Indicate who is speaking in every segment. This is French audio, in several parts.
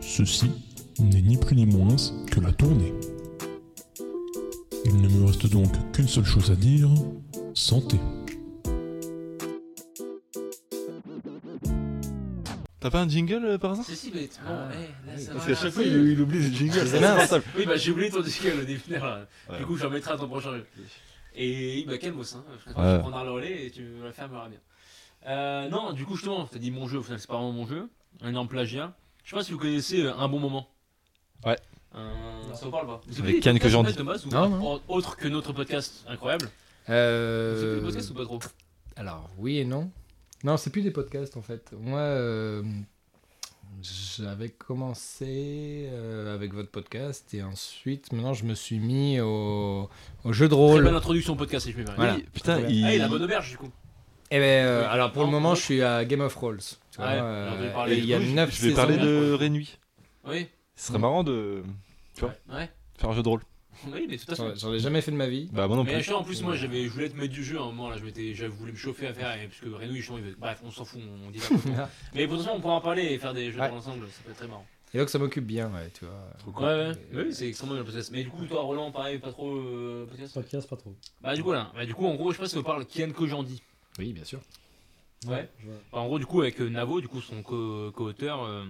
Speaker 1: Ceci n'est ni plus ni moins que la tournée. Il ne me reste donc qu'une seule chose à dire, santé.
Speaker 2: T'as pas un jingle euh, par hasard
Speaker 3: Si, si, mais bon,
Speaker 4: Ah,
Speaker 3: eh, là, ça
Speaker 4: parce
Speaker 3: va,
Speaker 4: qu'à
Speaker 3: là,
Speaker 4: chaque
Speaker 3: si.
Speaker 4: fois, il, il oublie le jingle.
Speaker 3: C'est
Speaker 4: C'est
Speaker 3: mince.
Speaker 4: insupportable.
Speaker 3: Oui, bah j'ai oublié ton disque au début. là.
Speaker 2: Ouais.
Speaker 3: Du coup, je le remettrai à ton prochain jeu. Et bah, calme hein. Je
Speaker 2: Ouais.
Speaker 3: tu prendras le relais et tu me la fermeras bien. Euh, non, du coup, justement, t'as dit mon jeu, au final, c'est pas vraiment mon jeu. Un énorme plagiat. Je sais pas si vous connaissez euh, Un bon moment.
Speaker 2: Ouais.
Speaker 3: Euh, ça vous parle pas Vous
Speaker 2: Avec
Speaker 3: écoutez
Speaker 2: Ken
Speaker 3: les
Speaker 2: que j'en
Speaker 3: podcasts de base ou
Speaker 4: Non, non.
Speaker 3: au- Autre que notre podcast incroyable. Vous écoutez
Speaker 4: Euh,
Speaker 3: le podcast ou pas trop
Speaker 4: Alors, oui et non. Non, c'est plus des podcasts en fait. Moi, euh, j'avais commencé euh, avec votre podcast et ensuite, maintenant, je me suis mis au, au jeu de
Speaker 3: Très
Speaker 4: rôle.
Speaker 3: belle introduction au podcast, si je puis me
Speaker 4: Voilà.
Speaker 2: Oui, putain,
Speaker 4: Voilà.
Speaker 2: il...
Speaker 3: Ah, il a bonne auberge, du coup.
Speaker 4: Eh ben, euh,
Speaker 3: Oui.
Speaker 4: alors pour
Speaker 3: Non,
Speaker 4: le moment,
Speaker 3: oui.
Speaker 4: je suis à Game of Thrones. tu vois,
Speaker 3: Ouais,
Speaker 4: euh,
Speaker 3: j'en ai parlé.
Speaker 4: et il y a
Speaker 2: Oui, je-
Speaker 4: 9
Speaker 2: Je vais parler
Speaker 3: saisons.
Speaker 2: de Renui.
Speaker 3: Oui.
Speaker 2: Ce serait marrant de Tu vois
Speaker 3: Ouais.
Speaker 2: faire un jeu de rôle.
Speaker 3: Oui, mais tout à fait.
Speaker 4: J'en ai jamais fait de ma vie.
Speaker 2: Bah moi non
Speaker 3: Mais
Speaker 2: plus.
Speaker 3: justement, en plus, moi, j'avais, je voulais te mettre du jeu à un moment, là, je m'étais, je voulais me chauffer à faire, et, parce que Renaud, justement, il veut, bref, on s'en fout, on dit pas. mais potentiellement, on pourra en parler et faire des jeux de
Speaker 4: Ouais.
Speaker 3: rôle ensemble, ça peut être très marrant.
Speaker 4: Et donc ça m'occupe bien, ouais, tu vois.
Speaker 3: Ouais, ouais, oui, c'est extrêmement bien le podcast. Mais du coup, toi, Roland, pareil, pas trop euh, podcast
Speaker 5: Podcast, pas trop.
Speaker 3: Bah, du coup, là, bah, du coup, en gros, je sais pas si on parle Kian Kojandi.
Speaker 4: Oui, bien sûr.
Speaker 3: Ouais.
Speaker 5: Je vois.
Speaker 3: Bah, en gros, du coup, avec euh, Navo, du coup, son co- co-auteur, euh,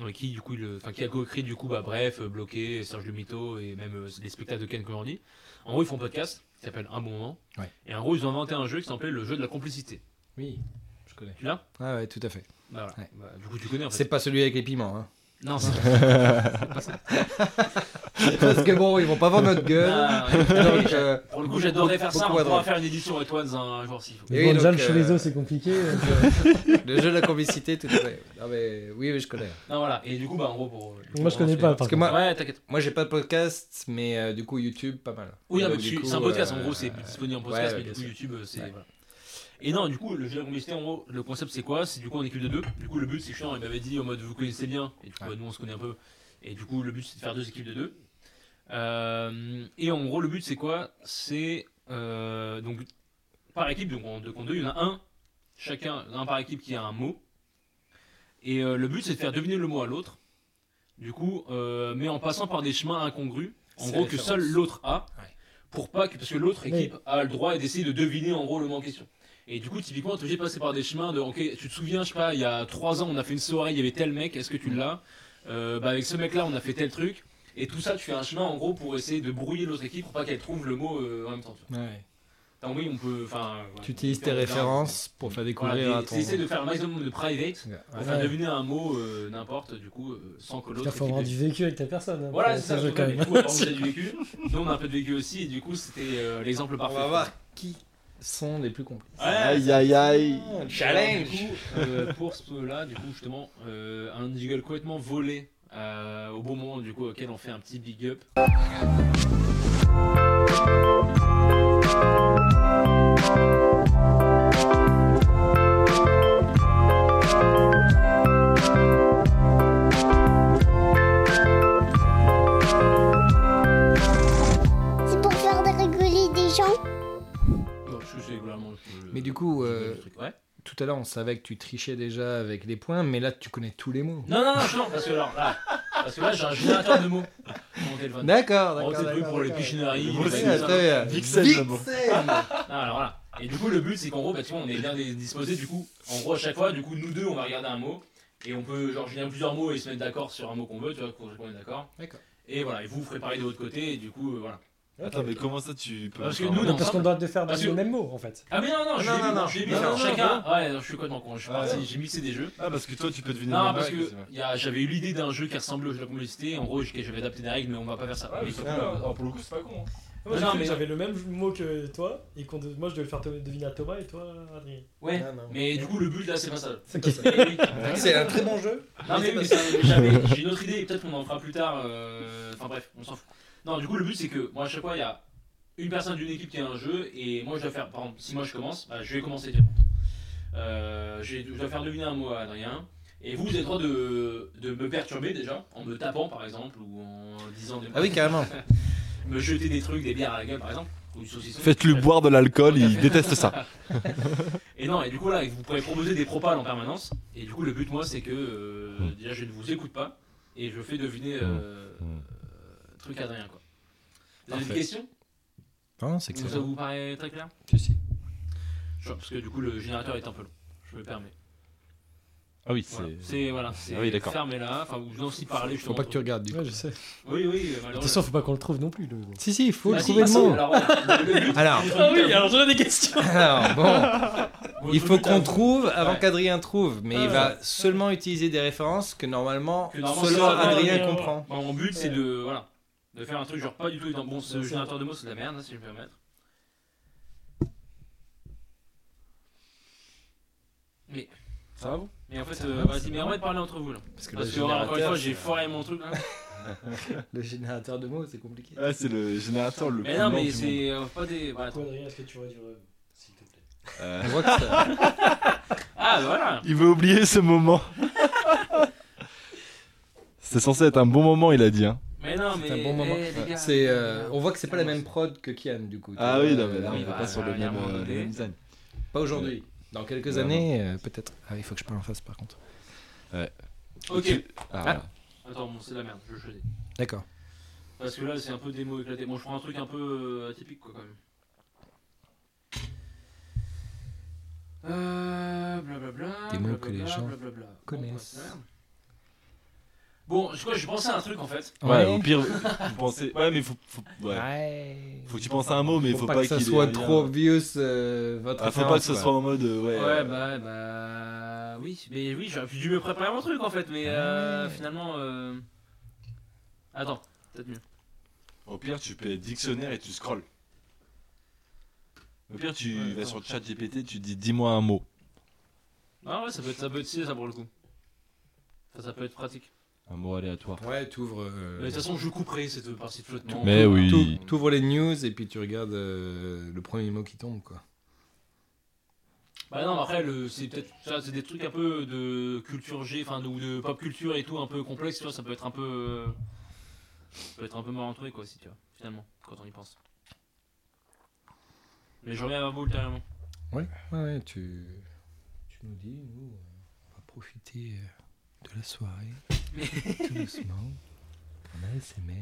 Speaker 3: avec qui, du coup, il, euh, enfin, qui a co-écrit, du coup, bah, bref, euh, Bloqué, Serge Lumito et même euh, les spectacles de Ken Kojandi. En gros, ils font un podcast qui s'appelle Un bon moment.
Speaker 4: Ouais.
Speaker 3: Et en gros, ils ont inventé un jeu qui s'appelle le jeu de la complicité.
Speaker 4: Oui, je connais.
Speaker 3: Tu l'as
Speaker 4: Ah ouais, tout à fait.
Speaker 3: Bah, voilà.
Speaker 4: Ouais.
Speaker 3: Bah, du coup, tu connais en fait.
Speaker 4: C'est pas celui avec les piments, hein.
Speaker 3: Non, c'est
Speaker 4: Parce que bon, ils vont pas voir notre gueule. Euh,
Speaker 3: pas.
Speaker 4: donc,
Speaker 3: Ah,
Speaker 4: euh,
Speaker 3: Pour le coup, j'adorerais faire ça.
Speaker 4: Beaucoup
Speaker 3: On
Speaker 4: à
Speaker 3: pourra
Speaker 4: droite.
Speaker 3: faire une édition avec Twans un jour s'il faut.
Speaker 4: Et
Speaker 5: Mais bon,
Speaker 4: oui,
Speaker 5: déjà,
Speaker 4: donc,
Speaker 5: le
Speaker 4: euh,
Speaker 5: chorizo, c'est compliqué. donc, euh,
Speaker 4: le jeu de la complicité, tout à fait. Non, mais oui, oui, je connais.
Speaker 3: Non, voilà. Et du coup, bah, en gros, pour.
Speaker 5: Moi, je connais pas.
Speaker 4: Parce
Speaker 5: Par
Speaker 4: que
Speaker 5: contre.
Speaker 4: moi,
Speaker 3: Ouais, t'inquiète.
Speaker 4: moi j'ai pas de podcast, mais euh, du coup, YouTube, pas mal.
Speaker 3: Oui, non, mais
Speaker 4: Donc,
Speaker 3: tu-
Speaker 4: du coup,
Speaker 3: c'est un podcast. En
Speaker 4: euh,
Speaker 3: gros, c'est disponible en podcast, mais
Speaker 4: ouais, bien
Speaker 3: du coup,
Speaker 4: sûr.
Speaker 3: YouTube, euh, c'est.
Speaker 4: Ouais.
Speaker 3: voilà. Et non, du coup, le jeu de la complicité, en gros, le concept c'est quoi C'est du coup, on équipe de deux. Du coup, le but c'est que Chiant, il m'avait dit en mode vous connaissez bien. Et du coup,
Speaker 4: Ouais.
Speaker 3: bah, nous on se connaît un peu. Et du coup, le but c'est de faire deux équipes de deux. Euh, et en gros, le but c'est quoi C'est. euh, donc, par équipe, donc en deux contre deux, il y en a un, chacun, un par équipe qui a un mot. Et euh, le but c'est de faire deviner le mot à l'autre. Du coup, euh, mais en passant par des chemins incongrus, en
Speaker 4: C'est
Speaker 3: gros
Speaker 4: la
Speaker 3: que
Speaker 4: différence.
Speaker 3: seul l'autre a,
Speaker 4: Ouais.
Speaker 3: pour pas que, parce que l'autre
Speaker 5: Mais-
Speaker 3: équipe a le droit d'essayer de deviner en gros le mot en question. Et du coup, typiquement, t'es obligé de passer par des chemins de, ok, tu te souviens, je sais pas, il y a trois ans, on a fait une soirée, il y avait tel mec, est-ce que tu l'as Euh, Bah avec ce mec-là, on a fait tel truc. Et tout ça, tu fais un chemin en gros pour essayer de brouiller l'autre équipe pour pas qu'elle trouve le mot euh, en même temps. tu vois.
Speaker 4: Ouais.
Speaker 3: Enfin, oui, on peut. Enfin. voilà.
Speaker 4: Tu utilises tes références pour faire
Speaker 3: Voilà,
Speaker 4: découvrir
Speaker 3: mais
Speaker 4: à ton.
Speaker 3: t'essaies de faire un maximum de private
Speaker 4: Ouais.
Speaker 3: pour faire
Speaker 5: Ouais.
Speaker 3: deviner un mot euh, n'importe, du coup, euh, sans que l'autre.
Speaker 5: Putain, faut
Speaker 3: équipe
Speaker 5: avoir
Speaker 3: ait-
Speaker 5: du vécu avec ta personne. hein,
Speaker 3: Voilà,
Speaker 5: pour
Speaker 3: c'est ça.
Speaker 5: ce jeu,
Speaker 3: tout
Speaker 5: quand
Speaker 3: à fait.
Speaker 5: même.
Speaker 3: Du coup, apparemment, j'ai du vécu. Nous, on a un peu de vécu aussi, et du coup, c'était euh, l'exemple
Speaker 4: On
Speaker 3: parfait.
Speaker 4: va voir qui
Speaker 5: hein.
Speaker 4: sont les plus complices.
Speaker 3: Ouais,
Speaker 4: Aïe,
Speaker 2: aïe aïe
Speaker 3: Challenge euh, Pour cela, du coup, justement, euh, un jingle complètement volé euh, au bon moment, du coup, auquel on fait un petit big up.
Speaker 6: C'est pour faire des rigoler des gens.
Speaker 3: Bon, je sais globalement, je-
Speaker 4: Mais du coup,
Speaker 3: je-
Speaker 4: euh,
Speaker 3: le truc, ouais.
Speaker 4: Tout à l'heure, on savait que tu trichais déjà avec les points, mais là, tu connais tous les mots.
Speaker 3: Non, non, non, non, parce que alors, là, parce que là, j'ai un générateur de mots sur mon téléphone.
Speaker 4: D'accord,
Speaker 3: Oh,
Speaker 4: d'accord.
Speaker 3: c'est bruit
Speaker 4: d'accord,
Speaker 3: pour les
Speaker 4: d'accord.
Speaker 3: Pictionary.
Speaker 2: Moi
Speaker 3: les
Speaker 2: aussi,
Speaker 3: Bible,
Speaker 2: attends,
Speaker 3: ça.
Speaker 2: Vixen, d'abord.
Speaker 3: Non, alors voilà. Et du coup, le but, c'est qu'en gros, bah, tu vois, on est bien dé- disposés. Du coup, en gros, à chaque fois, du coup, nous deux, on va regarder un mot. Et on peut, genre, générer plusieurs mots et se mettre d'accord sur un mot qu'on veut, tu vois, qu'on qu'on est d'accord.
Speaker 4: D'accord.
Speaker 3: Et voilà, et vous, vous préparez de votre côté, et du coup, euh, voilà.
Speaker 2: Attends, mais comment ça tu peux.
Speaker 3: Parce que
Speaker 2: faire
Speaker 3: nous,
Speaker 2: un-
Speaker 3: non.
Speaker 5: Parce qu'on doit te faire
Speaker 3: Parce
Speaker 5: dans
Speaker 3: que-
Speaker 5: le même mot, en fait.
Speaker 3: Ah, mais non, non, je
Speaker 4: Non,
Speaker 3: l'ai
Speaker 4: non,
Speaker 3: mis,
Speaker 4: non.
Speaker 3: je l'ai mis,
Speaker 4: Non,
Speaker 3: genre,
Speaker 4: non,
Speaker 3: chacun. Ouais, non, je suis complètement con, je suis
Speaker 2: Ah,
Speaker 3: parti, j'ai mixé des jeux.
Speaker 2: Ah, parce que toi tu peux deviner.
Speaker 3: Non,
Speaker 2: le
Speaker 3: parce
Speaker 2: mec,
Speaker 3: que
Speaker 2: c'est vrai.
Speaker 3: y a- j'avais eu l'idée d'un jeu qui ressemblait au jeu de la complexité. En gros, j'avais adapté des règles, mais on va pas faire ça. Mais-
Speaker 2: pour le coup, c'est pas con.
Speaker 3: Ouais, non, mais-
Speaker 5: J'avais le même mot que toi, et qu'on de- moi, je devais le faire te- deviner à Thomas et toi, Adrien.
Speaker 3: Ouais,
Speaker 4: Non, non.
Speaker 3: mais du coup, le but là, c'est pas ça.
Speaker 5: C'est
Speaker 3: Mais oui.
Speaker 4: C'est un très bon jeu.
Speaker 3: Non mais, oui, mais ça, j'avais- j'ai une autre idée, et peut-être qu'on en fera plus tard. euh, Enfin bref, on s'en fout. Non, du coup le but c'est que moi à chaque fois il y a une personne d'une équipe qui a un jeu et moi je dois faire, par exemple, si moi je commence, bah, je vais commencer direct. Euh, j'ai- je dois faire deviner un mot à Adrien. Et vous, vous avez le droit de, de me perturber déjà, en me tapant par exemple, ou en disant des
Speaker 4: Ah oui, carrément.
Speaker 3: me jeter des trucs, des bières à la gueule par exemple, ou du saucisson.
Speaker 2: Faites-le
Speaker 3: Bref.
Speaker 2: boire de l'alcool, il déteste ça.
Speaker 3: Et non, et du coup là,
Speaker 4: Hmm.
Speaker 3: vous pourrez proposer des propales en permanence. Et du coup, le but moi, c'est que euh, déjà, je ne vous écoute pas. et je fais deviner euh, euh, truc à Adrien. Quoi. Vous avez des
Speaker 4: Hmm. Parfait.
Speaker 3: questions
Speaker 4: Non, c'est
Speaker 3: Ça
Speaker 4: excellent.
Speaker 3: vous paraît très clair
Speaker 4: Si, si.
Speaker 3: Je- Parce que du coup, le générateur est un peu long. Je me permets.
Speaker 2: Ah oui,
Speaker 3: Voilà. C'est voilà, c'est
Speaker 2: Ah oui, d'accord.
Speaker 3: fermé là. Enfin, ou non, si parler, je
Speaker 4: Faut pas que tu regardes du coup.
Speaker 5: Ouais, je sais. De
Speaker 3: Oui, oui,
Speaker 5: toute
Speaker 3: malheureusement.
Speaker 5: façon, faut pas qu'on le trouve non plus. Le...
Speaker 4: Si, si, il faut
Speaker 3: Ah, si,
Speaker 4: trouver le
Speaker 3: si,
Speaker 4: mot.
Speaker 3: alors, voilà. Le but-
Speaker 4: Alors,
Speaker 5: Ah oui, alors j'aurais des questions.
Speaker 4: alors, bon,
Speaker 3: votre
Speaker 4: il faut
Speaker 3: but à
Speaker 4: qu'on
Speaker 3: vous-
Speaker 4: trouve avant
Speaker 3: Ouais.
Speaker 4: qu'Adrien trouve, mais
Speaker 5: Ah,
Speaker 4: il va seulement utiliser des références que normalement,
Speaker 3: Que normalement,
Speaker 4: seulement
Speaker 3: seulement
Speaker 4: Adrien
Speaker 5: Adrien
Speaker 4: comprend.
Speaker 3: Bon, Bah, mon but, c'est de, voilà, de faire un truc genre pas du tout. dans- Bon, ce
Speaker 5: Ouais, c'est
Speaker 3: générateur de mots, c'est de la merde, hein, si je peux me permettre. Mais,
Speaker 2: Ça va vous
Speaker 3: mais en fait, euh, vas-y, mais on va parler entre vous là.
Speaker 4: Parce que,
Speaker 3: Parce que encore une fois, j'ai foiré mon truc hein. là.
Speaker 4: le générateur de mots, c'est compliqué.
Speaker 2: Ah, c'est le générateur le plus
Speaker 3: Mais non,
Speaker 2: lent
Speaker 3: mais
Speaker 2: du monde.
Speaker 3: c'est euh, pas des. voilà, attends.
Speaker 5: Adrien, est-ce que tu aurais du rêve S'il te plaît.
Speaker 2: Euh,
Speaker 4: On voit que ça-
Speaker 3: Ah, bah voilà!
Speaker 2: Il veut oublier ce moment. C'était censé être un bon moment, il a dit. Hein.
Speaker 3: Mais non, mais.
Speaker 4: c'est un bon moment.
Speaker 3: eh, les gars,
Speaker 4: C'est,
Speaker 3: les
Speaker 4: euh,
Speaker 3: gars.
Speaker 4: on voit que c'est pas la même prod que Kian du coup.
Speaker 2: Ah
Speaker 4: Tu
Speaker 2: oui,
Speaker 4: vois,
Speaker 2: non, mais là,
Speaker 4: euh,
Speaker 2: on
Speaker 3: oui,
Speaker 2: n'est
Speaker 3: bah,
Speaker 2: pas sur le
Speaker 3: il y a un
Speaker 2: même,
Speaker 3: moment
Speaker 2: euh,
Speaker 3: donné.
Speaker 2: le même design.
Speaker 4: Pas aujourd'hui. Dans quelques
Speaker 2: Vraiment.
Speaker 4: années, euh, peut-être. Ah, il faut que je parle en face par contre.
Speaker 3: Ok.
Speaker 2: Ah,
Speaker 4: Ah.
Speaker 3: Attends, bon, c'est de la merde, je le choisis.
Speaker 4: D'accord.
Speaker 3: Parce que là, c'est un peu des mots éclatés. Bon, je prends un truc un peu euh, atypique, quoi, quand même. Euh. Blablabla.
Speaker 4: Des mots
Speaker 3: blablabla,
Speaker 4: que les gens
Speaker 3: blablabla. Bon,
Speaker 4: connaissent.
Speaker 3: bah, ça merde. Bon, je crois que j'ai pensé à un truc en fait.
Speaker 2: Ouais,
Speaker 4: Ouais.
Speaker 2: au pire, vous pensez. Ouais, mais faut. faut... Ouais.
Speaker 4: Ouais.
Speaker 2: Faut que tu penses à un mot, mais
Speaker 4: Faut,
Speaker 2: faut,
Speaker 4: pas, que ça
Speaker 2: qu'il ait
Speaker 4: soit
Speaker 2: un lien.
Speaker 4: trop obvious euh, votre.
Speaker 2: Ah, faut pas que
Speaker 4: référence,
Speaker 2: ce
Speaker 4: quoi.
Speaker 2: soit en mode. euh, Ouais.
Speaker 3: Ouais,
Speaker 2: euh,
Speaker 3: bah, ouais, bah. Oui, mais oui, j'aurais dû me préparer mon truc en fait, mais euh,
Speaker 4: Ah Ouais.
Speaker 3: finalement. euh, Attends, peut-être mieux.
Speaker 2: Au pire, tu peux être dictionnaire et tu scrolls. Au pire, tu
Speaker 3: Ouais,
Speaker 2: vas
Speaker 3: attends.
Speaker 2: sur ChatGPT, tu dis dis-moi un mot.
Speaker 3: Ah ouais, ça peut être, ça peut être stylé ça pour le coup. Ça, ça peut être pratique.
Speaker 2: Un mot aléatoire.
Speaker 4: Ouais, euh, t'ouvres.
Speaker 3: Mais de toute façon, je couperai cette partie de flottement.
Speaker 2: Mais oui.
Speaker 4: T'ou- T'ouvres les news et puis tu regardes euh, le premier mot qui tombe, quoi.
Speaker 3: Bah non, mais après, le, c'est peut-être ça, c'est des trucs un peu de culture G, enfin, de- ou de pop culture et tout, un peu complexe, tu vois, ça peut être un peu. euh, Ça peut être un peu marrant trouvé, quoi, si tu vois, finalement, quand on y pense. Mais je reviens à vous ultérieurement.
Speaker 4: Ouais, ouais, tu, tu nous dis, nous, euh, on va profiter euh, de la soirée, tout doucement, en ASMR.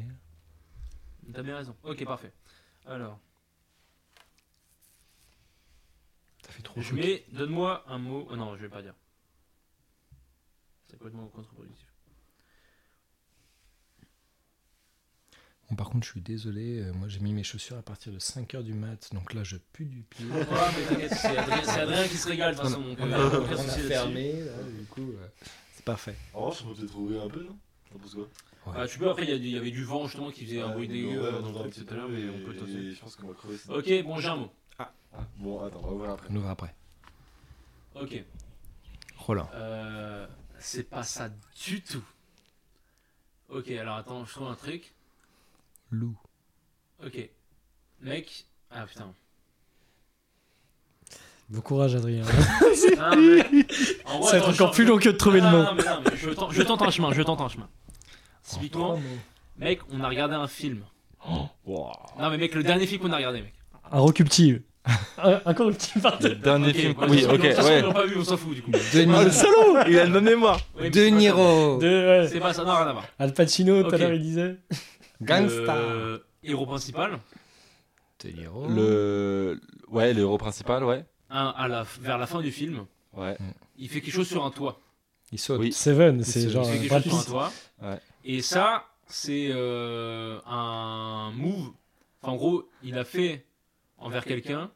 Speaker 3: T'as bien raison. Ok, parfait. Alors,
Speaker 4: Ça fait trop
Speaker 3: je mets, donne-moi un mot. oh non, je vais pas dire. C'est complètement contre-productif.
Speaker 4: Bon, par contre, je suis désolé, euh, moi j'ai mis mes chaussures à partir de 5h du mat, donc là je pue du pied.
Speaker 3: Ouais, mais t'inquiète, c'est Adrien, c'est Adrien qui se régale de toute façon. donc,
Speaker 4: on a,
Speaker 3: euh,
Speaker 4: on
Speaker 3: aucun
Speaker 4: a
Speaker 3: souci là-dessus.
Speaker 4: fermé, là, du coup, euh, c'est parfait.
Speaker 2: En revanche, on peut peut-être ouvrir un peu, non T'en penses quoi Ah,
Speaker 3: Ah, tu peux, après, il y, a du- il y avait du vent justement qui faisait un bruit dégueu euh, dans le truc tout à l'heure, mais on peut le tasser.
Speaker 2: Je pense qu'on va crever ça. Ah,
Speaker 3: Ok, bon, j'ai un mot.
Speaker 2: Bon, attends, on va voir après.
Speaker 4: On ouvre après.
Speaker 3: Ok.
Speaker 4: Roland.
Speaker 3: Euh, c'est pas ça du tout. Ok, alors attends, je trouve un truc.
Speaker 4: Lou.
Speaker 3: Ok. Mec. Ah putain.
Speaker 5: Bon courage, Adrien.
Speaker 3: Ah, mais- En vrai,
Speaker 5: C'est
Speaker 3: attends,
Speaker 5: un truc
Speaker 3: je-
Speaker 5: encore plus long que de trouver le
Speaker 3: Non, non,
Speaker 5: nom.
Speaker 3: non, mais non, mais je, tente, je tente un chemin, je tente un chemin.
Speaker 5: Oh,
Speaker 3: Typiquement, mec, on a regardé un film. Non, mais mec, le dernier film qu'on a regardé, mec.
Speaker 5: Un recul Encore une petite partie.
Speaker 2: Le dernier film.
Speaker 3: voilà,
Speaker 2: Oui,
Speaker 3: ça,
Speaker 2: ok,
Speaker 3: ça, ça,
Speaker 2: ouais.
Speaker 3: On l'a pas vu, on s'en fout du coup.
Speaker 4: De, Ni-
Speaker 2: Oh, le salaud Il a une bonne mémoire
Speaker 3: Oui, mais
Speaker 4: De
Speaker 3: c'est pas ça.
Speaker 4: Niro.
Speaker 5: De, ouais.
Speaker 3: C'est pas ça, non, rien à voir.
Speaker 5: Al Pacino, tout
Speaker 3: Ok.
Speaker 5: à l'heure, il disait.
Speaker 4: Gangsta.
Speaker 3: Le héros principal,
Speaker 4: De Niro.
Speaker 2: Le. Ouais, le héros principal, ouais.
Speaker 3: un, à la, vers la fin du film,
Speaker 2: Ouais.
Speaker 3: il fait quelque chose sur un toit.
Speaker 4: Il saute.
Speaker 2: Oui.
Speaker 5: Seven,
Speaker 4: C'est-
Speaker 5: c'est genre
Speaker 3: Tu fais
Speaker 5: euh,
Speaker 3: quelque
Speaker 5: Brad
Speaker 3: chose sur un
Speaker 5: Pitt.
Speaker 3: toit.
Speaker 2: Ouais.
Speaker 3: Et ça, c'est euh, un move. Enfin, en gros, il a fait envers quelqu'un.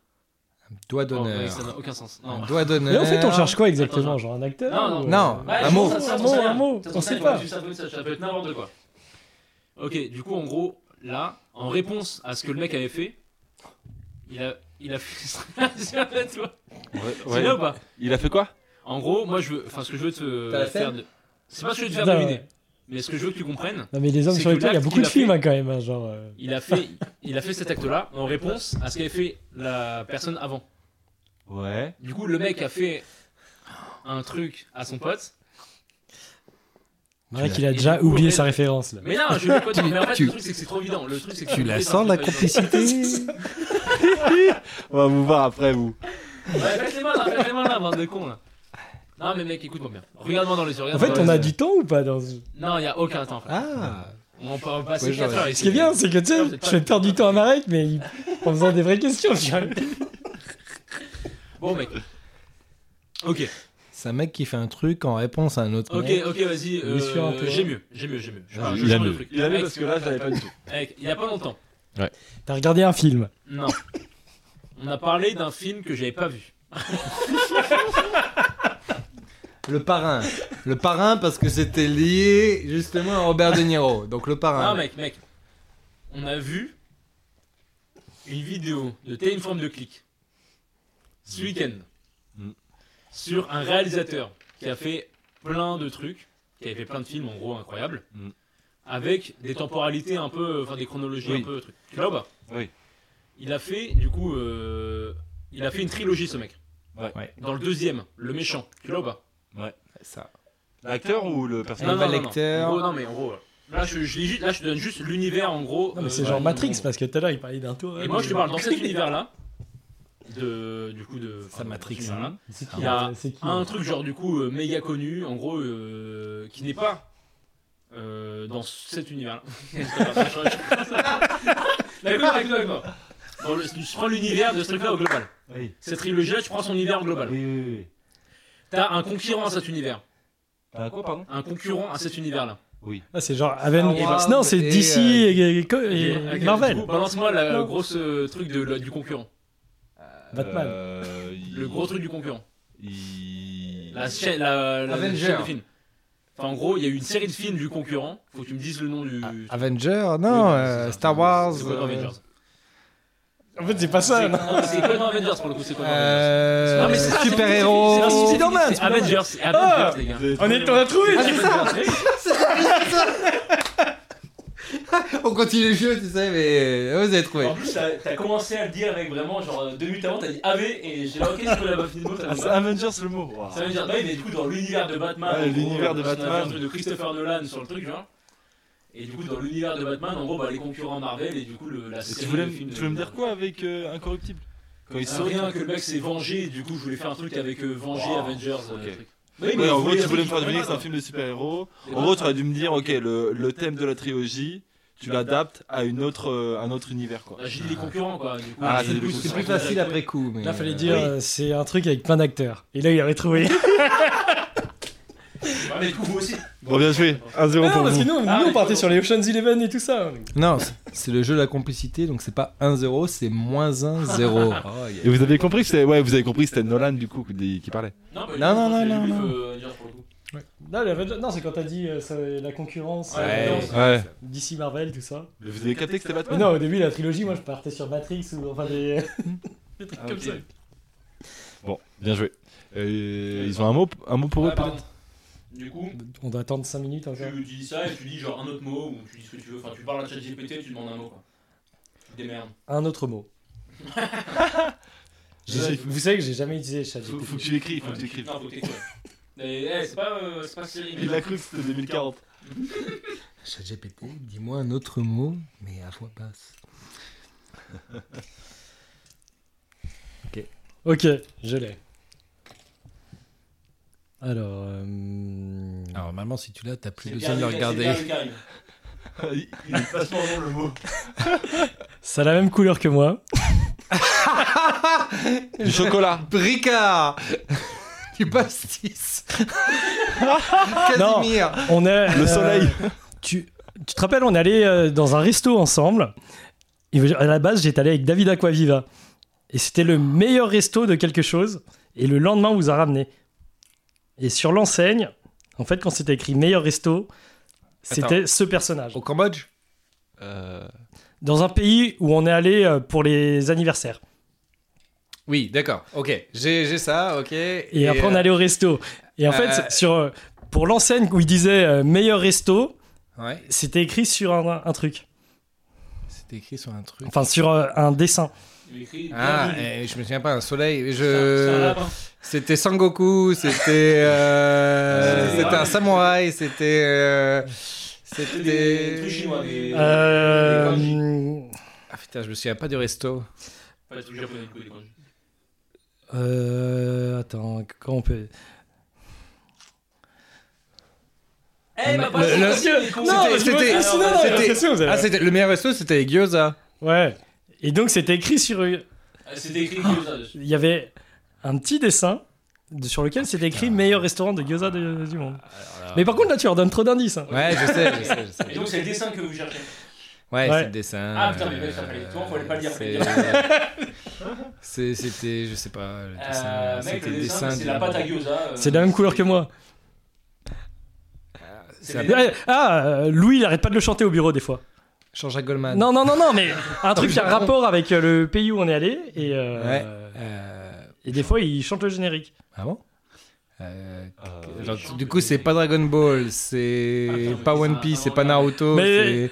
Speaker 3: Oh,
Speaker 4: Doigt
Speaker 3: mec,
Speaker 4: d'honneur.
Speaker 3: ça n'a aucun sens.
Speaker 4: Un
Speaker 3: Non.
Speaker 4: doigt d'honneur.
Speaker 5: Mais en fait, on cherche quoi
Speaker 3: Attends,
Speaker 5: exactement Genre un acteur
Speaker 3: Non,
Speaker 5: ou,
Speaker 3: non.
Speaker 5: euh,
Speaker 4: Non.
Speaker 3: Ouais,
Speaker 4: Un
Speaker 3: je
Speaker 4: mot.
Speaker 3: pense que ça,
Speaker 5: Un
Speaker 3: ça,
Speaker 5: mot,
Speaker 3: ça,
Speaker 5: un mot.
Speaker 3: ça, ça,
Speaker 5: On sait
Speaker 3: ça,
Speaker 5: pas.
Speaker 3: Ça peut être ça, ça peut être n'importe quoi. Ok, du coup, en gros, là, en réponse à ce que le mec avait fait, il a, il a fait. C'est un peu, tu vois. C'est
Speaker 2: Ouais.
Speaker 3: bien ou pas
Speaker 2: Il a fait quoi
Speaker 3: En gros, moi, je veux. Enfin, ce que je veux
Speaker 4: T'as
Speaker 3: te
Speaker 4: la
Speaker 3: faire.
Speaker 4: scène
Speaker 3: de- C'est pas ce que je veux te faire
Speaker 5: Non,
Speaker 3: deviner.
Speaker 5: ouais.
Speaker 3: Mais ce que je veux que tu comprennes,
Speaker 5: Non, mais les hommes
Speaker 3: C'est
Speaker 5: sur les
Speaker 3: que
Speaker 5: toits, il y a
Speaker 3: l'acte
Speaker 5: beaucoup
Speaker 3: qu'il
Speaker 5: de
Speaker 3: a
Speaker 5: films
Speaker 3: fait-
Speaker 5: hein, quand même. hein, Genre. euh,
Speaker 3: il a fait, il a fait cet acte-là en réponse à ce qu'avait fait la personne avant.
Speaker 2: Ouais.
Speaker 3: Du coup, le mec a fait un truc à son pote.
Speaker 5: C'est vrai
Speaker 4: l'as-
Speaker 5: qu'il a
Speaker 3: et du
Speaker 5: déjà
Speaker 3: coup,
Speaker 5: oublié
Speaker 3: en fait-
Speaker 5: sa référence là.
Speaker 3: Mais non, je le connais. Mais en fait,
Speaker 4: tu-
Speaker 3: le truc, c'est que c'est trop évident. Le truc, c'est que
Speaker 4: Tu la
Speaker 3: connais,
Speaker 4: sens la
Speaker 3: c'est un truc pas
Speaker 4: complicité
Speaker 2: On va vous voir après, vous.
Speaker 3: évident. Ouais, faites les mains là, faites les mains là, bande de cons là. Non, mais mec, écoute-moi bien. Regarde-moi dans les yeux.
Speaker 5: En
Speaker 3: regarde-moi
Speaker 5: fait,
Speaker 3: dans
Speaker 5: on
Speaker 3: les
Speaker 5: a
Speaker 3: yeux.
Speaker 5: du temps ou pas dans ce-
Speaker 3: Non, il n'y a aucun temps. frère.
Speaker 4: Ah
Speaker 3: On peut en passer
Speaker 4: Ouais,
Speaker 3: 4
Speaker 4: j'aurais-
Speaker 3: heures.
Speaker 5: Ce qui est bien, c'est que tu sais,
Speaker 3: Vous êtes pas-
Speaker 5: je vais perdre du temps à Marek, mais il- en faisant des vraies questions. tu vois.
Speaker 3: Bon, mec. Ok,
Speaker 4: C'est un mec qui fait un truc en réponse à un autre
Speaker 3: ok,
Speaker 4: mec.
Speaker 3: ok, vas-y. euh,
Speaker 4: Monsieur Antoine.
Speaker 3: j'ai mieux, j'ai mieux, j'ai mieux. Je,
Speaker 4: Ah,
Speaker 3: je
Speaker 2: il a
Speaker 3: change de
Speaker 2: mieux.
Speaker 3: truc.
Speaker 2: Il avait
Speaker 3: Mec,
Speaker 2: parce que là, je l'avais pas du tout.
Speaker 3: mec, il n'y a pas longtemps.
Speaker 5: T'as regardé un film.
Speaker 3: Non. On a parlé d'un film que j'avais pas vu.
Speaker 4: Le parrain. Le parrain parce que c'était lié justement à Robert De Niro. Donc le
Speaker 2: Ah,
Speaker 4: parrain.
Speaker 3: Non, mec, mec. On a vu une vidéo de T'es une forme de clic ce week-end
Speaker 2: Mm.
Speaker 3: sur un réalisateur qui a fait plein de trucs, qui avait fait plein de films en gros incroyables,
Speaker 2: Mm.
Speaker 3: avec des temporalités un peu, enfin des chronologies
Speaker 2: Oui.
Speaker 3: un peu trucs. Tu l'as ou pas
Speaker 2: Oui.
Speaker 3: Il a fait, du coup, euh, il a fait une trilogie ce mec.
Speaker 2: Ouais.
Speaker 4: Ouais.
Speaker 3: Dans le deuxième, le méchant, tu l'as ou pas
Speaker 4: Ça.
Speaker 2: L'acteur ou le personnage
Speaker 4: Non, non. lecteur.
Speaker 3: En gros, non, mais en gros, là, je, je lis juste- là, je te donne juste l'univers en gros.
Speaker 5: Non, mais c'est
Speaker 3: euh,
Speaker 5: genre
Speaker 3: en
Speaker 5: Matrix,
Speaker 3: gros.
Speaker 5: parce que tout à l'heure, il parlait d'un tour.
Speaker 3: Et moi, je te parle dans cet univers-là, de, du coup, de.
Speaker 4: Ça, Matrix,
Speaker 3: là
Speaker 5: C'est qui,
Speaker 3: Il y a
Speaker 5: euh, c'est qui,
Speaker 3: un
Speaker 5: euh,
Speaker 3: truc genre du coup euh, méga connu, en gros, euh, qui n'est pas euh, dans cet univers-là. D'accord, d'accord, d'accord. Dans le- Tu prends l'univers de ce truc-là au global.
Speaker 2: Oui.
Speaker 3: Cette trilogie-là, tu prends son univers au global.
Speaker 2: Oui, oui, oui.
Speaker 3: T'as un concurrent à cet univers.
Speaker 2: T'as quoi, pardon
Speaker 3: Un concurrent à cet univers-là.
Speaker 5: Ah, c'est genre Aven...
Speaker 4: Star Wars
Speaker 5: Non, c'est
Speaker 4: et,
Speaker 5: DC
Speaker 4: euh,
Speaker 5: et, et- et- et
Speaker 3: Ok, ok, du
Speaker 5: Marvel.
Speaker 3: coup, Balance-moi le
Speaker 5: Non.
Speaker 3: gros euh, truc de, la- du concurrent.
Speaker 4: euh,
Speaker 5: Batman.
Speaker 2: Euh, il-
Speaker 3: Le gros truc du concurrent.
Speaker 2: il-
Speaker 3: La chaîne, la, la
Speaker 4: Avenger.
Speaker 3: chaîne de films. Enfin, en gros, il y a eu une série de films du concurrent. Faut que tu me dises le nom du.
Speaker 4: Avenger
Speaker 3: Oui,
Speaker 4: Ah, Non,
Speaker 3: c'est
Speaker 4: euh,
Speaker 3: ça.
Speaker 4: Star Wars. euh,
Speaker 3: C'est quoi dans Avengers
Speaker 5: En fait, c'est pas ça. non.
Speaker 3: Non, C'est quoi dans Avengers pour le coup C'est quoi dans Avengers
Speaker 4: Euh,
Speaker 3: Non, mais c'est ça, c'est-
Speaker 4: super
Speaker 3: c'est- c'est-
Speaker 4: héros.
Speaker 5: c'est- Spider-Man,
Speaker 3: C'est
Speaker 5: Spider-Man.
Speaker 3: Avengers, c'est Avengers, les gars.
Speaker 5: On, est... on a trouvé
Speaker 4: Ah, c'est ça On continue le jeu, tu sais, mais euh, vous avez trouvé.
Speaker 3: En plus, t'as- t'as commencé à le dire avec vraiment genre deux minutes avant, t'as dit AV et j'ai dit ok, je peux la baffer de mots, ça
Speaker 2: Ah,
Speaker 3: me
Speaker 2: c'est
Speaker 3: va.
Speaker 2: Avengers le mot. Waouh.
Speaker 3: Ça veut dire, bah oui, mais du coup, dans l'univers de Batman,
Speaker 2: Ouais,
Speaker 3: en gros,
Speaker 2: l'univers de
Speaker 3: on a fait un
Speaker 2: Batman.
Speaker 3: truc de Christopher Nolan sur le truc, genre. Et du coup, dans l'univers de Batman, en gros, bah, les concurrents Marvel et du coup, le, la
Speaker 2: Et
Speaker 3: série.
Speaker 2: Tu voulais,
Speaker 3: de
Speaker 2: me-
Speaker 3: films
Speaker 2: tu
Speaker 3: de-
Speaker 2: voulais me dire quoi avec euh, Incorruptible Quand ils
Speaker 3: Ah,
Speaker 2: sortent-
Speaker 3: Rien que le mec s'est vengé, et du coup, je voulais faire un truc avec euh, Venger,
Speaker 2: Wow,
Speaker 3: Avengers. euh,
Speaker 2: Oh, ok.
Speaker 3: truc.
Speaker 2: Oui,
Speaker 3: mais
Speaker 2: mais en
Speaker 3: vous
Speaker 2: gros,
Speaker 3: voulez
Speaker 2: tu voulais me
Speaker 3: dire
Speaker 2: faire deviner
Speaker 3: Superman,
Speaker 2: que c'est un
Speaker 3: quoi.
Speaker 2: film de super-héros.
Speaker 3: Et
Speaker 2: En
Speaker 3: voilà.
Speaker 2: gros, tu aurais dû me dire, ok, le, le thème de la trilogie, tu l'adaptes à une autre, euh, un autre univers, quoi.
Speaker 3: Bah, J'ai dit les concurrents, quoi. Du coup,
Speaker 2: Ah,
Speaker 3: Et
Speaker 2: c'est
Speaker 3: du
Speaker 2: plus-
Speaker 3: coup,
Speaker 2: c'est
Speaker 4: C'est
Speaker 3: ça
Speaker 4: plus
Speaker 3: aurait été
Speaker 4: facile
Speaker 3: direct.
Speaker 4: après coup. Mais
Speaker 5: Là, fallait
Speaker 4: euh,
Speaker 5: dire,
Speaker 4: oui.
Speaker 5: euh, c'est un truc avec plein d'acteurs. Et là, il avait trouvé.
Speaker 3: Ouais, mais du coup, vous aussi.
Speaker 2: Bon, bien joué. 1-0
Speaker 5: non, parce que nous,
Speaker 3: Ah,
Speaker 5: nous, on
Speaker 3: mais-
Speaker 5: partait sur les Ocean's Eleven et tout ça.
Speaker 4: Non, c'est- c'est le jeu de la complicité, donc c'est pas 1-0, c'est moins Oh, 1-0.
Speaker 2: Et vous avez compris que c'était, ouais, vous avez compris que c'était Nolan, du coup, qui parlait.
Speaker 3: Non, bah,
Speaker 4: Non, non,
Speaker 3: je pense que
Speaker 4: non,
Speaker 3: j'ai
Speaker 4: non,
Speaker 3: vu,
Speaker 4: non.
Speaker 3: euh, Avengers pour le coup.
Speaker 5: Non, les Avengers- non, c'est quand t'as dit euh, ça- la concurrence,
Speaker 3: Ouais.
Speaker 5: euh,
Speaker 2: Ouais.
Speaker 5: DC Marvel, tout ça.
Speaker 2: Mais vous avez capté que c'était Batman
Speaker 5: Non, au début, la trilogie, moi, je partais sur Matrix ou enfin des, des trucs
Speaker 2: Ah,
Speaker 5: comme
Speaker 2: ok.
Speaker 5: ça.
Speaker 2: Bon, bien joué. Euh, ils ont un mot, un mot pour eux,
Speaker 3: Ah,
Speaker 2: peut-être
Speaker 3: pardon. Du coup,
Speaker 5: On doit attendre 5 minutes encore.
Speaker 3: tu, tu dis ça et tu dis genre un autre mot ou tu dis ce que tu veux. Enfin, tu parles à ChatGPT et tu demandes un mot, quoi. Tu te démerdes.
Speaker 5: Un autre mot.
Speaker 2: J'ai-
Speaker 5: Vous savez que j'ai jamais utilisé
Speaker 2: faut,
Speaker 5: ChatGPT.
Speaker 2: faut que tu l'écris, faut que tu l'écrives.
Speaker 3: Non, faut que t'écrives. Mais, eh, c'est pas, euh, c'est pas Cyril.
Speaker 2: Il a cru que c'était 2040.
Speaker 4: ChatGPT, dis-moi un autre mot, mais à voix basse.
Speaker 5: Ok, je l'ai. Alors, euh,
Speaker 4: Alors, normalement, si tu l'as, t'as plus
Speaker 3: C'est
Speaker 4: besoin de
Speaker 3: Karim,
Speaker 4: le regarder.
Speaker 3: c'est Karim.
Speaker 2: Il il est vachement bon, le mot.
Speaker 5: ça a la même couleur que moi.
Speaker 2: Du chocolat.
Speaker 4: Bricard Du pastis Casimir
Speaker 5: On est
Speaker 2: Le soleil.
Speaker 5: Tu, tu te rappelles, on allait euh, dans un resto ensemble. Et à la base, j'étais allé avec David Aquaviva. Et c'était le meilleur resto de quelque chose. Et le lendemain, on vous a ramené. Et sur l'enseigne, en fait, quand c'était écrit meilleur resto, c'était ce personnage.
Speaker 4: Au Cambodge
Speaker 2: Euh...
Speaker 5: Dans un pays où on est allé euh, pour les anniversaires.
Speaker 4: Oui, d'accord, ok. J'ai j'ai ça, ok.
Speaker 5: Et, après, on allait au resto. Et en
Speaker 4: euh,
Speaker 5: fait, sur, euh, pour l'enseigne où il disait euh, meilleur resto,
Speaker 4: Ouais,
Speaker 5: c'était écrit sur un, un truc.
Speaker 4: c'était écrit sur un truc.
Speaker 5: Enfin, sur euh, un dessin.
Speaker 3: Il écrit.
Speaker 4: Ah,
Speaker 3: bienvenue.
Speaker 4: eh, je me souviens pas, un soleil.
Speaker 3: C'est un- c'est un hein.
Speaker 4: Je...
Speaker 3: lapin.
Speaker 4: C'était Sangoku, c'était. euh,
Speaker 2: C'est-
Speaker 4: c'était un samouraï, c'était. euh,
Speaker 3: C'est des
Speaker 4: C'était.
Speaker 3: trucs chinois, des.
Speaker 5: Euh,
Speaker 3: des kanji.
Speaker 4: Ah putain, je me souviens pas du resto.
Speaker 3: Enfin, des trucs japonais, du coup, des kanji.
Speaker 5: Euh, attends, comment on peut.
Speaker 3: Eh, bah,
Speaker 4: Le-
Speaker 3: pas
Speaker 4: le-
Speaker 3: le...
Speaker 4: C'était- c'était- c'était-
Speaker 5: vous avez-
Speaker 4: Ah, c'était le meilleur resto, c'était les gyoza.
Speaker 5: Ouais. Et donc, c'était écrit sur. une-
Speaker 3: euh, C'était écrit Gyoza dessus.
Speaker 5: Il y avait un petit dessin de- sur lequel c'était écrit meilleur restaurant de gyoza de- du monde. Mais par contre, là, tu leur donnes trop d'indices. hein.
Speaker 4: Ouais, je sais, je sais, je sais.
Speaker 3: Et donc, c'est le dessin que vous cherchez.
Speaker 4: Ouais,
Speaker 5: Ouais.
Speaker 4: c'est le dessin. euh,
Speaker 3: Ah, putain, mais mec, ça fallait- toi, fallait pas le dire, fallait le
Speaker 4: c'est- c'est- C'était, je sais pas, le dessin.
Speaker 3: Euh, mec,
Speaker 4: c'était
Speaker 3: le dessin, c'est
Speaker 4: du-
Speaker 3: la pâte à Gyoza. euh,
Speaker 5: C'est de la même couleur que moi.
Speaker 4: c'est la-
Speaker 3: des-
Speaker 5: Eh, Ah, euh, Louis, il arrête pas de le chanter au bureau des fois.
Speaker 4: Jean-Jacques Goldman.
Speaker 5: Ah, Non, non, non, non, mais un truc qui a un rapport avec euh, le pays où on est allé. Et, euh,
Speaker 4: Euh,
Speaker 5: et des fois, il chante le générique.
Speaker 4: ah bon Euh,
Speaker 2: Euh,
Speaker 4: genre, du coup, c'est pas Dragon Ball, c'est
Speaker 3: Attends,
Speaker 4: pas
Speaker 3: mais
Speaker 4: One
Speaker 3: c'est un-
Speaker 4: Piece, c'est
Speaker 3: un
Speaker 4: pas
Speaker 3: regard.
Speaker 4: Naruto,
Speaker 5: Mais-
Speaker 4: c'est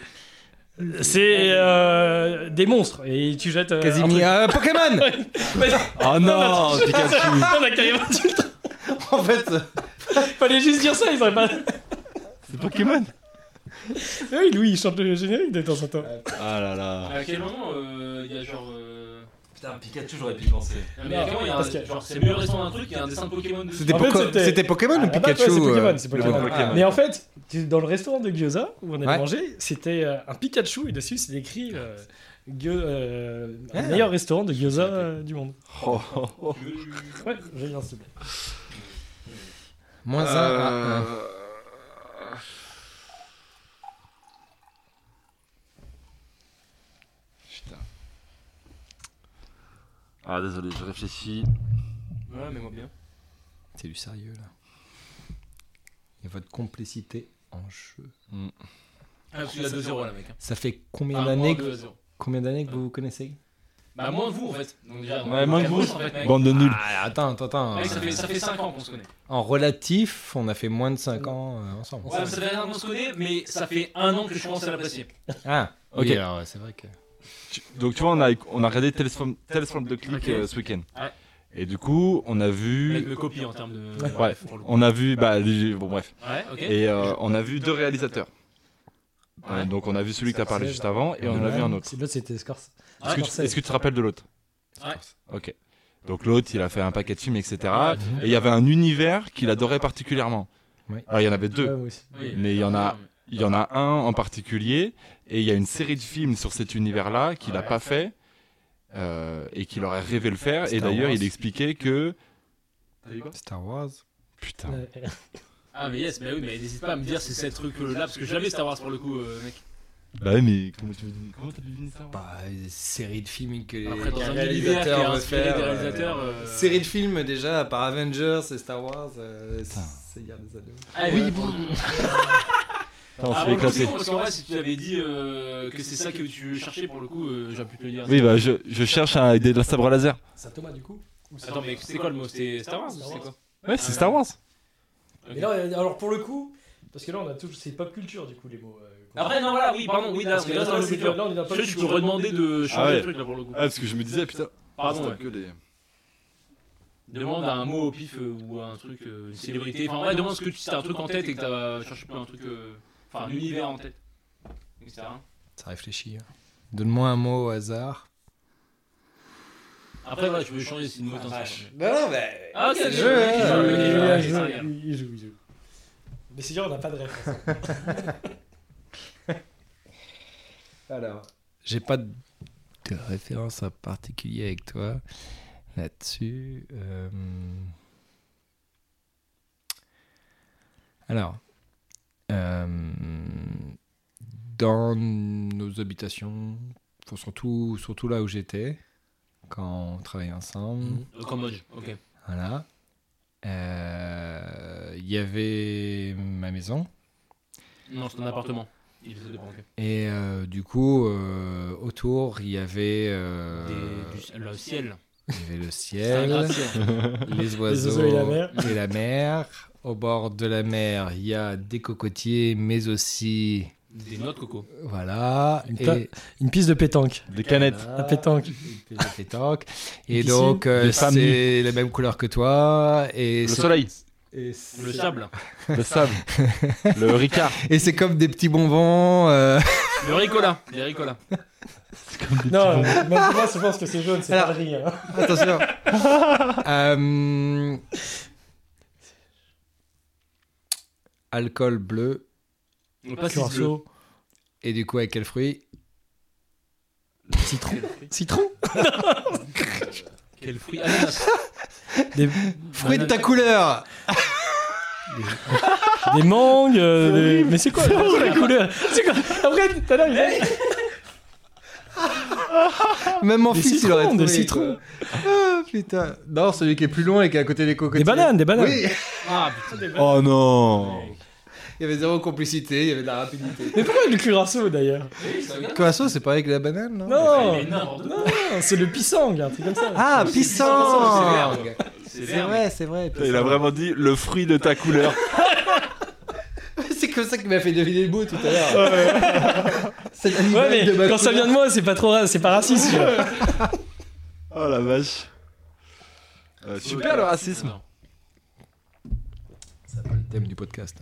Speaker 5: C'est euh, des monstres. Et tu jettes. euh, un
Speaker 4: Casimir. Euh, Pokémon
Speaker 2: Oh non, Pikachu.
Speaker 5: truc. On a carrément dit le truc.
Speaker 4: En fait,
Speaker 5: Fallait juste dire ça, ils auraient pas.
Speaker 2: C'est Pokémon.
Speaker 5: Ah Oui, Louis, il chante le générique de temps en temps.
Speaker 4: Euh,
Speaker 2: Ah là là.
Speaker 3: À quel moment euh, il y a genre. euh,
Speaker 2: Putain, Pikachu, j'aurais pu y penser.
Speaker 3: Non, mais à quel moment il y a un-
Speaker 5: parce que-
Speaker 3: genre c'est le meilleur restaurant d'un truc, il y a un dessin de Pokémon dessus.
Speaker 4: c'était
Speaker 5: En fait,
Speaker 4: Poco-
Speaker 5: c'était-
Speaker 4: c'était Pokémon
Speaker 5: Ah,
Speaker 4: ou
Speaker 5: là-bas, ouais,
Speaker 4: Pikachu
Speaker 5: c'est Pokémon,
Speaker 4: euh,
Speaker 5: c'est
Speaker 4: le
Speaker 5: Pokémon. Ah,
Speaker 4: bon.
Speaker 2: Pokémon.
Speaker 5: Mais en fait, tu- dans le restaurant de Gyoza où on avait
Speaker 4: Ouais.
Speaker 5: mangé, c'était euh, un Pikachu et dessus c'est écrit euh, Gyo- euh,
Speaker 4: Ah.
Speaker 5: meilleur restaurant de Gyoza euh, du monde.
Speaker 2: Oh, oh, oh.
Speaker 5: Ouais, j'ai bien s'il te plaît.
Speaker 4: Moins un, un, un.
Speaker 2: Euh, Putain. Ah désolé, je réfléchis.
Speaker 3: Ouais, mais moi bien.
Speaker 4: C'est du sérieux là. Il y a votre complicité en jeu.
Speaker 3: Ah, parce qu'il y a 2-0 là, mec. hein.
Speaker 4: Ça fait combien
Speaker 3: Ah,
Speaker 4: d'années
Speaker 3: moins
Speaker 4: que,
Speaker 3: 2-0.
Speaker 4: combien d'années que vous vous connaissez
Speaker 3: Bah, moins de vous en fait. Donc, déjà,
Speaker 2: Ouais, moins de vous.
Speaker 3: en fait, mec.
Speaker 2: Bande de nuls.
Speaker 4: Ah, Attends, attends, attends.
Speaker 3: Mec, ça fait, ça fait 5 ans qu'on se connaît.
Speaker 4: En relatif, on a fait moins de 5 ans euh, ensemble.
Speaker 3: Ouais, mais ça fait 5 ans qu'on se connaît, mais ça fait un an que je commence à l'apprécier.
Speaker 4: Ah,
Speaker 2: Ok.
Speaker 4: oui, alors, c'est vrai que.
Speaker 2: Tu- Donc tu vois, on a, on a regardé Tales from, Tales from the Click
Speaker 3: Ok.
Speaker 2: euh, ce week-end.
Speaker 3: Ouais.
Speaker 2: Et du coup, on a
Speaker 3: Mec,
Speaker 2: vu,
Speaker 3: me copie en termes de.
Speaker 2: Ouais.
Speaker 3: pour le coup.
Speaker 2: on a vu, bah, les- bon bref.
Speaker 3: Ouais, ok.
Speaker 2: Et euh, on a vu deux réalisateurs.
Speaker 3: Ouais.
Speaker 2: Euh, Donc on a vu celui que t'as parlé juste avant et on en a
Speaker 5: Ouais,
Speaker 2: vu un autre.
Speaker 5: c'est- L'autre c'était Scorse.
Speaker 2: Est-ce que, tu- est-ce que tu te rappelles de l'autre
Speaker 3: Ouais.
Speaker 2: Ok. Donc l'autre, il a fait un paquet de films, etc. Et il y avait un univers qu'il adorait particulièrement.
Speaker 4: Ouais.
Speaker 2: Alors il y en avait
Speaker 5: Ah,
Speaker 2: deux.
Speaker 3: Oui.
Speaker 2: Mais il y en a, il y en a un en particulier et il y a une série de films sur cet univers-là qu'il n'a pas fait euh, et qu'il aurait rêvé le faire. Et
Speaker 4: Star
Speaker 2: d'ailleurs,
Speaker 4: Wars.
Speaker 2: il expliquait que
Speaker 4: Star Wars.
Speaker 2: putain.
Speaker 5: Euh,
Speaker 3: Ah, mais yes, mais oui, mais n'hésite pas à me dire si c'est ce truc là, parce que j'avais Star Wars pour le coup, euh, mec.
Speaker 2: Bah oui, mais comment tu veux deviner- comment t'as deviné ça
Speaker 4: Bah, des séries de films que les
Speaker 3: Après, dans un univers qui est
Speaker 4: réalisateurs veulent
Speaker 3: inspiré des
Speaker 4: faire. euh,
Speaker 3: réalisateurs. euh,
Speaker 4: Série de films déjà par Avengers et Star Wars, euh, c'est il y a des années.
Speaker 3: Ah,
Speaker 2: Oui,
Speaker 3: ouais.
Speaker 2: bon. Putain, on
Speaker 3: Ah,
Speaker 2: euh, se
Speaker 3: pour
Speaker 2: fait
Speaker 3: le coup,
Speaker 2: classer.
Speaker 3: c'est con, parce qu'en vrai, si tu avais dit euh, que c'est ça que tu cherchais, pour le coup, euh, j'aurais pu te le dire.
Speaker 2: Oui, bah je, je cherche un, des de la sabre laser.
Speaker 5: C'est Thomas du coup
Speaker 3: Attends, mais c'est quoi le mot C'était Star Wars ou
Speaker 5: Star
Speaker 3: c'est
Speaker 5: Wars.
Speaker 3: quoi
Speaker 2: Ouais, c'est Star Wars.
Speaker 5: Mais là, alors pour le coup, parce que là on a toujours c'est pop culture du coup les mots. euh, qu'on-
Speaker 3: Après, non, voilà, oui, pardon, oui, là, parce
Speaker 5: Parce que
Speaker 3: que là,
Speaker 5: là,
Speaker 3: c'est dans le
Speaker 5: c'est-
Speaker 3: futur.
Speaker 5: là, on est dans
Speaker 3: Tu
Speaker 5: pop
Speaker 3: vois, tu peux
Speaker 5: culture.
Speaker 3: redemander de changer
Speaker 2: Ah ouais.
Speaker 3: le truc là pour le coup.
Speaker 2: parce que je me disais, putain.
Speaker 3: Pardon, ouais.
Speaker 2: que des-
Speaker 3: Demande un mot au pif euh, ou un truc, euh, une célébrité. Enfin, ouais, demande ce que tu as un truc en tête et que t'as cherché pas un truc. euh, Enfin, un univers en tête. Etc.
Speaker 4: Ça réfléchit. hein. Donne-moi un mot au hasard.
Speaker 3: Après, voilà, tu peux changer si le
Speaker 2: Ah,
Speaker 3: mot t'intéresse.
Speaker 4: Non, non, mais.
Speaker 3: Ah, ok,
Speaker 4: C'est
Speaker 3: ok,
Speaker 4: le jeu,
Speaker 3: ok, ok,
Speaker 4: hein.
Speaker 3: ok,
Speaker 4: Euh,
Speaker 3: ok,
Speaker 4: il
Speaker 3: ok,
Speaker 4: a
Speaker 3: ok, ça regarde.
Speaker 5: il joue, il joue. Mais c'est sûr, on n'a pas de référence.
Speaker 4: Alors. J'ai pas de de référence en particulier avec toi là-dessus. Euh, Alors. euh, Dans nos habitations, enfin, surtout, surtout là où j'étais, quand on travaillait ensemble.
Speaker 3: Euh, Cambodge, ok.
Speaker 4: Voilà. Euh, Il y avait ma maison.
Speaker 3: Non, c'est ton appartement. Il faisait des banques.
Speaker 4: Et euh, du coup, euh, autour, il y avait, euh,
Speaker 3: Des- du- Le ciel.
Speaker 4: il y avait le
Speaker 3: C'est un
Speaker 4: ciel,
Speaker 3: gratte-ciel.
Speaker 4: les oiseaux,
Speaker 5: oiseaux et la mer.
Speaker 4: et la mer. Au bord de la mer, il y a des cocotiers, mais aussi.
Speaker 3: Des noix de coco.
Speaker 4: Voilà.
Speaker 5: Une
Speaker 4: et-
Speaker 5: ta- Une piste de pétanque.
Speaker 2: Des canettes.
Speaker 5: La pétanque.
Speaker 4: et la pétanque. Et
Speaker 5: Piscine.
Speaker 4: donc, euh,
Speaker 2: Des femmes
Speaker 4: c'est la même couleur que toi. Et
Speaker 2: Le
Speaker 4: c'est-
Speaker 2: soleil.
Speaker 4: et c'est-
Speaker 3: Le sable.
Speaker 2: Le sable. le Ricard.
Speaker 4: Et c'est comme des petits bonbons. euh,
Speaker 3: Le ricola. Des ricolas.
Speaker 5: Non, euh, même moi, je pense que c'est jaune, c'est
Speaker 4: Alors-
Speaker 5: pas le riz. hein.
Speaker 4: Attention. Euh, Alcool bleu
Speaker 3: Pas si bleu.
Speaker 5: Corso,
Speaker 4: Et du coup, avec quel fruit
Speaker 5: citron, citron,
Speaker 3: Quel fruit Ananas.
Speaker 5: des,
Speaker 4: Fruit
Speaker 5: Ah,
Speaker 4: de ta couleur
Speaker 5: des mangues, euh, des- mais c'est quoi la couleur C'est quoi Après tout à l'heure, il a-
Speaker 4: Même mon
Speaker 5: Des
Speaker 4: fils, il aurait
Speaker 5: citrons,
Speaker 4: trouvé.
Speaker 5: des citrons.
Speaker 4: quoi. Ah, putain. Non, celui qui est plus long et qui est à côté des cocotiers.
Speaker 5: des bananes, des bananes.
Speaker 4: Oui,
Speaker 3: Ah putain.
Speaker 2: Oh non
Speaker 4: il y avait zéro complicité, il y avait de la rapidité.
Speaker 5: Mais pourquoi le curaçao d'ailleurs
Speaker 4: Coasso, c'est pas avec la banane, non
Speaker 5: Non,
Speaker 3: Ah, Il est énorme.
Speaker 5: non, Ah, c'est le pisang, un truc comme ça.
Speaker 4: Ah,
Speaker 3: puissant
Speaker 4: puissant
Speaker 3: C'est
Speaker 4: C'est
Speaker 3: vert.
Speaker 4: vrai, c'est vrai.
Speaker 2: Il a vraiment dit le fruit de ta couleur.
Speaker 4: C'est comme ça qu'il m'a fait deviner le mot tout à l'heure. c'est l'animal
Speaker 5: Ouais, mais
Speaker 4: de ma
Speaker 5: quand ça
Speaker 4: couleur.
Speaker 5: vient de moi, c'est pas trop ra- c'est pas raciste. genre.
Speaker 2: Oh la vache. Euh, super le racisme.
Speaker 3: Non.
Speaker 4: le thème du podcast.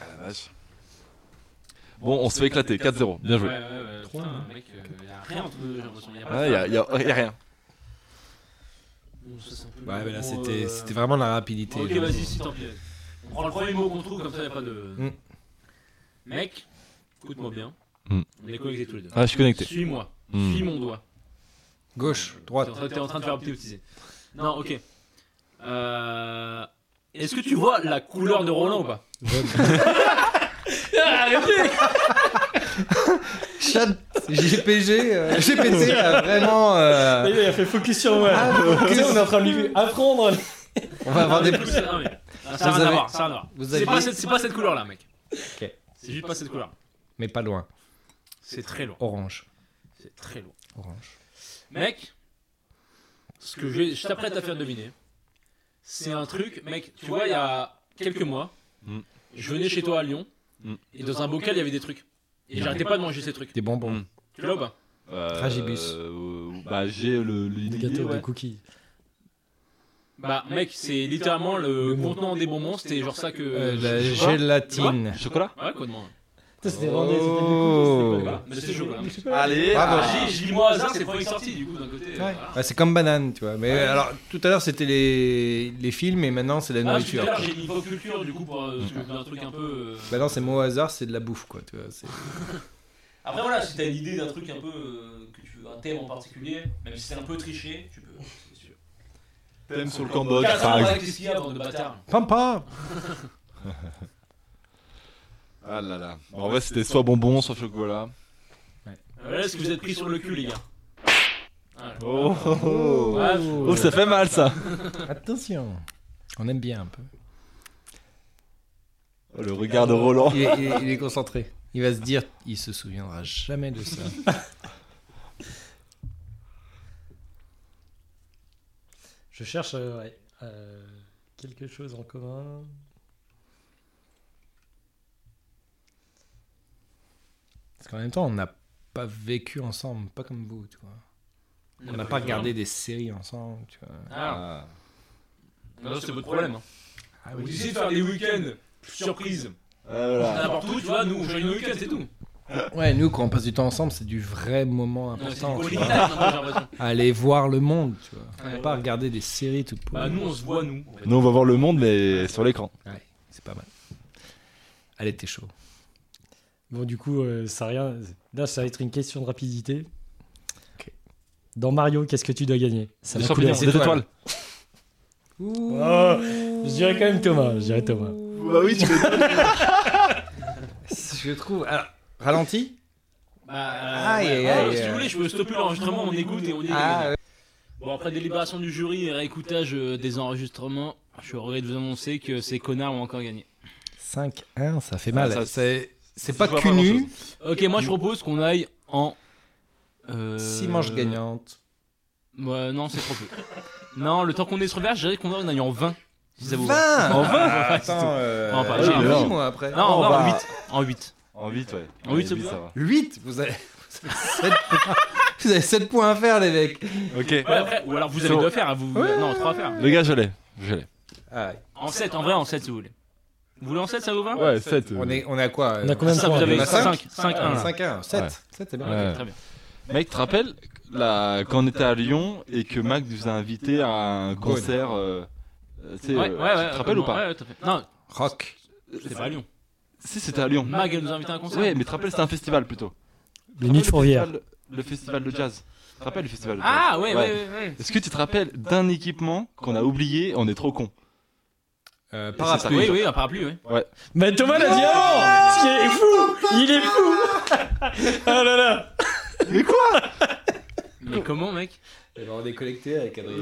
Speaker 2: Ah, la vache. Bon, on se fait éclater. 4-0. Bien
Speaker 3: Ouais, ouais,
Speaker 2: joué.
Speaker 3: ouais. Putain, mec, euh, y a rien entre nous, j'ai l'impression. Y a pas
Speaker 2: Ah, y a, y a- y a rien.
Speaker 3: de- Bon, ça, c'est un peu le
Speaker 4: Ouais, mais là,
Speaker 3: bon,
Speaker 4: c'était
Speaker 3: euh,
Speaker 4: c'était vraiment la rapidité.
Speaker 3: Ok, vas-y, si tant pis. On prend le premier mot qu'on trouve, comme ça, y a pas de.
Speaker 4: Mm.
Speaker 3: Mec, écoute-moi bien.
Speaker 2: Mm.
Speaker 3: On est connectés tous les deux.
Speaker 2: Ah, je suis connecté.
Speaker 3: Suis-moi.
Speaker 2: Hmm.
Speaker 3: Suis mon doigt.
Speaker 4: Gauche,
Speaker 3: T'es
Speaker 4: droite.
Speaker 3: en, train- t'es en train de faire optimiser. Non, ok. Euh, Est-ce que tu vois la couleur de Roland ou pas
Speaker 5: Ah, arrêtez
Speaker 4: Chat JPG, euh, GPT a vraiment.
Speaker 5: Ça
Speaker 4: euh,
Speaker 5: y est, Ah, Il a fait focus sur moi.
Speaker 4: Ah,
Speaker 5: Tu
Speaker 4: focus.
Speaker 5: sais, on est en train de lui apprendre.
Speaker 4: on va avoir
Speaker 3: Non,
Speaker 4: des.
Speaker 3: mais du coup, c'est- non, mais- non, Ça n'a rien
Speaker 4: Vous
Speaker 3: à
Speaker 4: avez-
Speaker 3: voir. ça n'a rien à voir.
Speaker 4: vous
Speaker 3: C'est
Speaker 4: aviez-
Speaker 3: pas cette- c'est pas cette couleur-là, mec. C'est juste pas cette couleur.
Speaker 4: Mais pas loin.
Speaker 3: C'est très loin.
Speaker 4: Orange.
Speaker 3: C'est très loin.
Speaker 4: Orange.
Speaker 3: Mec, ce que je, je t'apprête à faire deviner, c'est un truc, mec, tu vois, il y a quelques mois,
Speaker 4: Hmm.
Speaker 2: Mm.
Speaker 3: je venais chez toi à Lyon,
Speaker 2: Mm.
Speaker 3: et dans un bocal, il y avait des trucs. Et j'arrêtais pas de manger ces trucs.
Speaker 4: Des bonbons.
Speaker 2: Mm.
Speaker 3: Tu l'as ou pas
Speaker 2: Euh,
Speaker 4: Tragibus.
Speaker 2: euh, bah, j'ai le.
Speaker 5: Des
Speaker 2: l'idée,
Speaker 5: gâteaux,
Speaker 2: ouais.
Speaker 5: des cookies.
Speaker 3: Bah, mec, c'est littéralement le contenant des bonbons, c'était genre ça que. bah,
Speaker 4: Euh, la
Speaker 3: je- je-
Speaker 4: gélatine.
Speaker 2: Chocolat
Speaker 3: Ouais, quoi de moins.
Speaker 5: Putain, C'était
Speaker 4: Oh.
Speaker 5: vendé, c'était du
Speaker 3: Bah,
Speaker 5: cookies.
Speaker 3: mais c'est chaud, là.
Speaker 5: c'était pas-
Speaker 2: Allez
Speaker 4: Bravo.
Speaker 2: ah,
Speaker 3: Ah, je dis moi hasard, c'est le premier sorti, du coup, d'un côté. euh,
Speaker 4: Ouais.
Speaker 3: voilà.
Speaker 4: Ouais, Ah, c'est comme banane, tu vois. Mais alors, tout à l'heure, c'était les... les films et maintenant, c'est la
Speaker 3: Ah, parce que tout à
Speaker 4: nourriture.
Speaker 3: l'heure, j'ai mis vos cultures, du coup, pour euh, parce que un truc un peu. euh,
Speaker 4: Bah non, c'est mot au hasard, c'est de la bouffe, quoi. Tu vois, c'est-
Speaker 3: Après voilà, si t'as l'idée d'un truc un peu euh, que tu veux, un thème en particulier, même si c'est un peu triché, tu peux. c'est sûr.
Speaker 2: Thème sur le Cambodge,
Speaker 3: Quatre,
Speaker 2: par
Speaker 3: voilà,
Speaker 2: exemple.
Speaker 3: Qu'est-ce qu'il y a, bande de bâtards
Speaker 4: Pampa
Speaker 2: Ah là là. Bon, en vrai, c'était soit bonbon, soit chocolat.
Speaker 3: Euh, Là, est-ce que vous êtes pris sur le cul, les gars Ah, Voilà.
Speaker 2: Oh, oh, oh.
Speaker 3: Ouais,
Speaker 2: Oh, ça fait mal ça.
Speaker 4: Attention On aime bien un peu.
Speaker 2: Oh, le regard de Roland.
Speaker 4: Il est, il est- il est concentré. Il va se dire, il se souviendra jamais de ça.
Speaker 5: Je cherche euh, ouais, euh, quelque chose en commun.
Speaker 4: Parce qu'en même temps, on n'a pas vécu ensemble, pas comme vous, tu vois. On n'a pas regardé des séries ensemble, tu vois.
Speaker 3: Ah,
Speaker 2: Ah.
Speaker 3: non, c'est votre problème. hein.
Speaker 4: Ah
Speaker 3: Vous essayez de faire des week-ends surprises
Speaker 2: Ah, voilà.
Speaker 3: n'importe où, tu vois, nous, on joue nos week-ends, c'est tout.
Speaker 4: Ouais, nous, quand on passe du temps ensemble, c'est du vrai moment
Speaker 3: Non, C'est
Speaker 4: important.
Speaker 3: du
Speaker 4: tu
Speaker 3: quality
Speaker 4: vois.
Speaker 3: time, hein, j'ai l'impression.
Speaker 4: Aller voir le monde, tu vois.
Speaker 3: Ouais.
Speaker 4: Pas regarder des séries toutes
Speaker 3: Bah,
Speaker 4: pourries.
Speaker 3: nous, on se voit, nous. en fait.
Speaker 2: Nous, on va voir le monde, mais sur l'écran.
Speaker 4: Ouais, c'est pas mal. Allez, t'es chaud.
Speaker 5: Bon, du coup, euh, ça a rien. Là, ça va être une question de rapidité.
Speaker 4: Ok.
Speaker 5: Dans Mario, qu'est-ce que tu dois gagner Ça
Speaker 2: Des
Speaker 5: va
Speaker 2: champignons,
Speaker 5: couler.
Speaker 2: des étoiles.
Speaker 5: Oh, je dirais quand même Thomas. Je dirais Thomas.
Speaker 2: Bah oui, tu m'étonnes.
Speaker 4: Je trouve. Alors, ralenti
Speaker 3: Bah,
Speaker 4: Aïe,
Speaker 3: ouais,
Speaker 4: aïe,
Speaker 3: ouais,
Speaker 4: aïe,
Speaker 3: Si
Speaker 4: aïe.
Speaker 3: vous voulez, je peux stopper l'enregistrement, on écoute et on dit.
Speaker 4: Ah, ouais.
Speaker 3: Bon, après délibération du jury et réécoutage euh, des enregistrements, je suis heureux de vous annoncer que ces connards ont encore gagné.
Speaker 4: 5-1, ça fait mal.
Speaker 2: Ah, ça-
Speaker 4: c'est c'est
Speaker 2: ça
Speaker 4: pas
Speaker 2: se voit pas
Speaker 4: cunu.
Speaker 2: grand-chose.
Speaker 3: Ok, moi je propose qu'on aille en. Euh...
Speaker 4: 6 manches gagnantes.
Speaker 3: Ouais, non, c'est trop peu. non, le temps qu'on est sur le verre, je dirais qu'on aille en 20. Si ça vous va.
Speaker 4: 20
Speaker 3: En 20
Speaker 4: Attends, euh,
Speaker 3: Non, pas- hein.
Speaker 4: j'ai
Speaker 2: j'ai
Speaker 4: un
Speaker 2: un.
Speaker 4: prix, moi, après.
Speaker 3: Non, en,
Speaker 2: on
Speaker 3: va en
Speaker 2: va-
Speaker 3: 8. En 8.
Speaker 2: En 8, ouais.
Speaker 3: En huit, c'est
Speaker 2: huit,
Speaker 3: bon.
Speaker 2: va.
Speaker 4: 8 Vous avez 7 points. Vous avez 7 points à faire, les mecs.
Speaker 2: Ok.
Speaker 3: Ouais, après, ou alors vous avez
Speaker 2: So-
Speaker 3: deux à faire, hein, vous... non, trois à faire.
Speaker 2: Les gars, je l'ai. Je l'ai.
Speaker 4: Ah,
Speaker 3: En 7, en vrai, en 7 si vous voulez. Vous voulez en 7, ça vous va
Speaker 2: Ouais, 7.
Speaker 4: on, est, on est à quoi
Speaker 2: euh,
Speaker 5: On a combien de
Speaker 3: Ça,
Speaker 5: points
Speaker 3: vous
Speaker 5: là
Speaker 3: avez
Speaker 4: On a
Speaker 3: 5, 5,
Speaker 4: cinq
Speaker 3: 1.
Speaker 4: 5-1. 7.
Speaker 2: Ouais.
Speaker 4: 7, c'est bien.
Speaker 2: Ouais.
Speaker 3: Très bien.
Speaker 2: Mec, tu te rappelles la... quand on était à Lyon et que Mac nous a invités à un concert euh, euh, tu sais,
Speaker 3: Ouais, ouais,
Speaker 2: euh,
Speaker 3: ouais.
Speaker 2: Tu te rappelles ou
Speaker 3: ouais,
Speaker 2: pas
Speaker 3: ouais, tout à fait. Non,
Speaker 4: Rock.
Speaker 3: c'était pas à Lyon.
Speaker 2: Si, c'était à Lyon.
Speaker 3: Mag, elle nous a invité à un concert.
Speaker 2: Ouais, mais tu te rappelles, c'était un festival plutôt.
Speaker 5: Les nuits de fourvière.
Speaker 2: Le festival- Le festival de jazz. Tu te rappelles le festival de jazz
Speaker 3: Ah, ouais, ouais,
Speaker 2: Ouais.
Speaker 3: ouais. ouais.
Speaker 2: Est-ce que tu te rappelles d'un équipement qu'on a oublié On est trop con.
Speaker 4: Euh,
Speaker 2: ça,
Speaker 4: parapluie.
Speaker 2: oui.
Speaker 3: Oui, oui, un parapluie, oui.
Speaker 5: Mais Thomas l'a dit avant Ce qui est fou Il est fou Ah là là
Speaker 3: Mais comment, mec
Speaker 4: Elle va en déconnecter avec Adrien.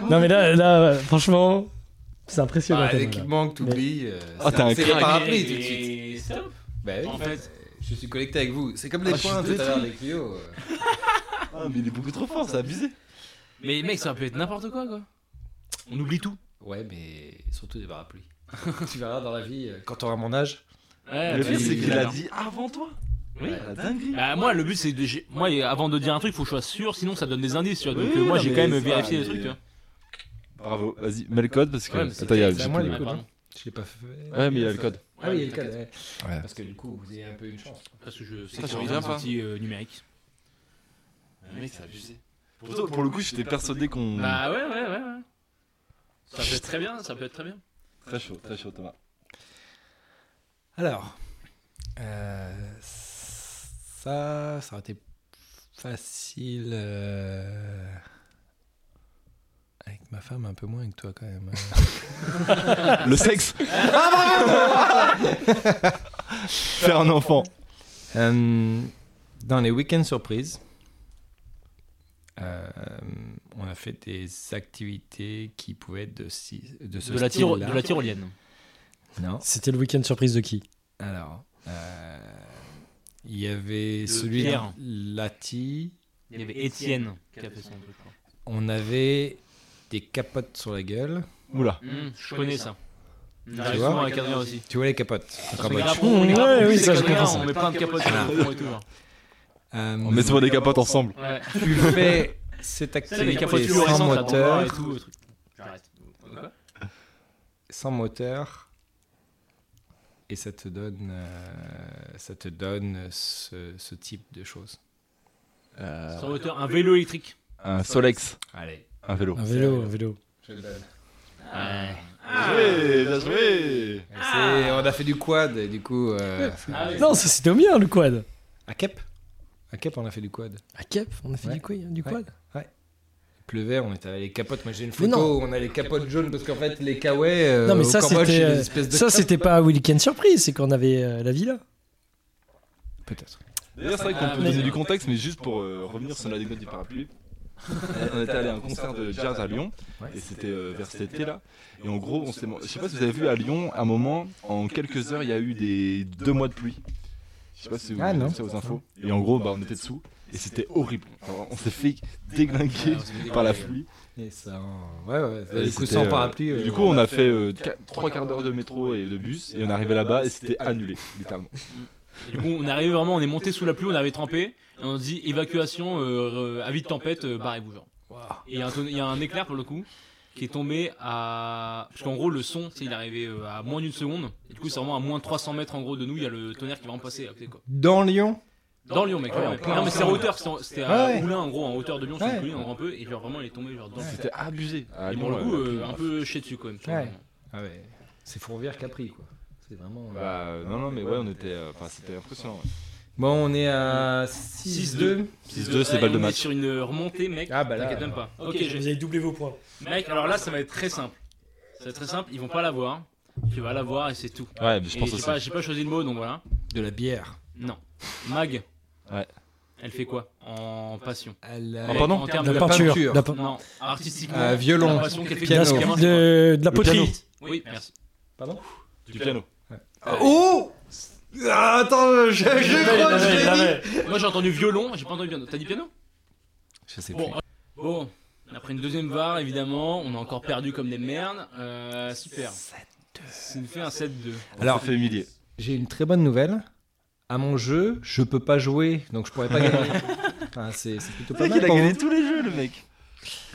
Speaker 5: Non mais là, là franchement, c'est impressionnant.
Speaker 4: Ah,
Speaker 5: Thomas, là.
Speaker 4: L'équipement que t'oublies, euh,
Speaker 2: Ah, t'as un
Speaker 4: c'est
Speaker 2: crack.
Speaker 4: les parapluies tout de suite.
Speaker 3: Et stop.
Speaker 4: Bah oui,
Speaker 3: En fait,
Speaker 4: je suis connecté avec vous. C'est comme les
Speaker 2: Ah, je
Speaker 4: points
Speaker 2: suis
Speaker 4: tout à l'heure avec Clio. euh.
Speaker 2: Ah, mais il est beaucoup trop fort, c'est abusé.
Speaker 3: mais mec, ça peut être n'importe quoi, quoi. On oublie tout.
Speaker 4: Ouais, mais surtout des parapluies. tu verras dans la vie, euh, quand t'auras mon âge.
Speaker 3: Ouais,
Speaker 2: Le
Speaker 3: bah,
Speaker 2: pire,
Speaker 4: oui,
Speaker 2: c'est
Speaker 4: oui,
Speaker 2: qu'il
Speaker 4: oui.
Speaker 2: a dit avant toi. Ah,
Speaker 3: Oui.
Speaker 2: La dinguerie.
Speaker 3: Bah, moi, le but, c'est de. j'ai- Moi, avant de dire un truc, faut que je sois sûr, sinon ça donne des indices, tu vois. Donc,
Speaker 2: Oui,
Speaker 3: euh, moi,
Speaker 2: non,
Speaker 3: j'ai
Speaker 2: mais
Speaker 3: quand même
Speaker 2: c'est
Speaker 3: vérifié
Speaker 2: pas-
Speaker 3: les trucs, tu vois.
Speaker 2: Bravo, vas-y, mets le code parce que.
Speaker 3: Ouais, mais c'est-
Speaker 2: Attends, il y a-
Speaker 4: C'est
Speaker 2: j'ai
Speaker 4: à moi
Speaker 2: plus
Speaker 4: le
Speaker 3: Ah,
Speaker 4: code.
Speaker 3: pardon.
Speaker 4: hein. Je l'ai pas fait.
Speaker 2: Ouais, mais il y a le code.
Speaker 4: Ah oui, il y a le code. ouais.
Speaker 2: Ouais.
Speaker 4: Parce que du coup, vous avez un peu une chance.
Speaker 3: Parce que je
Speaker 2: Ça,
Speaker 3: sais
Speaker 2: je
Speaker 3: que
Speaker 2: reviens
Speaker 3: un
Speaker 2: pas.
Speaker 3: petit euh, numérique.
Speaker 2: Mais mec, c'est abusé. Pour, pour le coup, j'étais persuadé qu'on.
Speaker 3: Bah, ouais, ouais, ouais, ouais. Ça peut être très bien, ça peut être très bien.
Speaker 2: Très chaud, très chaud, Thomas.
Speaker 4: Alors, euh, ça, ça aurait été facile euh, avec ma femme, un peu moins que toi quand même.
Speaker 2: Le sexe Ah, Faire un enfant.
Speaker 4: Euh, dans les week-ends surprises, euh, on a fait des activités qui pouvaient être de, si- de ce style-là.
Speaker 3: tyrolienne.
Speaker 4: Non.
Speaker 5: C'était le week-end surprise de qui
Speaker 4: Alors, euh, il y avait celui
Speaker 3: Pierre.
Speaker 4: de Lati.
Speaker 3: Il y avait Étienne qui a fait son truc.
Speaker 4: On avait des capotes sur la gueule.
Speaker 2: Oula.
Speaker 3: Mmh, je connais ça.
Speaker 4: Tu
Speaker 3: J'arrive
Speaker 4: vois
Speaker 3: souvent avec Adrien aussi. Ah bah,
Speaker 4: Tu vois les capotes
Speaker 3: Parce
Speaker 4: en
Speaker 3: que
Speaker 4: capote.
Speaker 3: grave, on-
Speaker 5: Ouais,
Speaker 3: grave, on
Speaker 5: oui,
Speaker 3: pousse
Speaker 5: ça,
Speaker 3: les
Speaker 5: je comprends
Speaker 3: caméras,
Speaker 5: ça.
Speaker 3: On met plein de capotes sur le fond et tout. genre.
Speaker 4: Euh,
Speaker 2: On met souvent des capotes ensemble.
Speaker 3: Ouais.
Speaker 4: Tu fais cette
Speaker 3: Tu sais, les
Speaker 4: activité
Speaker 3: capotes
Speaker 4: sans
Speaker 3: fluorescentes, là, pour voir et
Speaker 4: moteur,
Speaker 3: tout. le truc. J'arrête. Quoi
Speaker 4: sans moteur, et ça te donne, euh, ça te donne ce, ce type de choses.
Speaker 2: Euh.
Speaker 3: Sans moteur, un vélo électrique.
Speaker 2: Un Solex.
Speaker 4: Allez,
Speaker 2: Un vélo.
Speaker 5: Un vélo, un vélo.
Speaker 4: je le donne.
Speaker 3: Ouais.
Speaker 2: joué, Ah, bien joué
Speaker 4: C'est- On a fait du quad, et du coup. euh,
Speaker 3: Ah oui.
Speaker 5: Non, ça c'était au mien le quad.
Speaker 4: à Kep À Kep, on a fait du quad.
Speaker 5: À Kep, on a fait
Speaker 4: Ouais.
Speaker 5: du, quoi, du
Speaker 4: Ouais.
Speaker 5: quad.
Speaker 4: Il pleuvait, on était avec les capotes. Moi, j'ai une
Speaker 5: Mais
Speaker 4: photo où on a les capotes jaunes parce qu'en fait, les kawaii. euh,
Speaker 5: non mais
Speaker 4: au
Speaker 5: ça
Speaker 4: Cambodge, c'est
Speaker 5: c'était,
Speaker 4: des
Speaker 5: euh,
Speaker 4: espèces de
Speaker 5: ça
Speaker 4: capes.
Speaker 5: c'était pas un week-end surprise, c'est qu'on avait euh, la villa.
Speaker 4: Peut-être.
Speaker 2: D'ailleurs, c'est vrai qu'on
Speaker 3: Ah,
Speaker 2: peut
Speaker 3: mais-
Speaker 2: donner du contexte, mais juste pour euh, revenir sur l'anecdote du parapluie. on était allé à un concert de jazz à Lyon,
Speaker 4: Ouais.
Speaker 2: et c'était euh, vers cet été là. Et en gros, on s'est. man- Je sais pas si vous avez vu à Lyon, à un moment, en quelques heures, il y a eu des deux mois de pluie. Je sais pas si vous
Speaker 4: Ah,
Speaker 2: avez
Speaker 4: non.
Speaker 2: vu ça aux infos. Et en gros, bah, on était dessous, et c'était horrible. Enfin, on s'est fait déglinguer par la pluie.
Speaker 4: Et ça, on- ouais, ouais.
Speaker 2: Et
Speaker 4: du coup,
Speaker 2: c'était,
Speaker 4: sans
Speaker 2: euh,
Speaker 4: parapluie.
Speaker 2: et
Speaker 4: euh,
Speaker 2: Du coup, on a fait euh, qua- trois quarts d'heure de métro et de bus, et on est arrivé là-bas, et c'était annulé, littéralement.
Speaker 3: Et Du coup, on est arrivé vraiment, on est monté sous la pluie, on avait trempé. Et on se dit évacuation, euh, euh, avis de tempête, euh, barrez-vous. Genre. Et il y, a un ton- il y a un éclair pour le coup qui est tombé à. Parce qu'en gros, le son, tu sais, il est arrivé euh, à moins d'une seconde. Et du coup, c'est vraiment à moins de 300 mètres en gros de nous, il y a le tonnerre qui va en passer à côté quoi.
Speaker 4: Dans Lyon
Speaker 3: Dans Lyon, mec.
Speaker 2: Ouais,
Speaker 3: vraiment.
Speaker 2: en plein
Speaker 3: non, mais c'est en hauteur, c'était en- c'était à
Speaker 4: Ouais, ouais.
Speaker 3: Moulin en gros, en hauteur de Lyon, sur
Speaker 4: Ouais.
Speaker 3: une colline, en gros, un peu. Et genre vraiment, il est tombé genre dans le
Speaker 2: C'était abusé.
Speaker 3: Et pour le coup, euh, un peu ché dessus quand même. sur le
Speaker 4: Ouais.
Speaker 3: moment.
Speaker 4: Ah ouais. C'est Fourvière Capri, quoi. C'est vraiment.
Speaker 2: Bah, euh, non, non, mais ouais, on était. euh, Enfin, c'était impressionnant.
Speaker 4: Bon, on est à 6-2.
Speaker 2: 6-2, c'est
Speaker 3: Ouais,
Speaker 2: balle de
Speaker 3: on est
Speaker 2: match.
Speaker 3: Sur une remontée, mec.
Speaker 4: Ah, bah là,
Speaker 3: T'inquiète même pas. Ok, j'ai-
Speaker 5: avez doublé vos points.
Speaker 3: Mec, alors là, ça va être très simple. Ça va être très simple, ils vont pas l'avoir. Tu vas l'avoir et c'est tout.
Speaker 2: Ouais, mais je
Speaker 3: Et
Speaker 2: pense
Speaker 3: j'ai
Speaker 2: aussi.
Speaker 3: pas, j'ai pas choisi le mot, donc voilà.
Speaker 4: De la bière.
Speaker 3: Non. Mag.
Speaker 2: Ouais.
Speaker 3: Elle fait quoi En passion.
Speaker 4: Elle
Speaker 2: Ah, pardon
Speaker 3: En termes
Speaker 5: De
Speaker 3: de
Speaker 5: la
Speaker 4: peinture.
Speaker 5: peinture. De la pe-
Speaker 3: Non, artistiquement.
Speaker 4: Euh, violon.
Speaker 3: La passion qu'elle fait
Speaker 4: Piano.
Speaker 3: de la
Speaker 5: de la-
Speaker 3: gamin.
Speaker 5: de, de la poterie.
Speaker 3: Oui, merci.
Speaker 2: Du piano.
Speaker 4: Oh Ah, Attends, je, je crois que je l'ai dit.
Speaker 3: Moi j'ai entendu violon, j'ai pas entendu piano. T'as dit piano
Speaker 4: Je sais
Speaker 2: Oh.
Speaker 3: Bon. oh, Bon. Après une deuxième VAR, évidemment, on a encore perdu comme des merdes. Euh, super. Ça nous fait un 7-2.
Speaker 4: Alors-
Speaker 2: Alors, fait humilier.
Speaker 4: J'ai une très bonne nouvelle. À mon jeu, je peux pas jouer, donc je pourrais pas gagner. Enfin, c'est c'est plutôt pas mal. pour vous.
Speaker 2: tous les jeux, le mec.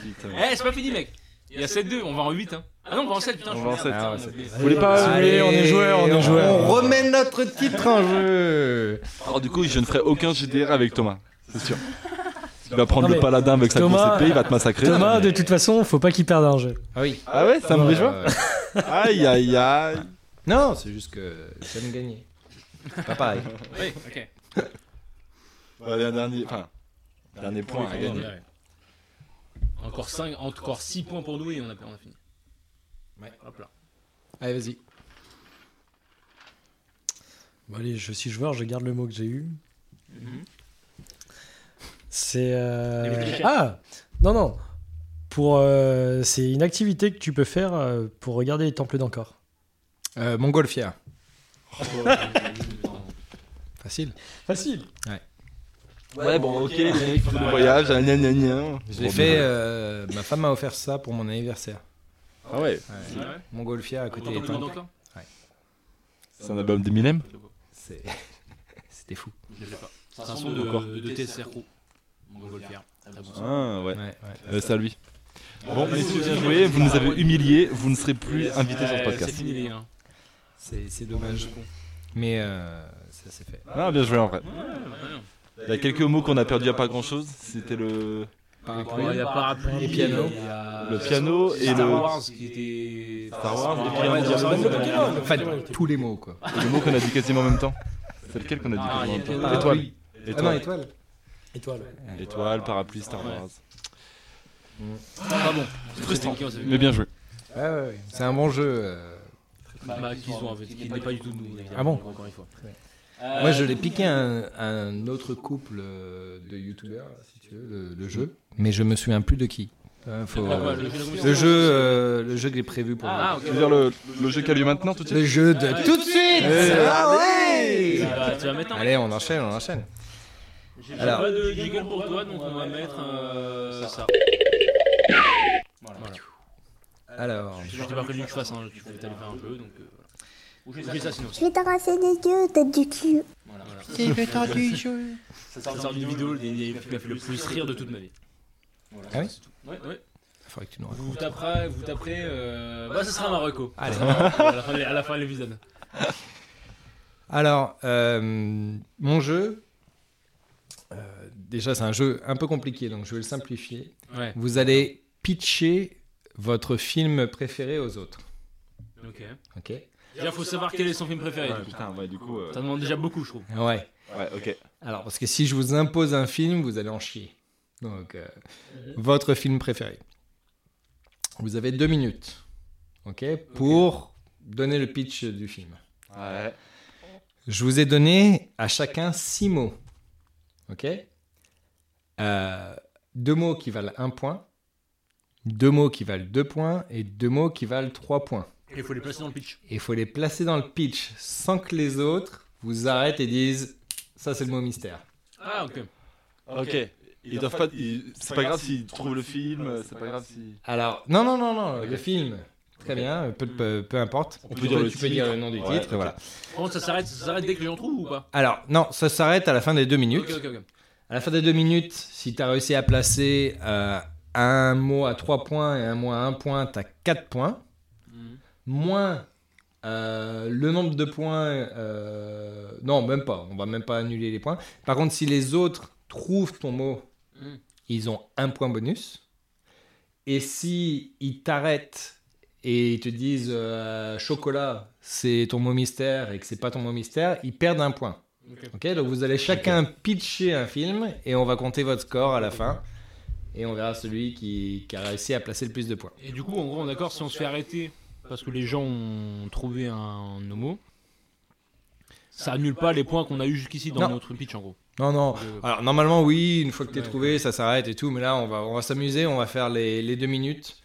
Speaker 3: Eh, c'est pas fini, mec. Il y a 7-2, on va en 8. Hein. Ah non, on va en 7, putain,
Speaker 2: On
Speaker 3: je
Speaker 2: va en
Speaker 3: suis
Speaker 2: sept.
Speaker 3: merde, putain, on
Speaker 4: Ah ouais,
Speaker 3: a oublié.
Speaker 2: Vous voulez pas
Speaker 5: Allez, on est joueur, on est joueur.
Speaker 4: On remet notre titre en jeu.
Speaker 2: Alors, du coup, je ne ferai aucun GDR avec Thomas. C'est sûr. Il va prendre
Speaker 5: Non,
Speaker 2: le
Speaker 5: mais
Speaker 2: paladin avec sa
Speaker 5: Thomas-
Speaker 2: grosse épée, il va te massacrer.
Speaker 5: Thomas, de toute façon, faut pas qu'il perde un jeu.
Speaker 4: Ah oui.
Speaker 2: Ah ouais, ça me réjouit.
Speaker 4: Euh,
Speaker 2: Aïe, aïe, aïe.
Speaker 4: Non, c'est juste que j'aime gagner. Pas pareil.
Speaker 3: Oui, ok.
Speaker 2: Allez, un dernier, enfin, dernier point à gagner.
Speaker 3: Encore 5, encore 6 points pour nous et on a, on a fini.
Speaker 4: Ouais.
Speaker 3: Hop là.
Speaker 4: Allez, vas-y.
Speaker 5: Bon, allez, je suis joueur, je garde le mot que j'ai eu.
Speaker 7: Mhm.
Speaker 5: C'est. euh,
Speaker 3: Les clichés.
Speaker 5: Ah Non, non pour, euh, C'est une activité que tu peux faire euh, pour regarder les temples d'Ankor.
Speaker 4: Euh, Montgolfière.
Speaker 3: Non.
Speaker 4: Facile.
Speaker 5: Facile
Speaker 2: Ouais, bon, ok, les mecs, faut le voyage, gna gna gna.
Speaker 4: Je l'ai fait. euh, ma femme m'a offert ça pour mon anniversaire.
Speaker 2: Ah ouais,
Speaker 4: Ouais.
Speaker 3: Ouais.
Speaker 4: Montgolfière à côté
Speaker 3: T'entends
Speaker 4: des
Speaker 3: plus le
Speaker 4: temples.
Speaker 3: monde encore
Speaker 2: c'est un album d'Eminem
Speaker 4: C'est- C'était fou.
Speaker 3: Je l'ai pas. C'est un son de, de TSRO. On va le faire. Très bon son.
Speaker 2: Ah ouais,
Speaker 4: Ouais, ouais.
Speaker 2: Euh, c'est à lui. Bon, messieurs, bien joué, vous nous avez humiliés, vous ne serez plus invités sur ce
Speaker 3: Euh, C'est
Speaker 2: podcast.
Speaker 3: fini les gars.
Speaker 4: C'est c'est dommage. Mais euh, ça s'est fait.
Speaker 2: Ah, bien joué en vrai.
Speaker 3: Ouais.
Speaker 2: Il y a quelques mots qu'on a perdu à pas grand chose, c'était le,
Speaker 3: Il y a parapluie,
Speaker 4: Les pianos.
Speaker 3: il y a-
Speaker 2: le piano et
Speaker 3: Star
Speaker 2: le,
Speaker 3: Wars qui était.
Speaker 2: Star Wars, et puis
Speaker 3: Ouais,
Speaker 2: un
Speaker 3: Star Wars,
Speaker 2: dialogue.
Speaker 3: ouais.
Speaker 4: Enfin, tous les mots, quoi.
Speaker 2: le mot qu'on a dit quasiment en même temps. C'est lequel qu'on a dit
Speaker 3: Ah,
Speaker 2: quasiment en
Speaker 3: il y a
Speaker 2: même temps
Speaker 3: pas-
Speaker 2: Étoile.
Speaker 4: oui. Ah non,
Speaker 2: Étoile.
Speaker 4: étoile.
Speaker 5: Étoile.
Speaker 2: Étoile, parapluie, Star
Speaker 3: Ouais.
Speaker 2: Wars.
Speaker 3: Ah bon, c'est frustrant.
Speaker 2: Mais bien joué.
Speaker 4: Ouais, ouais, ouais. C'est un bon jeu. euh.
Speaker 3: Bah, qu'ils ont en fait, qui n'est pas du tout de nous. les gars.
Speaker 4: Ah bon
Speaker 3: Encore une fois. Euh,
Speaker 4: Moi, je l'ai piqué à un, à un autre couple euh, de youtubeurs, là, si tu veux, le, le jeu. Mais je me souviens plus de qui. Euh, faut-
Speaker 3: Ah, ouais, le jeu de la
Speaker 4: le
Speaker 3: commission.
Speaker 4: jeu, euh, le jeu que j'ai prévu pour.
Speaker 3: Ah, ok.
Speaker 2: Tu veux dire le, le jeu qu'a lieu maintenant tout de suite
Speaker 4: Le jeu de
Speaker 3: Ah,
Speaker 4: tout de suite. Ah, ouais
Speaker 3: Tu vas- Eh bah, tu vas mettre un.
Speaker 4: Allez, on enchaîne, on enchaîne.
Speaker 3: J'ai
Speaker 4: Alors.
Speaker 3: pas de jingle pour toi, donc on va mettre euh, ça. Voilà.
Speaker 4: Alors,
Speaker 3: Je t'ai pas prévenu que je fasse, hein, tu voulais t'aller faire un peu, donc. euh, voilà. Ou je fais ça sinon.
Speaker 6: Je vais t'arracher les yeux, tête du cul.
Speaker 3: Voilà, voilà. Ça sort d'une vidéo des- des- qui m'a fait le plus rire de toute ma vie. Voilà,
Speaker 4: Ah oui
Speaker 3: c'est tout. Ouais, ouais.
Speaker 4: il faudrait que tu nous racontes.
Speaker 3: Vous taperez, vous taperez. Euh... Bah, ce sera un Marocco.
Speaker 4: Allez.
Speaker 3: à la fin, à la fin de l'épisode.
Speaker 4: Alors, euh, mon jeu. euh, déjà, c'est un jeu un peu compliqué, donc je vais le simplifier.
Speaker 3: Ouais.
Speaker 4: Vous allez pitcher votre film préféré aux autres.
Speaker 3: Ok.
Speaker 4: Ok
Speaker 3: Déjà, faut savoir quel est son film préféré.
Speaker 2: Ouais,
Speaker 3: du coup.
Speaker 2: putain, ouais, du coup. euh,
Speaker 3: Ça demande déjà beaucoup, je trouve.
Speaker 4: Ouais.
Speaker 2: Ouais, ok.
Speaker 4: Alors, parce que si je vous impose un film, vous allez en chier. Donc, euh, votre film préféré. Vous avez deux minutes. Ok Pour donner le pitch du film.
Speaker 2: Ouais.
Speaker 4: Je vous ai donné à chacun six mots. OK Euh, Deux mots qui valent un point, deux mots qui valent deux points et deux mots qui valent trois points.
Speaker 3: Il faut les placer dans le pitch.
Speaker 4: Et il faut les placer dans le pitch sans que les autres vous arrêtent et disent ça c'est le mot mystère.
Speaker 3: Ah, ok.
Speaker 2: Ok. Ils doivent pas. ils- C'est pas grave s'ils trouvent le film, euh, c'est pas grave si.
Speaker 4: Alors, non, non, non, non, le film. Très bien, peu, peu- peu importe.
Speaker 2: On peut
Speaker 4: Tu
Speaker 2: dire
Speaker 4: peux-
Speaker 2: le
Speaker 4: tu peux
Speaker 2: titre.
Speaker 4: dire le nom du
Speaker 2: Ouais,
Speaker 4: titre.
Speaker 2: ok.
Speaker 4: Voilà.
Speaker 3: Par contre, ça s'arrête, ça s'arrête dès que les gens trouvent ou pas
Speaker 4: Alors, non, ça s'arrête à la fin des deux minutes.
Speaker 3: Ok, ok, ok.
Speaker 4: À la fin des deux minutes, si tu as réussi à placer euh, un mot à 3 points et un mot à 1 point, tu as 4 points.
Speaker 3: Mhm.
Speaker 4: Moins euh, le nombre de points. euh, non, même pas. On va même pas annuler les points. Par contre, si les autres trouvent ton mot,
Speaker 3: Mhm.
Speaker 4: ils ont un point bonus. Et si ils t'arrêtent et ils te disent euh, chocolat, c'est ton mot mystère et que c'est pas ton mot mystère, ils perdent un point.
Speaker 3: Ok.
Speaker 4: Ok, donc vous allez chacun pitcher un film et on va compter votre score à la fin. Et on verra celui qui, qui a réussi à placer le plus de points.
Speaker 3: Et du coup, en gros, on est d'accord, si on se fait arrêter parce que les gens ont trouvé un homo, ça annule pas les points qu'on a eu jusqu'ici dans
Speaker 4: Non.
Speaker 3: notre pitch, en gros.
Speaker 4: Non, non.
Speaker 3: Le-
Speaker 4: Alors normalement oui, une fois que t'es
Speaker 3: Ouais,
Speaker 4: trouvé, ça s'arrête et tout. Mais là, on va, on va s'amuser, on va faire les, les deux minutes.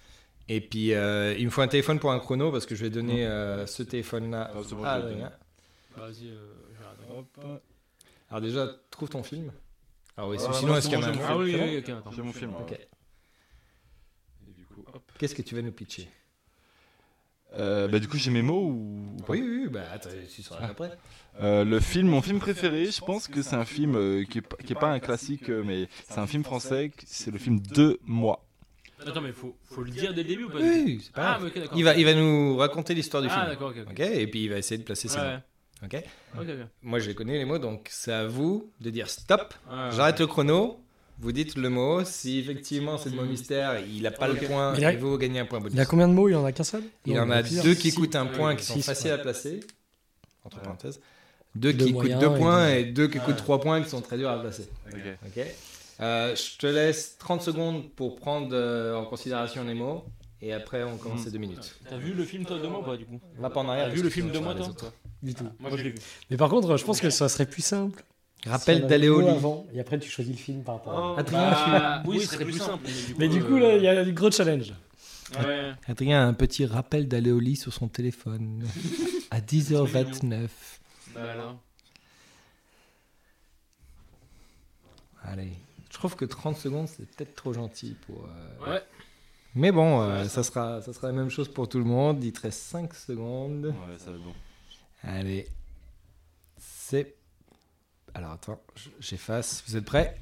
Speaker 4: Et puis, euh, il me faut un téléphone pour un chrono parce que je vais donner euh, ce téléphone-là.
Speaker 2: Ah, c'est bon,
Speaker 4: à
Speaker 2: je l'ai
Speaker 4: Adrien.
Speaker 3: Vas-y, euh, je vais attendre.
Speaker 4: Alors déjà, trouve ton film. Ah oui,
Speaker 2: Ah, non,
Speaker 4: sinon,
Speaker 2: c'est
Speaker 4: est-ce qu'il y
Speaker 2: bon,
Speaker 4: en a
Speaker 2: c'est bon,
Speaker 4: un
Speaker 3: Ah oui,
Speaker 2: c'est
Speaker 3: oui, ok, attends.
Speaker 2: J'ai mon film.
Speaker 4: Ok.
Speaker 2: ouais. Et du coup, hop.
Speaker 4: Qu'est-ce que tu vas nous pitcher
Speaker 2: Euh, bah, du coup, j'ai mes mots ou. ou pas
Speaker 4: Oui, oui, bah attends, tu
Speaker 2: Ah.
Speaker 4: seras après.
Speaker 2: Euh, le film, mon film préféré, je pense que c'est un film euh, qui, est, pas- qui est pas un classique, euh, mais c'est un film français, c'est le film Deux mois.
Speaker 3: Attends, mais faut, faut le dire dès le début ou pas
Speaker 4: Oui, c'est pas
Speaker 3: Ah,
Speaker 4: grave.
Speaker 3: mais ok, d'accord.
Speaker 4: Il va, il va nous raconter l'histoire du
Speaker 3: Ah,
Speaker 4: film.
Speaker 3: d'accord, ok. ok.
Speaker 4: Ok, et puis il va essayer de placer ses
Speaker 3: Ouais,
Speaker 4: mots. Ok.
Speaker 3: ok, ok.
Speaker 4: Moi, je les connais les mots, donc c'est à vous de dire stop.
Speaker 7: Ah,
Speaker 3: Ouais.
Speaker 4: J'arrête le chrono. Vous dites le mot. Si effectivement c'est le mot mystère, il n'a pas le point,
Speaker 5: Il a-
Speaker 4: et vous gagnez un point bonus.
Speaker 5: Il y a combien de mots Il en a qu'un seul
Speaker 4: Il
Speaker 5: Non,
Speaker 4: en a
Speaker 5: pire.
Speaker 4: deux qui
Speaker 5: Six.
Speaker 4: coûtent un
Speaker 3: Ah oui,
Speaker 4: point, qui sont
Speaker 5: six,
Speaker 4: faciles à placer. Entre parenthèses. Deux
Speaker 5: Deux
Speaker 4: qui coûtent
Speaker 5: moyens
Speaker 4: deux
Speaker 5: et
Speaker 4: points
Speaker 5: deux- Ah.
Speaker 4: et deux qui coûtent trois points, qui sont très durs à placer.
Speaker 2: Ok.
Speaker 4: Ok. Euh, je te laisse 30 secondes pour prendre euh, en considération les mots. Et après, on
Speaker 5: Hmm.
Speaker 4: commence ces deux minutes.
Speaker 7: T'as vu le film toi de moi ou pas du coup
Speaker 4: On va pas en arrière.
Speaker 7: T'as vu
Speaker 4: parce
Speaker 7: le
Speaker 4: que
Speaker 7: film
Speaker 4: sinon,
Speaker 7: de
Speaker 4: ça
Speaker 7: moi
Speaker 4: va
Speaker 7: toi
Speaker 4: les autres.
Speaker 5: Du tout.
Speaker 7: Moi je l'ai vu.
Speaker 5: Mais par contre, je pense que ça serait plus simple.
Speaker 4: Rappel
Speaker 5: si on avait
Speaker 4: d'aller
Speaker 5: le
Speaker 4: au
Speaker 5: mot
Speaker 4: lit.
Speaker 5: avant, Et après, tu choisis le film par rapport.
Speaker 7: Oh.
Speaker 5: à-
Speaker 3: Bah,
Speaker 7: Oui,
Speaker 3: oui,
Speaker 7: ce
Speaker 3: ce
Speaker 7: serait
Speaker 3: serait plus
Speaker 7: plus
Speaker 3: simple. mais euh,
Speaker 5: Mais du coup, là, il y a un gros challenge.
Speaker 3: Ouais.
Speaker 4: Adrien a un petit rappel d'aller au lit sur son téléphone à 10h29.
Speaker 3: Bah, là.
Speaker 4: Allez, je trouve que 30 secondes c'est peut-être trop gentil pour. euh,
Speaker 3: Ouais.
Speaker 4: Mais bon, euh, ça, sera, ça sera la même chose pour tout le monde. Il te reste 5 secondes.
Speaker 2: Ouais, ça va être bon.
Speaker 4: Allez, c'est. Alors attends, j- j'efface. Vous êtes prêts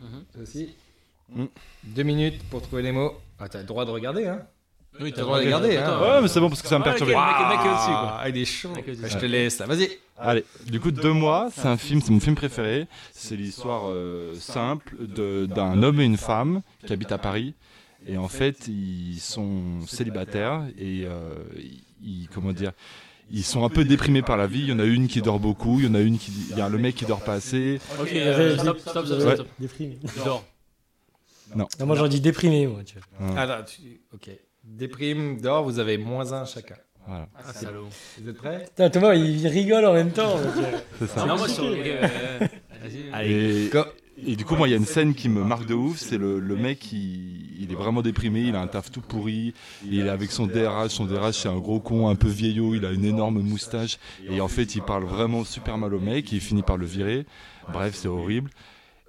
Speaker 3: Mhm.
Speaker 4: Vous aussi
Speaker 2: Mm.
Speaker 4: Deux minutes pour trouver les mots. Ah, t'as le droit de regarder, hein
Speaker 7: Oui,
Speaker 4: T'as le droit de regarder, hein
Speaker 2: Ouais, mais c'est bon parce que ça me perturbe.
Speaker 4: Ah, il est chaud.
Speaker 7: Mec, vas-y.
Speaker 4: je te laisse là, vas-y.
Speaker 2: Allez, du coup, Deux mois, c'est un film, c'est mon film préféré. C'est l'histoire euh, simple de- d'un homme et une femme qui habitent à Paris. Et en fait, ils sont célibataires et euh, ils, comment dire, ils sont un peu déprimés par la vie. Il y en a une qui dort beaucoup, il y en a une qui, il y a le mec qui dort pas assez.
Speaker 7: Ok,
Speaker 3: euh,
Speaker 7: euh,
Speaker 5: stop,
Speaker 7: stop,
Speaker 5: stop,
Speaker 7: stop, stop,
Speaker 2: Ouais.
Speaker 7: stop.
Speaker 5: Déprimé.
Speaker 7: Je dors.
Speaker 5: Non, moi, j'aurais dit déprimé, moi. tu vois.
Speaker 4: Attends, tu- ok. Déprime, dehors, vous avez moins un chacun.
Speaker 2: Voilà,
Speaker 7: Ah, salaud.
Speaker 4: Vous êtes prêts
Speaker 5: Putain, Thomas, il rigole en même temps. donc, euh,
Speaker 2: c'est ça.
Speaker 7: Non, moi sur. ok,
Speaker 3: euh,
Speaker 7: ouais, ouais. Vas-y.
Speaker 2: Et,
Speaker 4: Go.
Speaker 2: et du coup, moi, il y a une scène qui me marque de ouf. C'est le, le mec, il, il est vraiment déprimé, il a un taf tout pourri. Il est avec son DRH. Son DRH, c'est un gros con, un peu vieillot. Il a une énorme moustache. Et en fait, il parle vraiment super mal au mec. Et il finit par le virer. Bref, c'est horrible.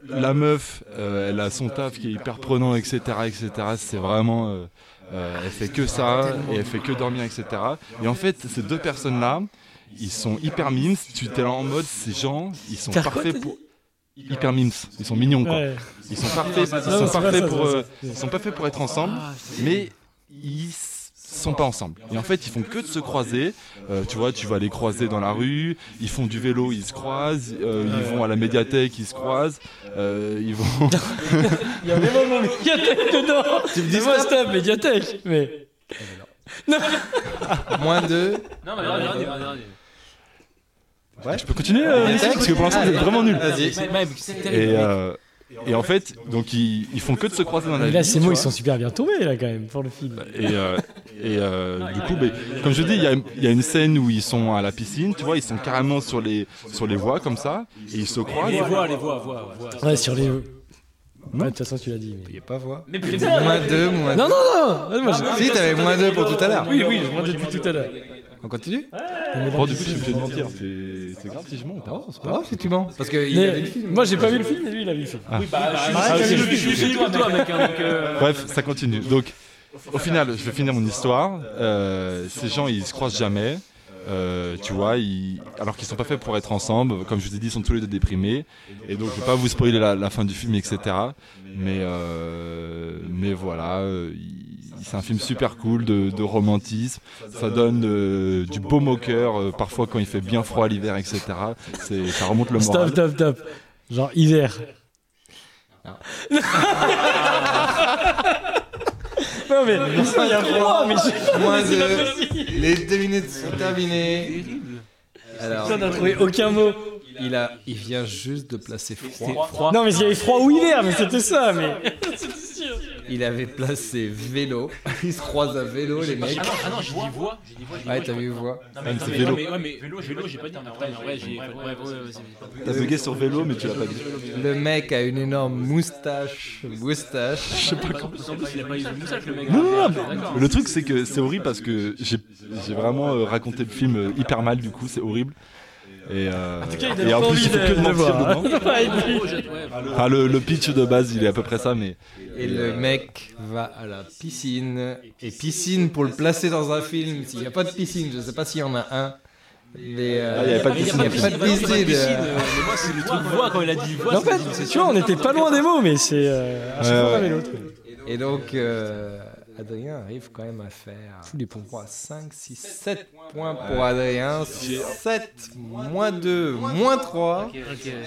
Speaker 2: La meuf, euh, elle a son taf qui est hyper prenant, etc. etc. C'est vraiment. euh, euh, elle fait que ça, et elle fait que dormir, etc. Et en fait, ces deux personnes-là, ils sont hyper mimes. Tu t'es là en mode, ces gens, ils sont
Speaker 5: Faire quoi,
Speaker 2: parfaits
Speaker 5: t'as
Speaker 2: pour. Hyper mimes, ils sont mignons quoi.
Speaker 5: ouais.
Speaker 2: Ils sont parfaits, ils
Speaker 5: Non,
Speaker 2: sont
Speaker 5: c'est pas Ah, ça,
Speaker 2: parfaits pour,
Speaker 5: c'est pas
Speaker 2: euh,
Speaker 5: ça.
Speaker 2: ils sont pas faits pour être ensemble, mais ils s- sont pas ensemble. Et en fait, ils font que de se croiser. Euh, tu vois, tu vas les croiser dans la rue, ils font du vélo, ils se croisent, euh, ils vont à la médiathèque, ils se croisent, euh, ils vont.
Speaker 5: Il y a vraiment le médiathèque dedans. Tu me dis moi, stop, médiathèque. Mais.
Speaker 4: Moins deux.
Speaker 3: Non, mais dernier, dernier, dernier.
Speaker 2: Je peux continuer, euh, Alexis, parce que pour l'instant, c'est vraiment nul.
Speaker 4: Vas-y.
Speaker 7: Mec, mec, c'est
Speaker 2: Et,
Speaker 7: terrible.
Speaker 2: euh, et en fait, donc ils, ils font que de se croiser dans la
Speaker 5: Mais
Speaker 2: vie.
Speaker 5: là, ces
Speaker 2: tu
Speaker 5: mots, ils
Speaker 2: vois.
Speaker 5: sont super bien tombés, là, quand même, pour le film.
Speaker 2: Et, euh, et euh, du coup, ben, comme je dis, il y a, il y a une scène où ils sont à la piscine, tu vois, ils sont carrément sur les, sur les voies comme ça, et ils se croisent.
Speaker 7: Les voix, les voix, voix, voix.
Speaker 5: Ouais, sur les. Ouais, de toute façon, tu l'as dit. mais-
Speaker 4: Il n'y a pas voix.
Speaker 3: Mais putain
Speaker 4: Moins deux, moins
Speaker 5: Non, non, non Ouais, moi, j'ai-
Speaker 4: Si, t'avais moins deux pour tout à l'heure.
Speaker 5: Oui, oui, je m'en dis depuis tout à l'heure.
Speaker 4: On continue
Speaker 2: Bon, Oh, du coup, je suis obligé de mentir. C'est- C'est grave si je mens ou pas
Speaker 4: c'est pas grave Ah, si tu mens. Parce qu'il
Speaker 5: Mais- Moi, j'ai pas vu le film, mais lui, il a vu le film.
Speaker 3: Oui, bah,
Speaker 5: Ah,
Speaker 3: je
Speaker 5: c'est
Speaker 3: suis- je
Speaker 5: le
Speaker 3: suis- je suis comme toi, mec. hein, donc, euh,
Speaker 2: Bref, ça continue. Donc, au final, je vais finir mon histoire. Euh, ces gens, ils se croisent jamais. Euh, tu vois, ils... alors qu'ils sont pas faits pour être ensemble. Comme je vous ai dit, ils sont tous les deux déprimés. Et donc, je vais pas vous spoiler la, la fin du film, etc. Mais, euh, mais voilà, euh, il- c'est un film super cool de, de romantisme. Ça donne euh, du beau moqueur, euh, parfois quand il fait bien froid l'hiver, etc. C'est- Ça remonte le
Speaker 5: Stop,
Speaker 2: moral.
Speaker 5: stop, stop. Genre, hiver. Non, mais. Il y a froid, mais je-
Speaker 4: Moins
Speaker 5: c'est pas
Speaker 4: deux.
Speaker 5: possible.
Speaker 4: Les deux minutes sont terminées. Alors,
Speaker 5: Putain, t'as trouvé aucun mot.
Speaker 4: il, a, il vient juste de placer froid.
Speaker 7: Froid.
Speaker 5: Non, mais il y avait froid ou hiver, mais c'était ça, mais.
Speaker 4: Il avait placé vélo. Ils se croisent à vélo, les mecs.
Speaker 3: Ah non, ah non, j'ai dit voix. J'ai dit voix. j'ai dit
Speaker 4: Ouais,
Speaker 3: voix,
Speaker 4: t'as vu voix.
Speaker 3: Non,
Speaker 2: Ah,
Speaker 3: mais, non,
Speaker 2: c'est
Speaker 3: mais,
Speaker 2: vélo.
Speaker 3: non, mais, ouais, mais vélo, vélo, j'ai pas dit. Mais après, mais ouais, j'ai. Ouais, ouais, ouais, ouais, c'est-
Speaker 2: T'as bugué sur vélo, mais tu l'as pas dit.
Speaker 4: Le mec a une énorme moustache. Moustache.
Speaker 3: En plus, en plus, il a pas eu de moustache, le mec.
Speaker 2: Non, non, non,
Speaker 3: D'accord.
Speaker 2: mais Le truc, c'est que c'est horrible parce que j'ai j'ai vraiment euh, raconté le film euh, hyper mal, du coup, c'est horrible. Et, euh, et en plus, il faut que de mentir dedans. Enfin, le, le pitch de base, il est à peu près ça, mais
Speaker 4: Et le mec va à la piscine. Et piscine pour le placer dans un film. S'il n'y a pas de piscine, je sais pas s'il y en a un. Mais euh,
Speaker 2: Ah, il y avait pas de
Speaker 4: il y
Speaker 2: piscine.
Speaker 4: a pas de piscine. euh,
Speaker 7: Mais moi, c'est le truc voix quand il a dit voix.
Speaker 5: Mais en
Speaker 7: c'est-
Speaker 5: fait, tu vois, on était pas loin des mots, mais c'est. euh, à chaque
Speaker 2: Ouais,
Speaker 5: fois, on
Speaker 2: ouais.
Speaker 5: avait l'autre.
Speaker 4: Et donc, euh, Adrien arrive quand même à faire.
Speaker 5: Tous les points.
Speaker 4: 3, 5, 6, 7 points pour Adrien. 7, moins 2, moins 3.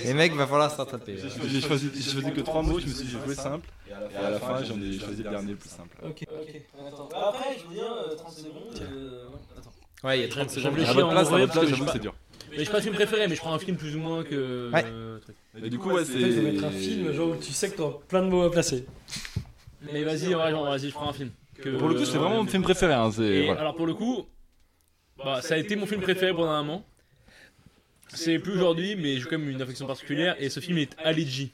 Speaker 4: Les mecs, va falloir se rattraper.
Speaker 2: J'ai choisi, j'ai choisi- j'ai choisi que trois mots, je me suis dit, je vais jouer simple. Et à la fin, j'en ai choisi le dernier le plus simple.
Speaker 8: Attends, après, je veux dire, euh, 30 secondes. euh, Attends.
Speaker 4: Ouais, il y a
Speaker 3: J'aime
Speaker 4: 30
Speaker 3: j'aime
Speaker 4: secondes.
Speaker 3: le
Speaker 2: À
Speaker 3: chien
Speaker 2: votre
Speaker 3: en
Speaker 2: place, à
Speaker 3: vrai,
Speaker 2: votre place,
Speaker 3: parce que je sais
Speaker 2: j'avoue,
Speaker 3: pas-
Speaker 2: c'est dur.
Speaker 3: Mais je sais pas le film préféré, mais je prends un film plus ou moins que.
Speaker 4: Ouais.
Speaker 3: euh, truc.
Speaker 2: Et du coup, ouais,
Speaker 5: Peut-être de
Speaker 2: c'est.
Speaker 5: mettre un film genre où tu sais que t'as plein de mots à placer.
Speaker 3: Mais vas-y, ouais, non, vas-y, je prends un film. Que-
Speaker 2: Pour le coup, c'est vraiment mon film préféré. hein, c'est-
Speaker 3: euh, Et
Speaker 2: voilà.
Speaker 3: alors pour le coup, bah, ça a été mon film préféré pendant un moment. C'est plus aujourd'hui, mais j'ai quand même une affection particulière. Et ce film est Allergy.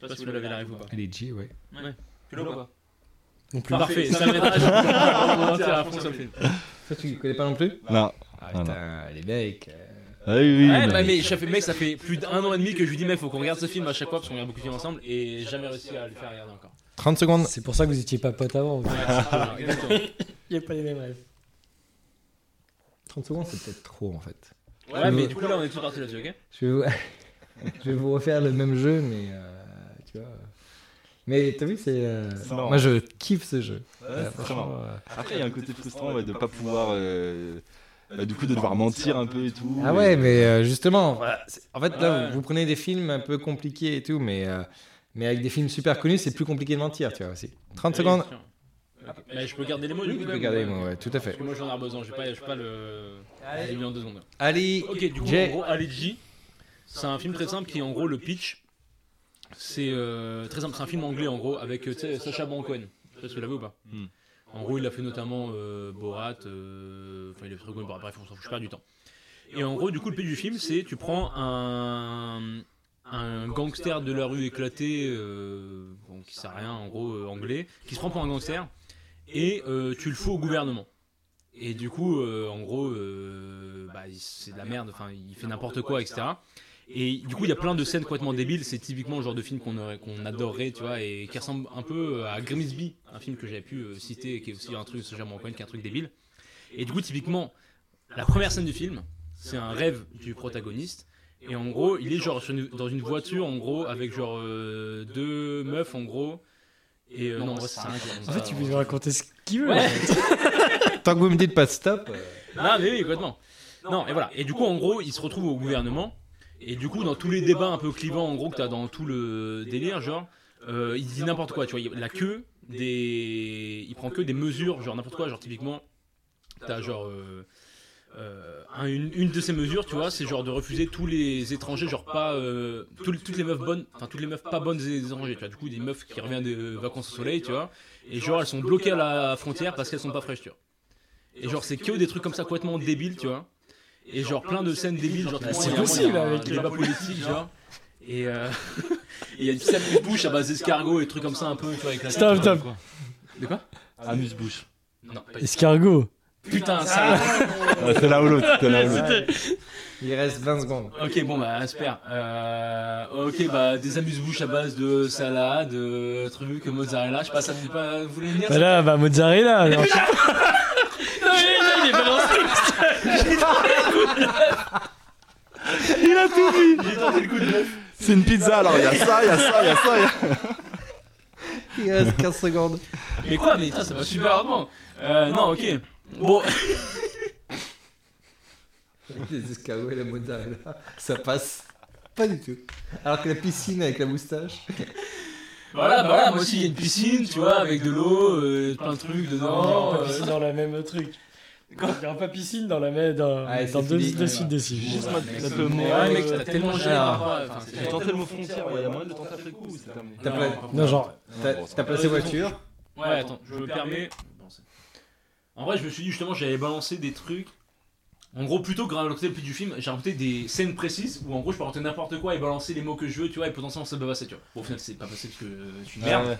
Speaker 3: Je sais pas si vous l'avez l'arrivée ou pas.
Speaker 4: Elle est G, ouais.
Speaker 3: Tu l'as ou pas
Speaker 5: Non plus.
Speaker 3: Parfait, ça m'aidera. Je vais vraiment mentir à fond sur le film.
Speaker 4: Toi, tu connais pas non plus
Speaker 2: Non.
Speaker 4: Ah
Speaker 2: Non,
Speaker 4: putain, les mecs. euh,
Speaker 2: Ah oui, oui,
Speaker 3: Ouais,
Speaker 2: non.
Speaker 3: bah, mais ça fait, mec, ça fait plus d'un an et demi que je lui dis, mec, faut qu'on regarde ce film à chaque fois parce qu'on regarde beaucoup de films ensemble et j'ai jamais réussi à le faire hein. regarder encore.
Speaker 4: 30 secondes.
Speaker 5: C'est pour ça que vous étiez pas potes avant.
Speaker 3: Exactement.
Speaker 5: Il n'y a pas les mêmes rêves.
Speaker 4: 30 secondes, c'est peut-être trop en fait.
Speaker 3: Ouais, mais du coup, là, on est tous partis là-dessus, ok
Speaker 4: Je vais vous, je vais vous refaire le même jeu, mais euh, tu vois. Mais t'as vu, c'est. euh,
Speaker 2: C'est marrant.
Speaker 4: Moi, je kiffe ce jeu.
Speaker 2: Ouais,
Speaker 4: Euh,
Speaker 2: c'est très marrant.
Speaker 4: franchement, euh,
Speaker 2: Après, il y a un côté frustrant ouais, de pas pouvoir. euh, bah, du coup, de devoir mentir un peu et tout.
Speaker 4: Ah
Speaker 2: et-
Speaker 4: ouais, mais euh, justement, voilà, c'est- en fait, là,
Speaker 3: Ouais.
Speaker 4: vous prenez des films un peu compliqués et tout, mais, euh, mais avec des films super connus, c'est plus compliqué de mentir, tu vois aussi. 30 secondes.
Speaker 3: Ok. Mais je peux garder les mots du
Speaker 4: Eh Oui,
Speaker 3: coup
Speaker 4: vous
Speaker 3: comme-
Speaker 4: pouvez garder les mots, ouais, tout à
Speaker 3: Parce
Speaker 4: fait.
Speaker 3: que moi j'en ai besoin, j'ai pas, j'ai pas le. J'ai mis en deux secondes.
Speaker 4: Ali,
Speaker 3: Ok, du coup,
Speaker 4: Jay.
Speaker 3: en gros, Allergy, c'est un film très simple qui, en gros, le pitch, c'est euh, très simple. C'est un film anglais, en gros, avec euh, tu sais, Sacha Baron Cohen. Je sais pas si vous l'avez ou pas.
Speaker 2: Hmm.
Speaker 3: En gros, il a fait notamment euh, Borat, euh, enfin, il a fait très connu, bon, bref, on s'en fout, je perds du temps. Et en gros, du coup, le pitch du film, c'est tu prends un, un gangster de la rue éclaté, euh, bon, qui sert à rien, en gros, euh, anglais, qui se prend pour un gangster, et euh, tu le fous au gouvernement. Et du coup, euh, en gros, euh, bah, il- c'est de la merde, enfin, il fait n'importe quoi, etc. Et du coup, il y a plein de scènes complètement débiles. C'est typiquement le genre de film qu'on aurait- qu'on adorerait, tu vois, et qui ressemble un peu euh, à Grimsby, un film que j'avais pu euh, citer, qui est aussi un truc, ce genre qui est un truc débile. Et du coup, typiquement, la première scène du film, c'est un rêve du protagoniste. Et en gros, il est genre sur une- dans une voiture, en gros, avec genre euh, deux meufs, en gros. Et euh, non, en vrai, c'est un
Speaker 5: En fait, tu peux lui raconter ce qu'il veut.
Speaker 3: Ouais.
Speaker 4: tant que vous me dites pas stop, euh,
Speaker 3: Non, mais oui, complètement. Non, et voilà. Et du coup, en gros, il se retrouve au gouvernement. Et du coup, dans tous les débats un peu clivants, en gros, que t'as dans tout le délire, genre, euh, il dit n'importe quoi, tu vois. Il- La queue, des... il prend que des mesures, genre n'importe quoi, genre typiquement, t'as genre. euh, euh, un- une, une de ces mesures, tu vois, c'est genre de refuser tous les étrangers, genre pas euh, tous les- toutes les meufs bonnes, enfin toutes les meufs pas bonnes des étrangers, tu vois. Du coup, des meufs qui reviennent des vacances au soleil, tu vois, et genre elles sont bloquées à la frontière parce qu'elles sont pas fraîches, tu vois. Et genre, c'est que des trucs comme ça complètement débiles, tu vois. Et genre, plein de scènes débiles, genre,
Speaker 5: Ah, c'est
Speaker 3: vraiment,
Speaker 5: possible
Speaker 3: il y a un
Speaker 5: avec les-
Speaker 3: débat politique, genre. Et euh, et il y a une sale bouche à base d'escargot et des trucs comme ça un peu, tu vois, avec la
Speaker 5: Stop, stop.
Speaker 3: De quoi
Speaker 2: Ah Amuse-bouche.
Speaker 3: Non, pas
Speaker 5: Escargot.
Speaker 3: Putain, ça
Speaker 2: Ah, c'est là ou l'autre. C'est là ou
Speaker 5: Ah,
Speaker 2: l'autre.
Speaker 4: il reste 20 secondes.
Speaker 3: Ok, bon, bah, super. Euh, ok, bah, des amuse-bouches à base de salade, de trucs, mozzarella, je sais pas, ça vous, pas, vous voulez me dire ça
Speaker 5: Bah là, bah mozzarella. alors.
Speaker 3: Non, mais là, il est balancé
Speaker 2: Il a tout mis. C'est une pizza alors, il y a ça, il y a ça, il y a ça. il y a-
Speaker 4: Il reste 15 secondes.
Speaker 3: Mais quoi, mais putain, ça va super rapidement Euh, non, ok. Bon,
Speaker 4: Les escargots et la mozzarella, ça passe pas du tout. Alors que la piscine avec la moustache.
Speaker 3: voilà, bah, voilà, moi aussi, il y a une piscine, tu vois, avec de l'eau, euh, plein de trucs dedans.
Speaker 5: Non,
Speaker 3: euh,
Speaker 5: piscine dans la même truc. Il n'y aura pas piscine dans la même. Dans,
Speaker 4: Ah,
Speaker 5: dans
Speaker 4: c'est
Speaker 5: deux,
Speaker 4: fini.
Speaker 5: deux suites de six. Juste
Speaker 2: moi,
Speaker 3: mec,
Speaker 2: ça te
Speaker 3: mais
Speaker 2: demande-
Speaker 3: ouais, mec, t'as euh, tellement géré.
Speaker 4: Alors.
Speaker 3: hein, enfin, c'est-
Speaker 2: J'ai tenté le mot frontière, ouais, il y a moyen de tenter après coup. ou c'est terminé
Speaker 4: T'as
Speaker 3: Non,
Speaker 4: pas,
Speaker 5: Non, genre,
Speaker 4: t'as-
Speaker 2: bon, ça
Speaker 4: t'as
Speaker 2: va.
Speaker 4: pas ses voitures.
Speaker 3: Ouais, attends, je me permets. En vrai, je me suis dit justement, j'avais balancé des trucs. En gros, plutôt que raconter le pitch du film, j'ai raconté des scènes précises où en gros je peux raconter n'importe quoi et balancer les mots que je veux, tu vois, et potentiellement ça peut passer, tu vois. Bon, au final, c'est pas passé parce que euh, je suis une merde,
Speaker 2: Ah Ouais.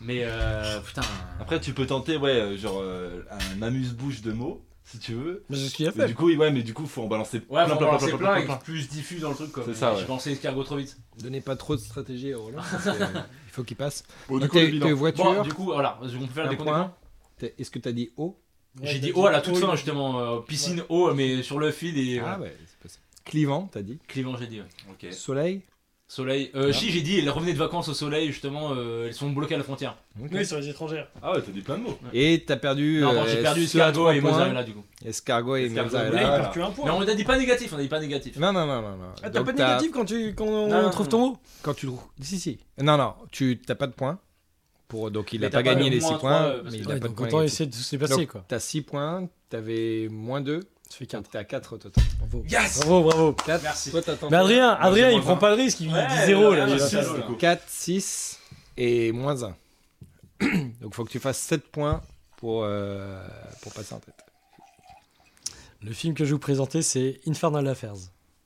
Speaker 3: mais euh, putain.
Speaker 2: Après, tu peux tenter, ouais, euh, genre euh, un amuse-bouche de mots, si tu veux.
Speaker 5: mais c'est ce qu'il a
Speaker 2: Mais
Speaker 5: fait.
Speaker 2: du coup, ouais, mais du coup, faut en balancer
Speaker 3: Ouais,
Speaker 2: plein, plein,
Speaker 3: plein,
Speaker 2: plein, plein, plein,
Speaker 3: plein,
Speaker 2: plein.
Speaker 3: et plus diffus dans le truc, quoi.
Speaker 2: C'est ça, ouais.
Speaker 3: J'ai balancé l'escargot trop vite.
Speaker 4: Donnez pas trop de stratégie à Roland. parce que, euh, Il faut qu'il passe.
Speaker 2: Bon, du coup, le
Speaker 4: T'es
Speaker 2: bilan.
Speaker 4: t'es voiture,
Speaker 3: Bon, du coup, voilà, on peut faire
Speaker 4: un
Speaker 3: des comptes.
Speaker 4: point. T'es- Est-ce que t'as dit haut
Speaker 3: J'ai dit oh à la toute fin, justement, euh, piscine, oh, mais sur le fil et.
Speaker 4: Ah
Speaker 3: voilà.
Speaker 4: ouais, c'est pas ça. Clivant, t'as dit.
Speaker 3: Clivant, j'ai dit, ouais.
Speaker 2: Ok.
Speaker 4: Soleil,
Speaker 3: Soleil. Euh, Si, j'ai dit, elles revenaient de vacances au soleil, justement, euh, elles sont bloquées à la frontière.
Speaker 5: Oui, sur les étrangères.
Speaker 2: Ah ouais, t'as dit plein de mots.
Speaker 4: Et t'as perdu.
Speaker 3: Non,
Speaker 4: euh,
Speaker 3: bon, j'ai perdu
Speaker 4: ceux à
Speaker 3: Escargot
Speaker 4: trois
Speaker 3: et
Speaker 4: points.
Speaker 3: Mozzarella, du coup.
Speaker 4: Escargot et
Speaker 3: Escargot,
Speaker 5: Là,
Speaker 4: Mozzarella.
Speaker 5: il
Speaker 2: Voilà.
Speaker 5: perd que un point.
Speaker 3: Mais on a dit pas négatif, on a dit pas négatif.
Speaker 4: Non, non, non, non. non.
Speaker 5: Ah, t'as
Speaker 4: Donc,
Speaker 5: pas de négatif quand, tu, quand on
Speaker 3: Non, non,
Speaker 5: trouve
Speaker 3: non.
Speaker 5: ton mot
Speaker 4: Quand tu trouves. Si, si. Non, non, tu t'as pas de points. Pour... Donc il
Speaker 3: Mais
Speaker 4: a
Speaker 3: t'as
Speaker 4: pas
Speaker 3: pas
Speaker 4: gagné
Speaker 3: le
Speaker 4: les
Speaker 3: moins
Speaker 4: 6
Speaker 3: trois,
Speaker 4: points.
Speaker 3: euh, parce
Speaker 4: mais
Speaker 3: que-
Speaker 4: il a
Speaker 5: ouais,
Speaker 4: pas de
Speaker 5: Donc
Speaker 4: points.
Speaker 5: autant
Speaker 4: négatifs.
Speaker 5: essayer de se dépasser,
Speaker 4: Donc,
Speaker 5: quoi.
Speaker 4: T'as 6 points, t'avais moins 2,
Speaker 5: Ça fait 4.
Speaker 4: donc t'as 4 au total.
Speaker 3: Yes
Speaker 5: Bravo, bravo.
Speaker 4: 4,
Speaker 3: Merci.
Speaker 4: toi t'as tenté.
Speaker 5: Mais Adrien, Adrien,
Speaker 2: j'ai
Speaker 5: il
Speaker 2: moins
Speaker 5: prend
Speaker 2: vingt.
Speaker 5: pas le risque, il
Speaker 3: Ouais,
Speaker 5: dit zéro
Speaker 3: ouais,
Speaker 5: là.
Speaker 3: ouais,
Speaker 5: il va
Speaker 3: c'est
Speaker 5: faire
Speaker 3: ça.
Speaker 5: ça.
Speaker 4: 4, 6 et moins 1. donc faut que tu fasses 7 points pour, euh, pour passer en tête.
Speaker 5: Le film que je vais vous présenter, c'est Infernal Affairs.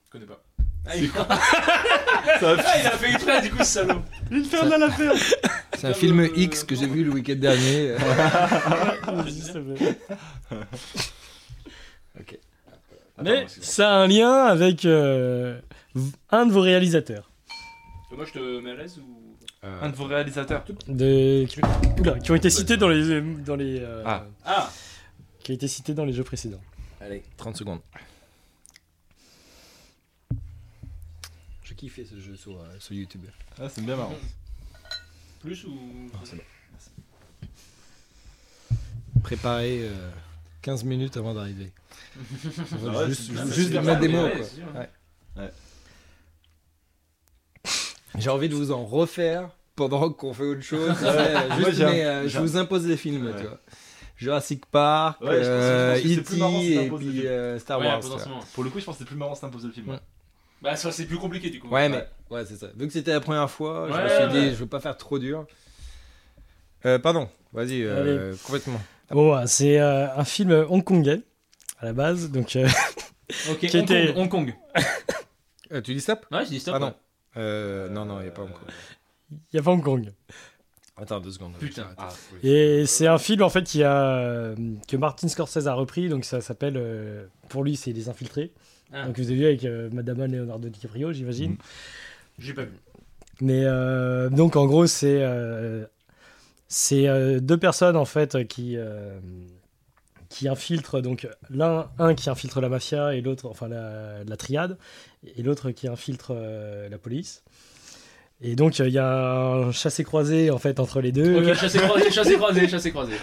Speaker 3: Je connais pas. Ah, il... Ah, il a fait exprès, du coup, ce salaud.
Speaker 5: Infernal Affairs
Speaker 4: C'est un film X que j'ai vu le week-end dernier.
Speaker 5: Ah, Mais ça a un lien avec euh, un de vos réalisateurs.
Speaker 3: Euh, Moi, je te mets à l'aise ou.
Speaker 2: Un de vos réalisateurs.
Speaker 5: De, qui, oula, qui ont été cités dans les. Dans les euh,
Speaker 2: Ah.
Speaker 3: Ah
Speaker 5: Qui ont été cités dans les jeux précédents.
Speaker 4: Allez, 30 secondes. Je kiffais ce jeu sur, euh, sur YouTube.
Speaker 2: Ah, c'est bien marrant.
Speaker 3: Plus ou.
Speaker 4: Ah, Préparer euh, 15 minutes avant d'arriver.
Speaker 2: Ah ouais,
Speaker 4: juste
Speaker 2: c'est bien,
Speaker 4: juste
Speaker 2: c'est super
Speaker 4: mettre des
Speaker 3: bien.
Speaker 4: mots.
Speaker 3: Ouais,
Speaker 4: quoi.
Speaker 3: c'est sûr, hein.
Speaker 4: Ouais.
Speaker 2: Ouais.
Speaker 4: J'ai envie de vous en refaire pendant qu'on fait autre chose. Ouais,
Speaker 2: Moi,
Speaker 4: juste,
Speaker 2: j'ai un-
Speaker 4: mais, euh, je
Speaker 2: j'ai un-
Speaker 4: vous impose des films.
Speaker 2: Ouais.
Speaker 4: Tu vois. Jurassic Park,
Speaker 2: Ouais, je pense que- je
Speaker 4: euh,
Speaker 2: pense que c'est plus
Speaker 4: E.T.
Speaker 2: marrant si
Speaker 4: et
Speaker 2: t'imposes des
Speaker 4: puis
Speaker 2: films.
Speaker 4: euh, Star
Speaker 3: Ouais,
Speaker 4: Wars. tu vois.
Speaker 3: potentiellement.
Speaker 2: Pour le coup, je pense que c'est plus marrant si t'imposais le film.
Speaker 4: Ouais.
Speaker 3: Bah, ça, c'est plus compliqué, du coup.
Speaker 4: Ouais, mais ouais, c'est ça. Vu que c'était la première fois, je me
Speaker 3: Ouais,
Speaker 4: suis
Speaker 3: ouais.
Speaker 4: dit, je veux pas faire trop dur. Euh, pardon, vas-y, euh, complètement.
Speaker 5: Bon, ouais, c'est euh, un film hongkongais à la base, donc euh,
Speaker 3: Ah, Ok,
Speaker 5: Qui
Speaker 3: Hong,
Speaker 5: était-
Speaker 3: Kong, Hong Kong.
Speaker 4: Euh, tu dis stop
Speaker 3: Ouais, je dis stop.
Speaker 4: Ah non. Euh, non, non, il n'y a pas encore.
Speaker 5: il n'y a pas Hong Kong.
Speaker 4: Attends deux secondes.
Speaker 3: Putain.
Speaker 2: Ah, oui.
Speaker 5: Et c'est un film en fait qui a, euh, que Martin Scorsese a repris, donc ça s'appelle, euh, pour lui c'est Les Infiltrés.
Speaker 3: Ah. Mm.
Speaker 5: Donc vous avez vu avec euh, Madame Leonardo DiCaprio j'imagine.
Speaker 3: J'ai pas vu.
Speaker 5: Mais euh, donc en gros c'est euh, c'est euh, deux personnes en fait qui euh, qui infiltrent donc l'un un qui infiltre la mafia et l'autre enfin la, la triade et l'autre qui infiltre euh, la police. Et donc euh, il y a un chassé croisé en fait entre les deux.
Speaker 4: Euh.
Speaker 3: Ok, chassé croisé, chassé croisé, chassé croisé.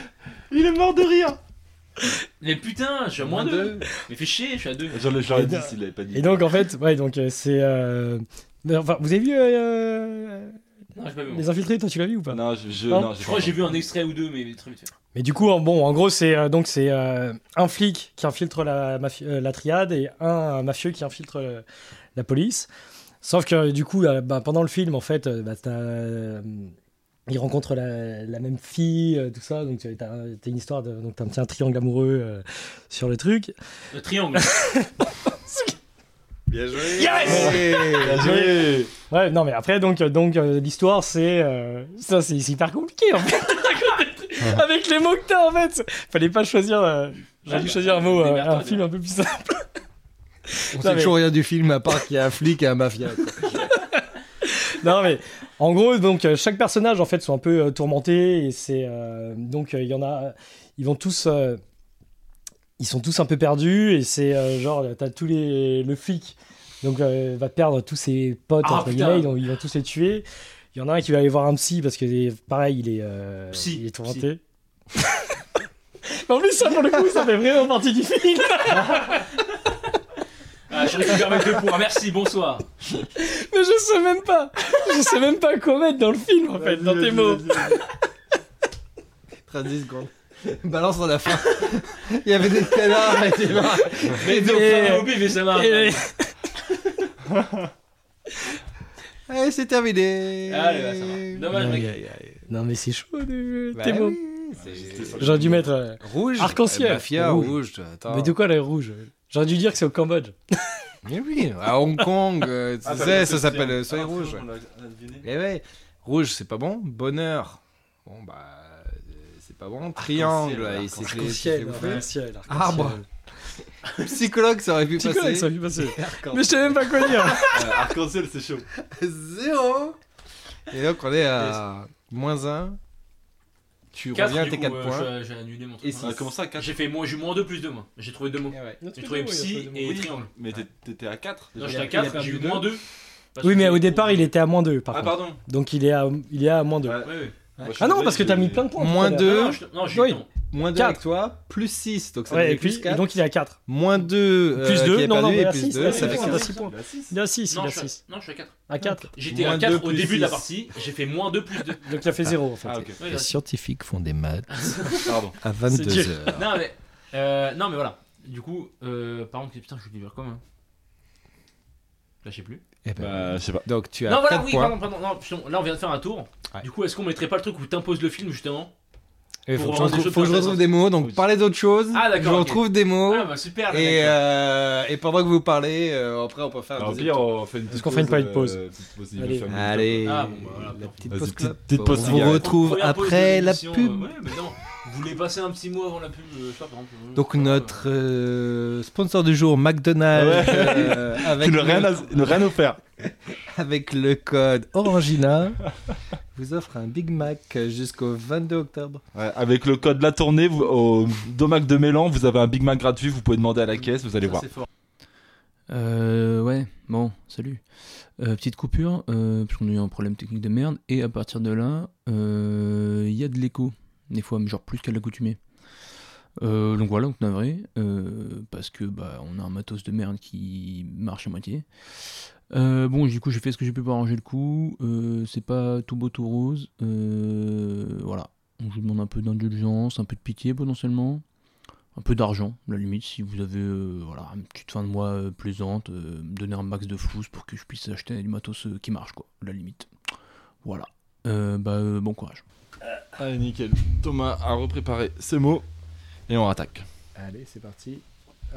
Speaker 5: Il est mort de rire.
Speaker 3: Mais putain, je suis à moins 2. Mais fais chier, je suis à 2.
Speaker 2: Je l'ai- je l'aurais
Speaker 5: Et
Speaker 2: dit
Speaker 5: d'un-
Speaker 2: s'il l'avait pas dit.
Speaker 5: Et donc en fait ouais donc euh, c'est euh, mais enfin vous avez vu euh, euh,
Speaker 3: Non, j'ai pas vu. moi.
Speaker 5: les infiltrés toi tu l'as vu ou pas
Speaker 2: Non, je, je,
Speaker 5: Non.
Speaker 2: non,
Speaker 3: Je crois que j'ai vu un extrait ou deux, mais très vite fait.
Speaker 5: Mais du coup, en- bon, en gros, c'est euh, donc c'est euh, un flic qui infiltre la, mafi- euh, la triade et un, un mafieux qui infiltre euh, la police. Sauf que euh, du coup, euh, bah, pendant le film, en fait, euh, bah, t'as, euh, il rencontre la, la même fille, euh, tout ça. Donc euh, t'as t'as une histoire, de, donc t'as un petit triangle amoureux euh, sur le truc.
Speaker 3: Le Euh, triangle.
Speaker 4: Bien joué.
Speaker 2: Bien joué.
Speaker 5: Ouais, non, mais après, donc, euh, donc euh, l'histoire, c'est euh, ça, c'est c'est hyper compliqué. En fait. Avec les mots que t'as, en fait, fallait pas choisir. euh, J'aurais dû
Speaker 3: Ouais, bah,
Speaker 5: choisir un mot, euh,
Speaker 3: démerde-toi,
Speaker 5: un film un peu plus simple.
Speaker 4: On
Speaker 5: Non,
Speaker 4: sait
Speaker 5: mais-
Speaker 4: toujours rien du film à part qu'il y a un flic et un mafia. quoi.
Speaker 5: non mais en gros donc euh, chaque personnage en fait sont un peu euh, tourmentés et c'est euh, donc euh, il y en a ils vont tous euh, ils sont tous un peu perdus et c'est euh, genre t'as tous les le flic donc euh, va perdre tous ses potes
Speaker 3: Ah,
Speaker 5: entre
Speaker 3: putain.
Speaker 5: guillemets donc ils vont tous les tuer il y en a un qui va aller voir un psy parce que les- pareil il est euh,
Speaker 3: Psy,
Speaker 5: il est tourmenté mais en plus ça pour le coup ça fait vraiment partie du film
Speaker 3: Ah, je récupère mes deux points. Merci, bonsoir.
Speaker 5: mais je sais même pas je sais même pas quoi mettre dans le film en fait dans tes mots
Speaker 4: 13 secondes. Balance à la fin. Il y avait des canards et des marins.
Speaker 3: Mais donc,
Speaker 5: Et-
Speaker 3: ça m'a oublié, mais ça marche.
Speaker 5: Et-
Speaker 4: Allez, c'est terminé.
Speaker 3: Allez, bah, ça marche. Dommage, mec.
Speaker 5: Non mais c'est chaud de...
Speaker 4: Bah
Speaker 5: tes mots.
Speaker 4: oui, c'est-
Speaker 5: J'aurais dû mettre... euh,
Speaker 4: Rouge.
Speaker 5: Arc-en-ciel.
Speaker 4: euh, Mafia,
Speaker 5: Rouge.
Speaker 4: rouge. attends.
Speaker 5: Mais de quoi la rouge J'aurais dû dire que c'est au Cambodge.
Speaker 4: Mais oui, à Hong Kong, euh,
Speaker 5: Ah,
Speaker 2: Ah,
Speaker 4: tu sais, ça s'appelle
Speaker 5: hein.
Speaker 4: euh, Soleil Rouge. Eh ouais, rouge c'est pas bon, bonheur. Bon bah euh, c'est pas bon, triangle,
Speaker 2: Arc-en-ciel,
Speaker 4: et c'est
Speaker 5: euh, Arc-en-ciel,
Speaker 4: c'est-
Speaker 5: arc-en-ciel,
Speaker 4: Arbre. Psychologue ça aurait pu
Speaker 5: Psychologue,
Speaker 4: passer.
Speaker 5: ça a pu passer.
Speaker 4: Arc-en-
Speaker 5: Mais je sais même pas quoi dire.
Speaker 2: Arc-en-ciel, Ah, c'est chaud.
Speaker 4: Zéro. Et donc on est à moins 1. Tu
Speaker 3: Quatre,
Speaker 4: reviens à
Speaker 3: du
Speaker 4: tes
Speaker 3: coup,
Speaker 4: 4
Speaker 3: euh,
Speaker 4: points.
Speaker 3: j'ai- J'ai annulé mon
Speaker 4: Et
Speaker 3: truc.
Speaker 4: six.
Speaker 2: Ah, comment ça, 4
Speaker 3: J'ai fait moi, j'ai eu moins 2 plus 2 mots. J'ai
Speaker 5: Ah,
Speaker 3: trouvé 2 mots.
Speaker 4: Eh ouais.
Speaker 3: J'ai trouvé psy et triangle.
Speaker 2: Mais t'es- t'étais à 4
Speaker 3: Non,
Speaker 4: Il
Speaker 3: j'étais
Speaker 4: a-
Speaker 3: à
Speaker 4: il a
Speaker 3: 4,
Speaker 4: perdu
Speaker 3: j'ai eu
Speaker 4: deux.
Speaker 3: moins 2. Parce
Speaker 5: Oui,
Speaker 3: que
Speaker 5: mais au
Speaker 3: c'est-
Speaker 5: départ, il était à moins 2, par
Speaker 2: Ah,
Speaker 5: contre.
Speaker 2: pardon.
Speaker 5: Donc il est à, il est à moins 2.
Speaker 2: Ouais.
Speaker 7: Ouais, ouais.
Speaker 2: Moi, je suis
Speaker 5: Ah non,
Speaker 2: désolé,
Speaker 5: parce que t'as
Speaker 2: j'ai-
Speaker 5: mis plein de points. tout à
Speaker 4: Moins
Speaker 5: l'heure.
Speaker 3: Ah non,
Speaker 4: 2,
Speaker 3: je- Non, je
Speaker 5: Oui.
Speaker 3: non.
Speaker 4: moins 2
Speaker 5: Quatre.
Speaker 4: avec toi, plus 6, donc ça
Speaker 5: Ouais,
Speaker 4: fait
Speaker 5: et puis,
Speaker 4: plus 4.
Speaker 5: donc il est à 4.
Speaker 4: Moins euh, 2,
Speaker 5: Plus deux, non, non, mais
Speaker 4: et
Speaker 5: à
Speaker 4: plus
Speaker 5: six,
Speaker 4: 2,
Speaker 5: ouais,
Speaker 4: ça fait
Speaker 5: c'est
Speaker 4: quatre.
Speaker 5: bon, six points.
Speaker 2: Il a six.
Speaker 5: Il est à 6, il
Speaker 3: Non,
Speaker 5: est à
Speaker 3: je suis
Speaker 5: 6.
Speaker 3: à- non, je suis à 4.
Speaker 5: À 4.
Speaker 3: J'étais
Speaker 4: Moins
Speaker 3: à 4
Speaker 4: deux
Speaker 3: au
Speaker 4: plus
Speaker 3: début de la
Speaker 4: six.
Speaker 3: partie, j'ai fait moins 2 plus 2.
Speaker 5: Donc il a fait 0 en fait.
Speaker 2: Ah, ok.
Speaker 9: Les scientifiques font des maths
Speaker 2: Pardon.
Speaker 4: à
Speaker 5: dur.
Speaker 4: 22 heures.
Speaker 3: Non, mais. euh, non, mais voilà. Du coup, euh, par contre, putain, je voulais dire comment Là, je sais plus.
Speaker 4: Eh ben,
Speaker 5: euh,
Speaker 2: Bah, je sais pas.
Speaker 4: donc tu as
Speaker 3: Non, voilà,
Speaker 4: 4
Speaker 3: oui,
Speaker 4: points.
Speaker 3: pardon, pardon. Non, putain, là, on vient de faire un tour.
Speaker 4: Ouais.
Speaker 3: Du coup, est-ce qu'on mettrait pas le truc où t'imposes le film, justement
Speaker 4: Il faut,
Speaker 3: Pour
Speaker 4: que je
Speaker 3: rendre les
Speaker 4: retrouve-
Speaker 3: choses
Speaker 4: faut que je
Speaker 3: plus
Speaker 4: retrouve des mots, donc
Speaker 2: Oui.
Speaker 4: parlez d'autre chose.
Speaker 3: Ah,
Speaker 4: je
Speaker 3: d'accord, ok.
Speaker 4: retrouve des
Speaker 5: Oh.
Speaker 4: mots.
Speaker 3: Ah, bah super, les
Speaker 4: et,
Speaker 3: mecs.
Speaker 4: euh, et pendant que vous parlez, euh, après on peut faire un
Speaker 2: Alors, au
Speaker 4: deuxième
Speaker 2: pire, on fait une petite
Speaker 5: qu'on fait une petite pause
Speaker 2: euh, petite pause niveau
Speaker 5: Allez.
Speaker 2: famille.
Speaker 4: Allez,
Speaker 3: Ah, bon, bah, voilà,
Speaker 4: la petite
Speaker 2: Vas-y,
Speaker 4: pause
Speaker 2: petite-
Speaker 4: club.
Speaker 2: petite pause
Speaker 4: On vous
Speaker 2: cigarette.
Speaker 4: retrouve
Speaker 3: Première pause de
Speaker 4: après la
Speaker 3: l'émission,
Speaker 4: pub.
Speaker 3: euh, ouais, mais non. Vous voulez passer un petit mot avant la pub euh, je sais pas, par exemple, euh,
Speaker 4: Donc
Speaker 3: je sais pas,
Speaker 4: notre euh, sponsor du jour, McDonald's,
Speaker 2: Ouais.
Speaker 4: euh, avec,
Speaker 2: Tu n'as
Speaker 4: le,
Speaker 2: rien, à- ne rien offert.
Speaker 4: avec le code Orangina, vous offre un Big Mac jusqu'au 22 octobre.
Speaker 2: Ouais, avec le code La Tournée, vous- au Domac de Mélan, vous avez un Big Mac gratuit, vous pouvez demander à la caisse, vous allez
Speaker 3: Ça,
Speaker 2: voir.
Speaker 3: c'est fort.
Speaker 7: Euh, ouais, bon, salut. Euh, petite coupure, euh, parce qu'on a eu un problème technique de merde, et à partir de là, euh, il y a de l'écho, des fois, mais genre plus qu'à l'accoutumée. Euh, donc voilà, donc navré, euh, parce que bah on a un matos de merde qui marche à moitié. Euh, bon, du coup, j'ai fait ce que j'ai pu pour arranger le coup, euh, c'est pas tout beau tout rose, euh, voilà. Donc, je vous demande un peu d'indulgence, un peu de pitié potentiellement un peu d'argent, à la limite, si vous avez euh, voilà, une petite fin de mois euh, plaisante, euh, me donner un max de flous pour que je puisse acheter du matos euh, qui marche, quoi, à la limite. Voilà. Euh, bah, euh, bon courage.
Speaker 2: Allez, Ah, nickel. Thomas a repréparé ses mots et on attaque.
Speaker 4: Allez, c'est parti.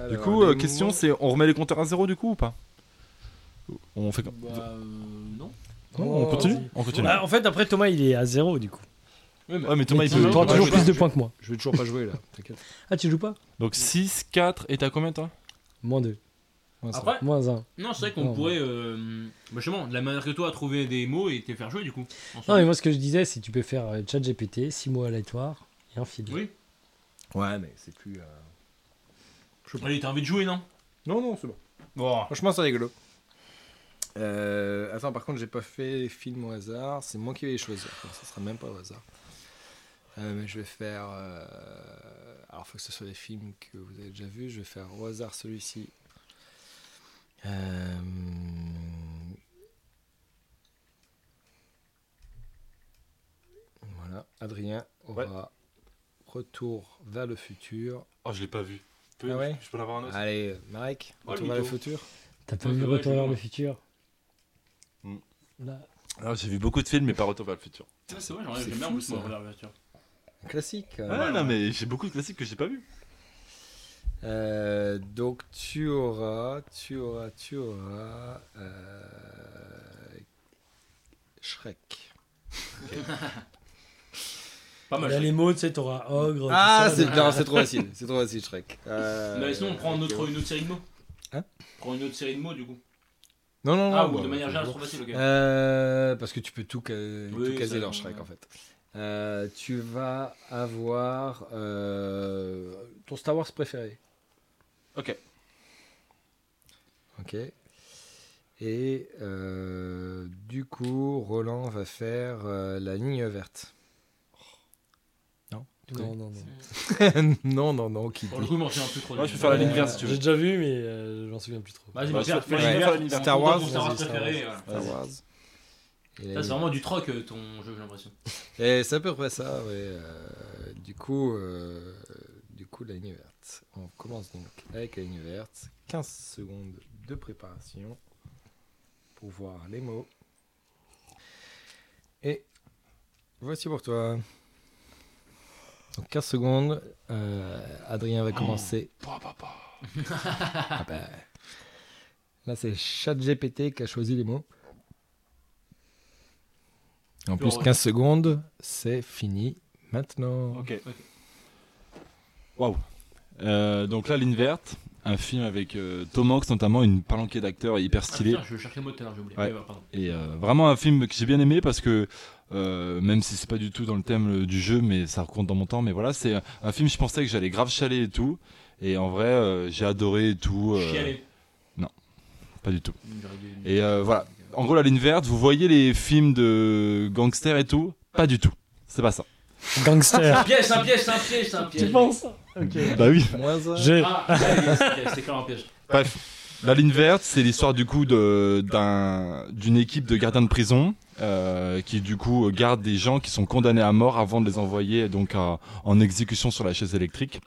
Speaker 2: du coup, euh, question, c'est on remet les compteurs à zéro du coup ou pas On fait comme-
Speaker 3: Bah, euh, non.
Speaker 2: Non, on continue On continue.
Speaker 5: Bah, en fait, après Thomas, il est à 0 du coup.
Speaker 2: Ouais, mais Thomas, il
Speaker 5: tu
Speaker 2: peut.
Speaker 5: auras
Speaker 4: Thomas,
Speaker 5: toujours
Speaker 4: je-
Speaker 5: plus de points que moi.
Speaker 4: Je vais toujours pas jouer là. T'inquiète.
Speaker 5: Ah, tu joues pas
Speaker 2: Donc 6, 4, et t'as combien toi
Speaker 5: Moins 2.
Speaker 3: Après,
Speaker 5: Moins 1.
Speaker 3: non, c'est vrai qu'on
Speaker 5: Non.
Speaker 3: pourrait. euh, bah, justement, de la manière que toi, trouver des mots et te faire jouer, du coup.
Speaker 5: Non,
Speaker 3: ensemble.
Speaker 5: mais moi, ce que je disais, c'est que tu peux faire euh, chat GPT, 6 mots aléatoires et un film.
Speaker 3: Oui.
Speaker 4: Ouais, mais c'est plus. euh,
Speaker 3: Allez, t'as envie de jouer, non
Speaker 4: Non, non, c'est bon. Franchement, c'est rigolo. Euh, attends, par contre, j'ai pas fait film au hasard. C'est moi qui vais les choisir. donc ça sera même pas au hasard. Euh, mais je vais faire. euh, Alors, faut que ce soit des films que vous avez déjà vus. Je vais faire au hasard celui-ci. Euh, Voilà, Adrien aura retour vers le futur.
Speaker 2: Oh, je l'ai pas vu.
Speaker 4: Ah ouais
Speaker 2: Je peux l'avoir un
Speaker 4: Allez, Marek,
Speaker 3: Oh,
Speaker 4: retour vers le
Speaker 3: mytho.
Speaker 4: futur.
Speaker 5: T'as pas
Speaker 3: Ouais,
Speaker 5: vu
Speaker 3: c'est vrai,
Speaker 5: Retour
Speaker 3: je
Speaker 5: vers
Speaker 3: vois.
Speaker 5: le futur
Speaker 2: Mm.
Speaker 5: Là.
Speaker 2: Ah, J'ai vu beaucoup de films, mais pas Retour vers le futur.
Speaker 3: C'est vrai, j'aurais
Speaker 4: C'est
Speaker 3: j'aime bien
Speaker 4: fou,
Speaker 3: plus, moi,
Speaker 4: ça.
Speaker 5: hein.
Speaker 3: Robert Verture.
Speaker 4: Classique.
Speaker 2: Ah, non, mais j'ai beaucoup de classiques que j'ai pas vu.
Speaker 4: Euh, donc tu auras, tu auras, tu auras euh, Shrek.
Speaker 3: Pas
Speaker 5: Il y a
Speaker 3: mal.
Speaker 5: les mots, tu sais, t'auras ogre.
Speaker 4: Ah,
Speaker 5: tout ça,
Speaker 4: c'est
Speaker 5: donc-
Speaker 4: non, c'est trop facile, c'est trop facile Shrek. Euh,
Speaker 3: Mais Bah, sinon, on prend un autre- une autre série de mots.
Speaker 4: Hein
Speaker 3: Prends une autre série de mots, du coup.
Speaker 4: Non non non.
Speaker 3: Ah, ou de
Speaker 4: bah,
Speaker 3: manière
Speaker 4: bah,
Speaker 3: générale, trop facile, ok.
Speaker 4: Euh, parce que tu peux tout, ca-
Speaker 3: Oui,
Speaker 4: tout caser
Speaker 3: ça-
Speaker 4: dans Shrek en fait. Euh, tu vas avoir euh, ton Star Wars préféré.
Speaker 2: Ok.
Speaker 4: Ok. Et euh, du coup, Roland va faire euh, la ligne verte.
Speaker 5: Non, non, non.
Speaker 4: non, non, non, qui
Speaker 3: Pour le coup, je m'en souviens plus trop.
Speaker 2: Moi,
Speaker 3: du
Speaker 2: je
Speaker 3: coup.
Speaker 2: peux faire la ligne verte si tu
Speaker 5: J'ai
Speaker 2: veux.
Speaker 5: déjà vu, mais euh, je m'en souviens plus trop.
Speaker 3: Vas-y,
Speaker 2: Bah,
Speaker 3: bah,
Speaker 2: sur-
Speaker 3: faire
Speaker 2: ouais.
Speaker 3: faire
Speaker 2: Star
Speaker 3: l'univers.
Speaker 4: Star Wars,
Speaker 3: Ton Star Wars
Speaker 4: vas-y, Star
Speaker 3: préféré.
Speaker 4: Wars.
Speaker 3: voilà.
Speaker 4: Star
Speaker 2: Vas-y.
Speaker 4: Wars. Et la
Speaker 3: Ça, c'est
Speaker 4: ligne-
Speaker 3: vraiment du troc, euh, ton jeu, j'ai l'impression.
Speaker 4: Et c'est à peu près ça, ouais. euh, du coup, euh, du coup, la ligne verte. On commence donc avec la ligne verte. 15 secondes de préparation pour voir les mots. Et voici pour toi. Donc 15 secondes. euh, Adrien va commencer. Ah bah. Là, c'est ChatGPT qui a choisi les mots. En plus,
Speaker 3: Laurent.
Speaker 4: 15 secondes, c'est fini maintenant.
Speaker 2: Ok. Waouh. Euh, donc là, Ligne Verte, un film avec euh, Tom Hanks notamment, une palanquée d'acteurs hyper
Speaker 3: Ah,
Speaker 2: stylée.
Speaker 3: putain, je cherchais le mot tout à l'heure, j'ai oublié.
Speaker 2: Ouais.
Speaker 3: Ouais, bah, pardon.
Speaker 2: Et euh, vraiment un film que j'ai bien aimé parce que euh, même si c'est pas du tout dans le thème euh, du jeu, mais ça compte dans mon temps. Mais voilà, c'est un film. Je pensais que j'allais grave chialer et tout, et en vrai, euh, j'ai adoré et tout. euh,
Speaker 3: Chialer.
Speaker 2: pas du tout. Et euh, voilà, en gros, la ligne verte, vous voyez les films de gangsters et tout Pas du tout. C'est pas ça.
Speaker 5: Gangster.
Speaker 3: Piège, c'est un piège, c'est un piège, c'est un piège.
Speaker 5: tu penses Ok.
Speaker 2: Bah oui.
Speaker 4: Moins
Speaker 5: J'ai-
Speaker 3: Ah, ouais, c'est c'est clairement un piège.
Speaker 2: La ligne verte, c'est l'histoire du coup de- d'un- euh, d'une équipe de gardiens de prison euh, qui du coup garde des gens qui sont condamnés à mort avant de les envoyer donc à- en exécution sur la chaise électrique.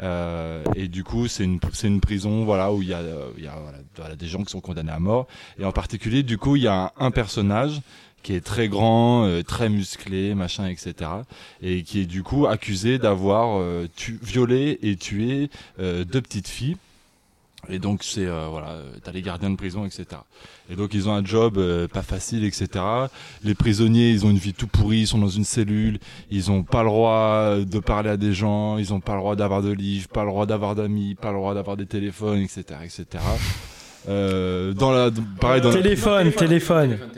Speaker 2: Euh, et du coup, c'est une c'est une prison voilà où il y a, euh, il y a, voilà, voilà, des gens qui sont condamnés à mort. Et en particulier, du coup, il y a un personnage qui est très grand, euh, très musclé, machin, etc. Et qui est du coup accusé d'avoir euh, tu- violé et tué euh, deux petites filles. Et donc c'est euh, voilà, euh, t'as les gardiens de prison, etc. Et donc ils ont un job euh, pas facile, etc. Les prisonniers, ils ont une vie tout pourrie, ils sont dans une cellule, ils ont pas le droit euh, de parler à des gens, ils ont pas le droit d'avoir de livres, pas le droit d'avoir d'amis, pas le droit d'avoir des téléphones, etc., etc. Euh, dans la, pareil dans la-
Speaker 5: Téléphone, téléphone,
Speaker 3: Téléphone,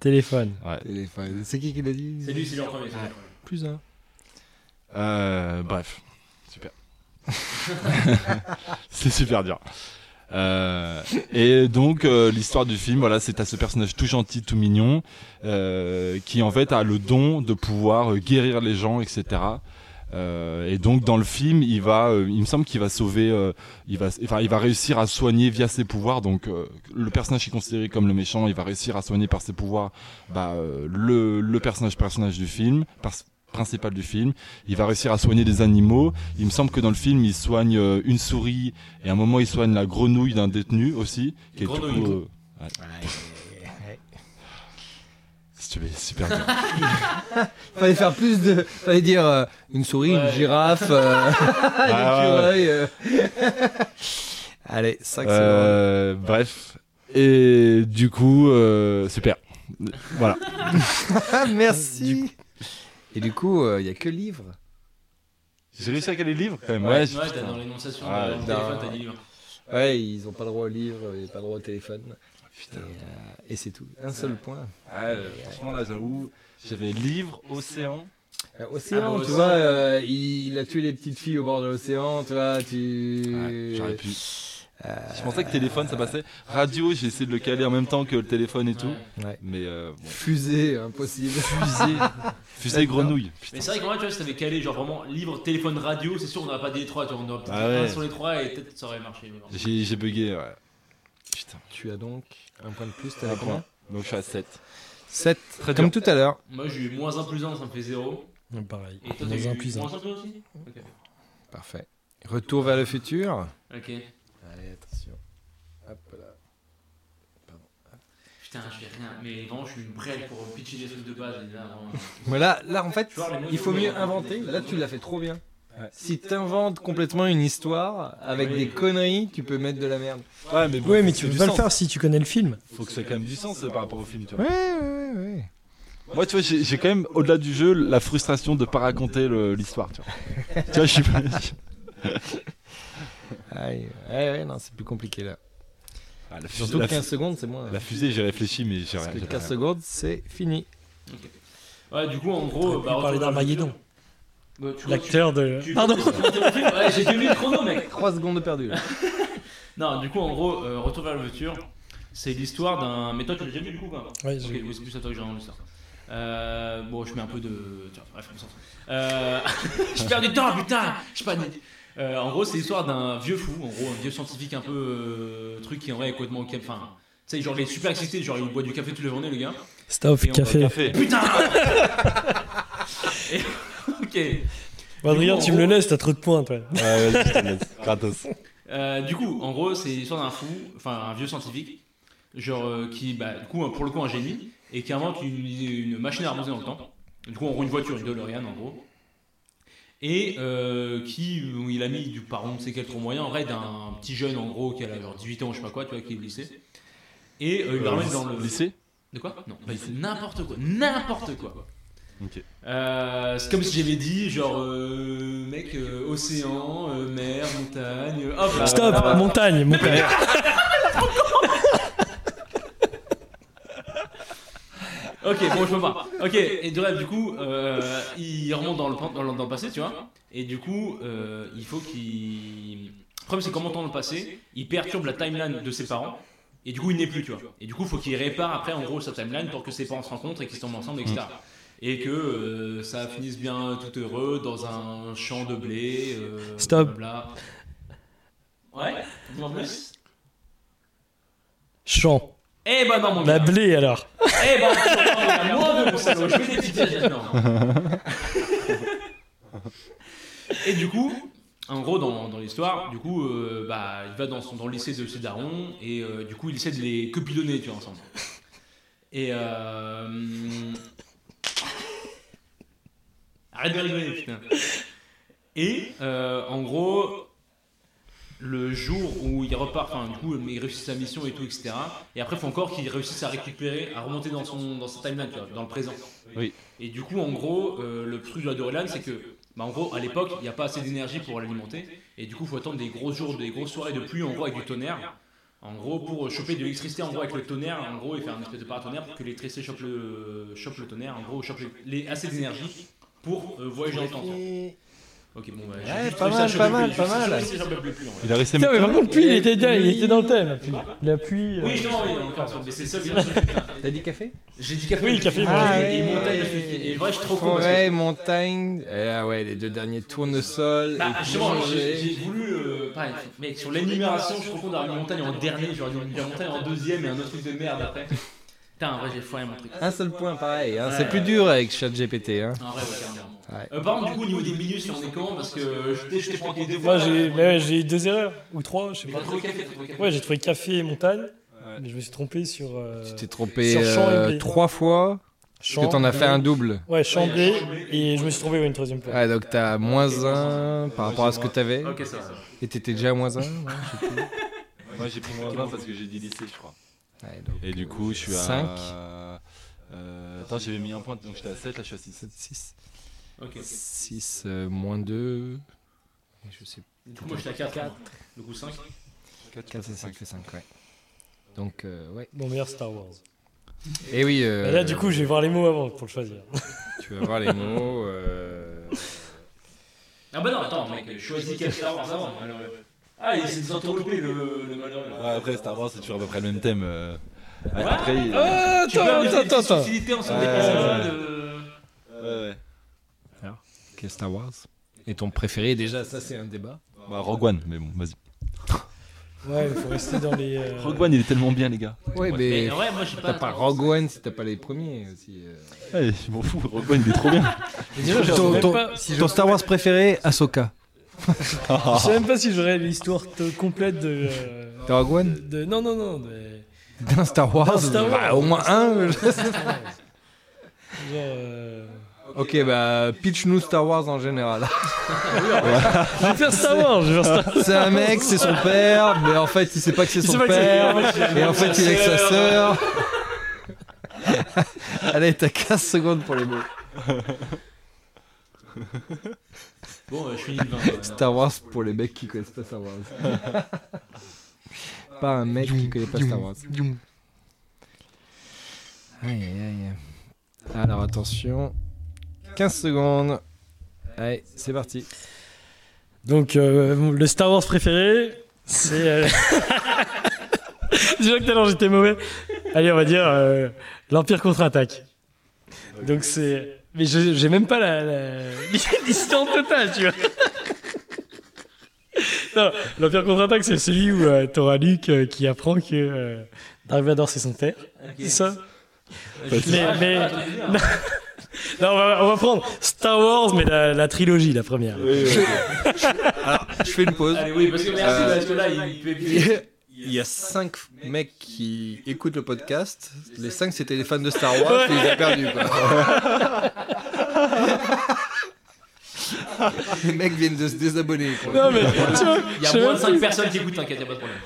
Speaker 3: téléphone.
Speaker 5: téléphone.
Speaker 4: Téléphone. C'est qui qui l'a dit
Speaker 3: C'est lui, c'est lui en premier. c'est lui.
Speaker 4: Plus un.
Speaker 2: Euh, bref, super. c'est super dur. Euh, et donc euh, l'histoire du film, voilà, c'est à ce personnage tout gentil, tout mignon, euh, qui en fait a le don de pouvoir euh, guérir les gens, etc. Euh, et donc dans le film, il va, euh, il me semble qu'il va sauver, euh, il va, enfin, il va réussir à soigner via ses pouvoirs. Donc euh, le personnage qui est considéré comme le méchant, il va réussir à soigner par ses pouvoirs bah, euh, le, le personnage personnage du film, par- principal du film. Il va réussir à soigner des animaux. Il me semble que dans le film, il soigne euh, une souris et à un moment, il soigne la grenouille d'un détenu aussi. Qui est du
Speaker 3: Grenouille.
Speaker 2: coup, euh, ouais. Stupide, super dur.
Speaker 4: Fallait faire plus de. Fallait dire euh, une souris, une
Speaker 3: Ouais.
Speaker 4: girafe, euh,
Speaker 2: Ouais, ouais,
Speaker 4: un
Speaker 2: ouais.
Speaker 4: écureuil. euh. Allez, 5 secondes.
Speaker 2: Euh, bref. Et du coup, euh, super. Voilà.
Speaker 4: Ah, merci Et du coup, euh, il n'y a que livre.
Speaker 2: J'ai réussi à caler le livre quand même.
Speaker 3: Ouais,
Speaker 2: Ouais, je-
Speaker 3: t'as dans l'énonciation,
Speaker 2: Ah,
Speaker 3: euh, dans le
Speaker 4: putain.
Speaker 3: téléphone, t'as dit livre.
Speaker 4: Ouais, ils n'ont pas le droit au livre, ils n'ont pas le droit au téléphone. Et, euh, et c'est tout. Un seul point.
Speaker 2: Ouais, franchement, là, j'avoue, j'avais livre, océan.
Speaker 4: Euh, océan,
Speaker 3: Ah, bah,
Speaker 4: tu
Speaker 3: océan.
Speaker 4: vois, euh, il a tué les petites filles au bord de l'océan, tu vois, tu...
Speaker 2: Ouais, j'aurais pu.
Speaker 5: euh,
Speaker 2: Je pensais que téléphone, ça passait. Radio, j'ai essayé de le caler en même temps que le téléphone et tout.
Speaker 4: Ouais.
Speaker 2: Mais euh, bon.
Speaker 4: Fusée, impossible.
Speaker 2: fusée, fusée grenouille. Putain.
Speaker 3: Mais c'est vrai que moi, tu vois, si t'avais calé, genre vraiment livre, téléphone, radio, c'est sûr, on n'aurait pas dit les trois, tu vois, on aurait peut-être
Speaker 2: Ah
Speaker 3: fait un
Speaker 2: ouais.
Speaker 3: sur les trois et peut-être ça aurait marché. mais bon.
Speaker 2: J'ai j'ai bugué, ouais. Putain,
Speaker 4: tu as donc un point de plus,
Speaker 2: un
Speaker 4: t'avais combien
Speaker 2: point. Donc je suis à 7.
Speaker 4: 7,
Speaker 2: Très
Speaker 4: comme tout à l'heure.
Speaker 3: Moi, j'ai eu moins 1 plus 1, ça me fait 0.
Speaker 5: Pareil.
Speaker 3: Et toi, t'as
Speaker 5: Dans un
Speaker 3: eu
Speaker 5: plus un.
Speaker 3: moins 1 plus 1 aussi
Speaker 4: Parfait. Retour vers le futur.
Speaker 3: Ok.
Speaker 4: Allez, attention. Hop là.
Speaker 3: Putain, je fais rien. Mais vraiment, je suis une brêle pour pitcher des trucs de base. et là, vraiment.
Speaker 4: Mais là, là, en fait, il faut mieux
Speaker 3: Ouais.
Speaker 4: inventer. Là, tu l'as fait trop bien. Si t'inventes complètement une histoire avec des conneries, tu peux mettre de la merde.
Speaker 2: Ouais, mais bon,
Speaker 5: Ouais, mais
Speaker 2: faut
Speaker 5: tu
Speaker 2: que
Speaker 5: peux
Speaker 2: ça ait du
Speaker 5: pas le
Speaker 2: sens.
Speaker 5: faire si tu connais le film.
Speaker 2: Faut que ça ait quand même du sens euh, par rapport au film, tu vois.
Speaker 4: Ouais, ouais, ouais.
Speaker 2: Moi, tu vois, j'ai j'ai quand même, au-delà du jeu, la frustration de pas raconter le- l'histoire, tu vois. tu vois, je suis pas.
Speaker 4: Aïe, ouais, ouais, non, c'est plus compliqué là.
Speaker 2: Ah, la, fusée,
Speaker 4: Surtout
Speaker 2: la,
Speaker 4: 15 secondes, c'est moins. hein.
Speaker 2: la fusée, j'ai réfléchi, mais j'ai rien.
Speaker 4: Parce que
Speaker 2: j'ai
Speaker 4: 15
Speaker 2: rien.
Speaker 4: secondes, c'est fini.
Speaker 3: Ouais, du coup, en gros,
Speaker 5: On parlait d'Armageddon.
Speaker 3: Bah, tu vois, tu-
Speaker 5: L'acteur de.
Speaker 3: tu-
Speaker 5: Pardon.
Speaker 3: Ouais, j'ai tenu le chrono, mec.
Speaker 4: 3 secondes de perdu. là.
Speaker 3: Non, du coup, en gros, euh, Retour vers le futur, c'est l'histoire d'un. Mais toi, tu l'as déjà vu du coup, quoi
Speaker 5: Ouais,
Speaker 3: Ok,
Speaker 5: j'ai-
Speaker 3: oui, c'est plus à toi que j'ai rendu ça. Euh, bon, je mets un peu de. Tiens, bref, on s'en fout. Euh, je perds du temps, putain Je panique Euh, En gros, c'est l'histoire d'un vieux fou, en gros, un vieux scientifique un peu. euh, truc qui en vrai est complètement. au cap- Enfin, tu sais, genre, il est super excité, genre, il boit du café toute la journée, le gars.
Speaker 5: Stop,
Speaker 3: Et on
Speaker 5: café.
Speaker 2: Café.
Speaker 3: Putain Et- Ok.
Speaker 5: Bon, Adrien, tu me le laisses, t'as trop de points, toi.
Speaker 3: Ah,
Speaker 2: Ouais, vas-y, je te laisse. Gratos.
Speaker 3: Euh, du coup, en gros, c'est l'histoire d'un fou, enfin un vieux scientifique, genre euh, qui, bah, du coup, pour le coup, un génie, et qui invente une, une machine à rebondir dans le temps. Du coup, en gros, une voiture, une DeLorean, en gros. Et euh, qui, où il a mis du par on ne sait quel trop moyen, en raid d'un petit jeune, en gros, qui a genre 18 ans, je sais pas quoi, tu vois, qui est au lycée. Et euh, il le ramène dans le.
Speaker 2: lycée
Speaker 3: De quoi Non, bah, il fait n'importe quoi, n'importe quoi.
Speaker 2: Ok.
Speaker 3: Euh, c'est comme si j'avais dit, genre, euh, mec, euh, océan, euh, mer, montagne, hop là,
Speaker 5: Stop,
Speaker 3: là, là.
Speaker 5: montagne, montagne.
Speaker 3: Ok, bon, je peux pas. Ok, et du rêve, du coup, euh, il remonte dans le, pan- dans le, dans le passé, tu vois. Et du coup, euh, il faut qu'il. Le problème, c'est qu'en montant dans le passé, il perturbe la timeline de ses parents. Et du coup, il n'est plus, tu vois. Et du coup, faut qu'il répare après, en gros, sa timeline pour que ses parents se rencontrent et qu'ils tombent ensemble, etc. Et que euh, ça finisse bien tout heureux dans un champ de blé. euh,
Speaker 5: Stop.
Speaker 3: blablabla. Ouais, dis-moi plus.
Speaker 5: Chant.
Speaker 3: Eh ben non, mon
Speaker 5: La
Speaker 3: gars.
Speaker 5: blé alors.
Speaker 3: Eh ben, attends, moi, mon salaud, je fais des petites pièges maintenant. Et du coup, en gros, dans, dans l'histoire, du coup, euh, bah, il va dans, son, dans le lycée de ses darons et euh, du coup, il essaie de les copilonner, tu vois, ensemble. Et. Euh... Arrête de rigoler, putain. Et, euh, en gros, le jour où il repart, enfin du coup il réussit sa mission et tout, etc. Et après il faut encore qu'il réussisse à récupérer, à remonter dans son dans sa timeline, tu vois, dans le présent.
Speaker 2: Oui.
Speaker 3: Et du coup en gros euh, le truc de la Dorelan c'est que bah, en gros à l'époque il n'y a pas assez d'énergie pour l'alimenter et du coup faut attendre des gros jours, des grosses soirées de pluie en gros avec du tonnerre. En gros pour choper de l'électricité en gros avec le tonnerre, en gros et faire une espèce de paratonnerre pour que l'électricité chope le chope le tonnerre, en gros chope les, assez d'énergie pour euh, voyager dans le temps. Ok bon bah, j'ai
Speaker 4: Ouais,
Speaker 3: juste
Speaker 4: pas
Speaker 3: trouvé ça,
Speaker 4: mal,
Speaker 3: je
Speaker 4: pas
Speaker 3: peux
Speaker 4: mal,
Speaker 3: plus,
Speaker 4: pas
Speaker 3: je suis
Speaker 4: mal.
Speaker 3: désolé, j'en peux plus, en vrai.
Speaker 2: Il a resté.
Speaker 5: Putain, mais par contre, lui, il était, bien, il était dans le thème. La pluie. euh,
Speaker 3: Oui, non, oui, encore, mais c'est ça, bien sûr.
Speaker 4: T'as dit café
Speaker 3: J'ai dit café,
Speaker 5: Oui, café,
Speaker 4: Ah,
Speaker 3: et, et
Speaker 4: ouais.
Speaker 3: montagne, je suis- et vrai, je suis trop con. parce que-
Speaker 4: Forêt, montagne. Eh, ah ouais, les deux derniers tournesol.
Speaker 3: Bah,
Speaker 4: et
Speaker 3: justement, j'ai
Speaker 4: boulanger.
Speaker 3: j'ai voulu. euh, pareil, mec, sur l'énumération, je suis trop con d'avoir mis montagne en dernier, j'aurais dû mettre la montagne en deuxième et un autre truc de merde après. Putain, en vrai, j'ai foiré mon truc.
Speaker 4: Un seul point pareil, hein,
Speaker 3: Ouais.
Speaker 4: c'est plus dur avec ChatGPT. Hein.
Speaker 3: En vrai, ouais, carrément.
Speaker 4: Ouais.
Speaker 3: Euh, par contre, du coup, au niveau des minus, on est comment Parce que euh, je t'ai- je t'ai franqué deux
Speaker 5: Moi,
Speaker 3: fois.
Speaker 5: j'ai mais ouais, j'ai eu deux erreurs. Ou trois, je sais
Speaker 3: Mais
Speaker 5: pas.
Speaker 3: t'as trouvé café, t'as trouvé café.
Speaker 5: Ouais, j'ai trouvé café et montagne. Mais je me suis trompé sur. euh,
Speaker 4: Tu t'es trompé
Speaker 5: Sur champ et
Speaker 4: euh,
Speaker 5: blé.
Speaker 4: trois fois,
Speaker 5: champ.
Speaker 4: parce que t'en as fait un double.
Speaker 5: Ouais, champ blé, Et je me suis trompé ouais, une troisième fois.
Speaker 4: Ah, donc t'as moins un par rapport à ce que t'avais.
Speaker 3: Ok, ça va. ça va.
Speaker 4: Et t'étais déjà à moins un. ouais.
Speaker 2: Moi j'ai pris moins 20 parce que j'ai dit lycée, je crois.
Speaker 4: Ouais, donc,
Speaker 2: Et du coup, je suis
Speaker 4: Cinq.
Speaker 2: à. Euh, attends, j'avais mis un point, donc j'étais à 7, là je suis à 6.
Speaker 4: 6.
Speaker 3: Ok, ok.
Speaker 4: 6 euh, moins 2. Je sais
Speaker 3: Du coup, moi, j'étais à 4. Du coup, 5.
Speaker 4: 4 et 5 fait 5, ouais. Donc, euh, ouais.
Speaker 5: Mon meilleur Star Wars.
Speaker 4: Et oui. euh,
Speaker 5: Et là, du coup, je vais voir les mots avant pour le choisir.
Speaker 4: tu vas voir les mots. euh,
Speaker 3: Ah bah non, attends, mec, je choisis quel Star Wars avant. alors, ouais. Ah, il s'est désentourloupé, le, le malheureux. là.
Speaker 2: Ouais, après Star Wars, c'est toujours à peu près le même thème. euh. Après, il-
Speaker 3: Tu peux
Speaker 4: Ah, Attends,
Speaker 3: inviter
Speaker 4: attends,
Speaker 3: des
Speaker 4: attends.
Speaker 3: subtilités en sorte
Speaker 2: Ouais.
Speaker 3: d'épisode, euh,
Speaker 2: Ouais, ouais.
Speaker 4: Quel Star Wars Et ton préféré, déjà, ça, c'est un débat.
Speaker 2: Bah, Rogue One, mais bon, vas-y.
Speaker 5: Ouais, il faut rester dans les. euh,
Speaker 2: Rogue One, il est tellement bien, les gars.
Speaker 4: Ouais, mais.
Speaker 3: Mais ouais, moi j'ai pas.
Speaker 4: T'as pas Rogue One si t'as pas les premiers aussi. euh.
Speaker 2: Ouais, je m'en fous, Rogue One, il est trop bien.
Speaker 5: Déjà, je sais
Speaker 4: Ton,
Speaker 5: même
Speaker 4: ton-
Speaker 5: pas si
Speaker 4: ton Star Wars préféré, Ahsoka.
Speaker 5: je sais même pas si j'aurais l'histoire t- complète de, euh,
Speaker 4: T'as Rogue One
Speaker 5: de- Non, non, non. mais-
Speaker 4: D'un Star Wars,
Speaker 5: D'un Star
Speaker 4: bah,
Speaker 5: Wars.
Speaker 4: au moins un. je-
Speaker 5: Genre. euh,
Speaker 4: ok, bah, pitch nous Star Wars en général. Ah,
Speaker 5: Je vais faire Star Wars. Je vais faire Star
Speaker 4: C'est un mec, c'est son père, mais en fait, il sait pas que c'est
Speaker 5: sait
Speaker 4: son
Speaker 5: pas que c'est-
Speaker 4: père, et en fait, il est avec sa sœur. Allez, t'as 15 secondes pour les mots.
Speaker 3: Bon, euh, je finis le 20. ouais.
Speaker 4: Star Wars pour les mecs qui connaissent pas Star Wars. pas un mec qui connaît pas Star Wars. Aïe, aïe, aïe. Alors, attention. 15 secondes. Allez, c'est parti.
Speaker 5: Donc, euh, le Star Wars préféré, c'est. euh, Déjà que tout à l'heure j'étais mauvais. Allez, on va dire euh, l'Empire contre-attaque. Donc, c'est. Mais je- j'ai même pas la- la- l'histoire totale, tu vois. Non, L'Empire contre-attaque, c'est celui où euh, t'auras Luke euh, qui apprend que euh, Dark Vador c'est son père. C'est ça Mais- mais- Non, on va, on va prendre Star Wars, mais la, la trilogie, la première.
Speaker 4: Je fais une pause.
Speaker 3: Allez, oui, parce que merci,
Speaker 4: Euh,
Speaker 3: parce que là, il peut
Speaker 4: Il y a- il y a 5 mecs qui écoutent le podcast. Les 5 c'était des fans de Star Wars et ils ont perdu quoi. Les mecs viennent de se désabonner. quoi.
Speaker 5: Non, mais tu vois,
Speaker 3: Il
Speaker 5: je
Speaker 3: y a
Speaker 5: sais
Speaker 3: moins
Speaker 5: même
Speaker 3: de 5 personnes qui écoutent, t'inquiète, y'a pas de problème.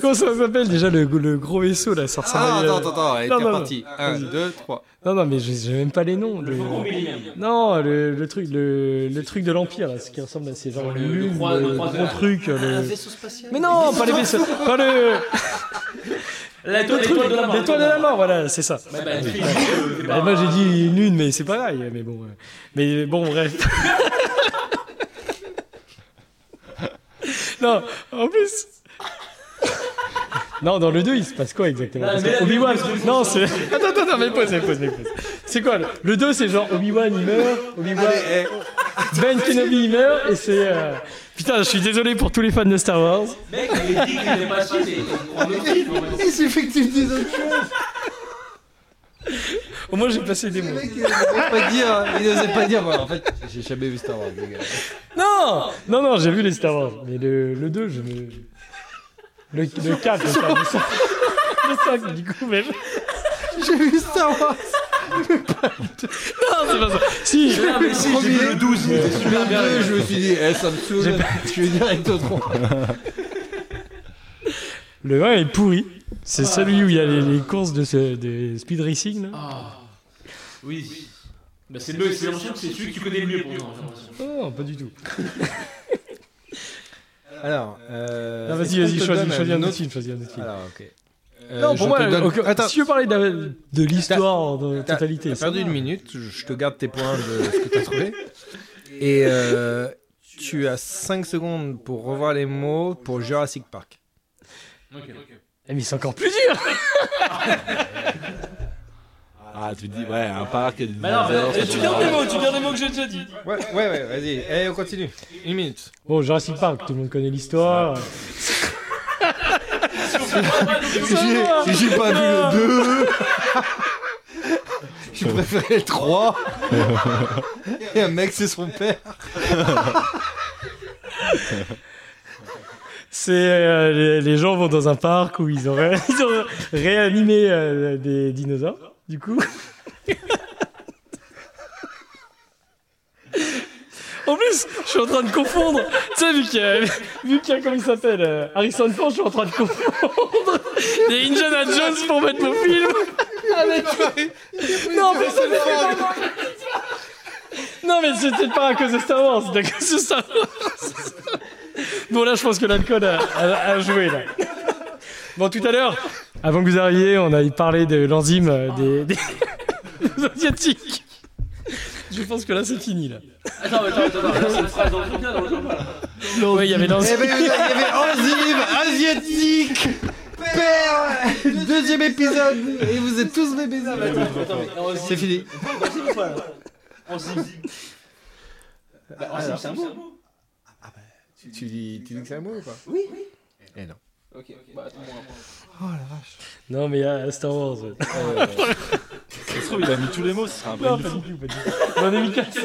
Speaker 5: Comment ça s'appelle déjà le, le gros vaisseau là ça ressemble
Speaker 4: Ah,
Speaker 5: à-
Speaker 4: attends, attends, attends, allez,
Speaker 5: Non,
Speaker 4: t'es
Speaker 5: non, non.
Speaker 4: parti. 1, 2, 3.
Speaker 5: Non, non, mais j'ai- j'ai même pas les noms. le-
Speaker 3: Bon, mais il est bien.
Speaker 5: Non, le, le truc, le, le truc de l'Empire, là, ce qui ressemble à ces genre
Speaker 3: Le-
Speaker 5: le,
Speaker 3: le
Speaker 5: lune, le,
Speaker 3: croix- le
Speaker 5: gros
Speaker 3: croiseur.
Speaker 5: truc.
Speaker 3: Ah,
Speaker 5: le- Euh, Mais non, pas les vaisseaux, pas le,
Speaker 3: La
Speaker 5: le
Speaker 3: toile
Speaker 5: truc,
Speaker 3: l'étoile de la mort.
Speaker 5: l'étoile de la mort, voilà, c'est ça.
Speaker 3: Ouais, bah, tu fais- euh,
Speaker 5: Bah,
Speaker 3: bah,
Speaker 5: moi j'ai dit une lune, mais c'est pareil, mais bon, euh, mais bon, bref. non, en plus. Non, dans le 2, il se passe quoi exactement Parce que Obi-Wan. Non, c'est. Attends, attends, attends, mais pause, mais pause, mais pause. C'est quoi le- Le 2, c'est genre Obi-Wan, il meurt. Obi-Wan. Ben Kenobi, il meurt. Et c'est. euh, Putain, je suis désolé pour tous les fans de Star Wars.
Speaker 10: Mec, il dit qu'il n'était pas suite et on le dit, on le dit.
Speaker 4: Il suffit que tu me dises autre chose.
Speaker 5: Au moins, j'ai passé des mots.
Speaker 4: Le mec, il n'osait pas dire. hein. Il n'osait pas dire. Voilà, en fait, j'ai jamais vu Star Wars, les gars.
Speaker 5: Non Non, non, j'ai vu les Star Wars. Mais le, le 2, je me. Le, le 4, je parle du 5. Le 5, du coup, même.
Speaker 4: J'ai vu Star Wars.
Speaker 5: Non, c'est pas ça. Si
Speaker 4: Mais si, j'ai vu le 12.
Speaker 5: il était
Speaker 4: super bien. Je me suis dit, eh, ça me saoule. Je vais direct au 3.
Speaker 5: Le 1 est pourri. C'est celui où il y a les, les courses de, ce- de speed racing, là.
Speaker 3: Ah. Oui. Bah, c'est
Speaker 10: C'est
Speaker 3: le
Speaker 10: le-
Speaker 3: c'est l'ancien, c'est celui que tu connais le mieux pour nous.
Speaker 5: Non, pas du tout.
Speaker 4: Alors, euh. est-ce
Speaker 5: Non, Ah, vas-y,
Speaker 4: qu'on
Speaker 5: vas-y,
Speaker 4: te
Speaker 5: choisis,
Speaker 4: donne
Speaker 5: choisis un
Speaker 4: une
Speaker 5: autre Euh, film, choisis un autre film.
Speaker 4: Alors, ok. Euh,
Speaker 5: non, pour moi, ok,
Speaker 4: Attends,
Speaker 5: si je veux parler de, la- de l'histoire en
Speaker 4: T'as-
Speaker 5: totalité.
Speaker 4: T'as
Speaker 5: ça
Speaker 4: perdu
Speaker 5: va.
Speaker 4: une minute, je je te garde tes points de ce que t'as trouvé. Et euh, tu as 5 secondes pour revoir les mots pour Jurassic Park.
Speaker 5: Eh, mais c'est encore plus dur
Speaker 2: Ah, tu te dis, ouais, un parc, il y a des
Speaker 3: non, mais-
Speaker 2: dinosaures, ça
Speaker 3: tu
Speaker 2: doit-
Speaker 3: gardes
Speaker 5: les mots, tu gardes les mots que j'ai déjà dit.
Speaker 4: Ouais, ouais, ouais, vas-y. Allez, on continue. Une minute.
Speaker 5: Bon, Jurassic Park, tout le monde connaît l'histoire.
Speaker 4: J'ai j'ai pas vu le 2. J'ai préféré le 3. Et un mec, c'est son père.
Speaker 5: C'est euh, les, les gens vont dans un parc où ils ont, ré- ils ont réanimé euh, des dinosaures, du coup. En plus, je suis en train de confondre. Tu sais, vu qu'il y a, vu qu'il y a, comment il s'appelle, euh, Harrison Ford, je suis en train de confondre des Indiana Jones pour mettre mon film. non, mais c'est pas moi. Non, mais c'est peut-être pas à cause de Star Wars, c'est à cause de Star Wars. Bon, là, je pense que l'alcool a, a- a joué, là. Bon, tout à l'heure, avant que vous arriviez, on a parlé de l'enzyme euh, des, des- des Asiatiques. Je pense que là, c'est fini, là.
Speaker 10: Attends, attends, attends, attends, là, c'est une phrase dans le film, là, dans le film, là.
Speaker 5: Ouais, il y avait
Speaker 4: Eh
Speaker 5: l'enzyme.
Speaker 4: ben, il y avait enzyme asiatique. Père. Deuxième épisode. Et vous êtes tous mes baisers.
Speaker 10: Attends, mais on se
Speaker 4: C'est fini.
Speaker 10: dit une fois, là. On se dit.
Speaker 3: oh,
Speaker 10: Bah, on se dit, c'est un mot.
Speaker 4: Tu dis, tu dis que c'est un mot ou pas
Speaker 10: Ok, bah, attends, moi,
Speaker 3: Ah,
Speaker 10: moi.
Speaker 5: Non, mais euh, Star Wars. ouais.
Speaker 4: Ah, Euh,
Speaker 2: Ça se trouve, il a mis tous les mots, ce sera un peu une fou.
Speaker 5: J'en ai mis quatre.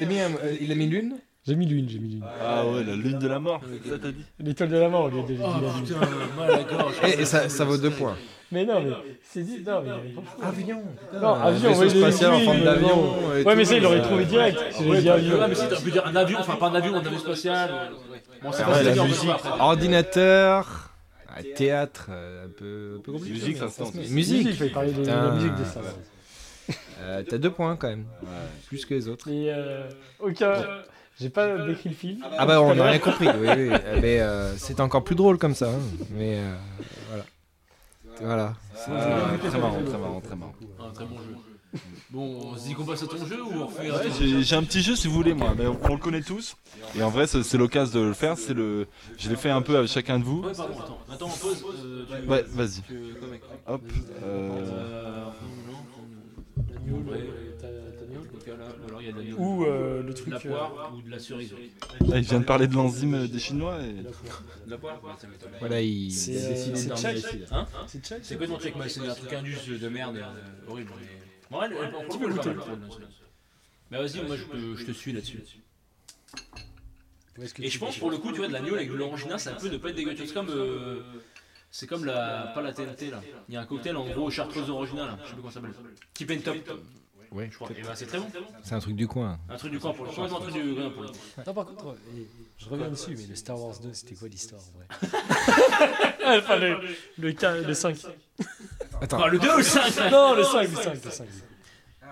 Speaker 4: Il a mis, un- euh, il a mis l'une
Speaker 5: J'ai mis l'une, j'ai mis l'une.
Speaker 2: Ah ouais, la lune de la mort, ça t'as dit
Speaker 5: L'étoile de la mort, on lui a déjà dit
Speaker 4: Oh,
Speaker 5: la lune.
Speaker 4: Eh, Et, et ça, ça vaut deux points.
Speaker 5: Mais non, mais c'est dit. Non, mais.
Speaker 4: Avion Ah,
Speaker 5: Non,
Speaker 4: Euh,
Speaker 5: avion,
Speaker 4: vaisseau
Speaker 5: ouais, il a
Speaker 4: spatial en
Speaker 5: dit,
Speaker 4: forme
Speaker 5: mais
Speaker 4: d'avion,
Speaker 5: bon.
Speaker 4: et
Speaker 5: euh, Ouais, mais
Speaker 4: tout, Euh,
Speaker 5: ça, il l'aurait
Speaker 4: ça-
Speaker 5: trouvé direct. Si j'ai dit
Speaker 3: Ouais,
Speaker 5: avion.
Speaker 3: mais si, tu peux dire un avion, enfin pas un avion, un avion spatial. euh, ouais. Bon, c'est
Speaker 4: Ah
Speaker 3: pas
Speaker 4: ouais,
Speaker 3: ça,
Speaker 4: la
Speaker 3: c'est bien, on
Speaker 4: musique.
Speaker 3: peut pas après.
Speaker 4: Ordinateur, ah, théâtre, euh, un peu, un peu compliqué.
Speaker 2: Musique, ça
Speaker 4: mais
Speaker 2: se tente.
Speaker 4: se met.
Speaker 5: Musique, il
Speaker 4: Musique
Speaker 5: fallait parler de
Speaker 4: Putain.
Speaker 5: la musique de Star Wars.
Speaker 4: Euh, T'as deux points quand même, plus que les autres.
Speaker 5: Mais euh, aucun. J'ai pas décrit le film.
Speaker 4: Ah bah on n'a rien compris, oui, oui. Euh, Mais euh, c'était encore plus drôle comme ça. hein. Mais euh, voilà. Voilà.
Speaker 5: Euh,
Speaker 2: Ah, Très marrant, très marrant, très marrant.
Speaker 3: Un Ah, très bon jeu. Bon, on se dit qu'on passe à ton jeu ou on refait
Speaker 2: Ouais,
Speaker 3: un
Speaker 2: j'ai- J'ai un petit jeu si vous voulez, moi, mais on, on le connaît tous. Et en vrai, ça, c'est l'occasion de le faire. C'est le, je l'ai fait un peu à chacun de vous.
Speaker 3: Ouais, pardon, attends, attends, on pause. euh, tu-
Speaker 2: Ouais, vas-y.
Speaker 3: tu- comme mec.
Speaker 2: Hop. euh,
Speaker 3: Euh,
Speaker 5: L'agneau,
Speaker 3: Ouais,
Speaker 5: le- t'as- t'as
Speaker 3: l'agneau,
Speaker 5: l'agneau
Speaker 3: le coca-là, euh, ou alors il y a de l'agneau.
Speaker 5: Ou euh, le truc.
Speaker 3: De la
Speaker 5: euh,
Speaker 3: poire ou de la cerise.
Speaker 2: là, ah, il vient de parler de l'enzyme euh, des Chinois. Et...
Speaker 5: la poire.
Speaker 3: De la poire Ouais, ça m'étonne.
Speaker 4: Voilà, il
Speaker 5: C'est,
Speaker 4: il a
Speaker 5: euh,
Speaker 4: décidé
Speaker 5: c'est
Speaker 4: d'en
Speaker 5: Jack.
Speaker 4: venir ici, là.
Speaker 3: Hein
Speaker 5: C'est Jack
Speaker 3: C'est quoi ton check C'est un truc indus de merde, euh, horrible. mais- Bon, elle- elle- on peut le faire, elle, elle, elle. Bah vas-y, moi je te- je te suis là-dessus. Et je pense pour le coup, tu vois, de l'agneau avec de l'orangina, ça peut ne pas être dégueu. C'est comme, euh, c'est comme la, pas la TNT là. Il y a un cocktail en gros chartreuse orangina là, je sais plus comment ça s'appelle. Tip and top,
Speaker 4: Ouais,
Speaker 3: je crois. Et bah c'est très bon.
Speaker 4: C'est un truc du coin.
Speaker 3: Un truc du coin pour le coin, un truc du coin pour le
Speaker 5: Non, par contre, et je reviens dessus, mais le Star Wars 2, c'était quoi l'histoire en vrai Enfin, le, le, ca- le 5.
Speaker 4: Attends.
Speaker 3: Ah, le 2 ou le 5
Speaker 5: Non, le 5, le 5, le 5.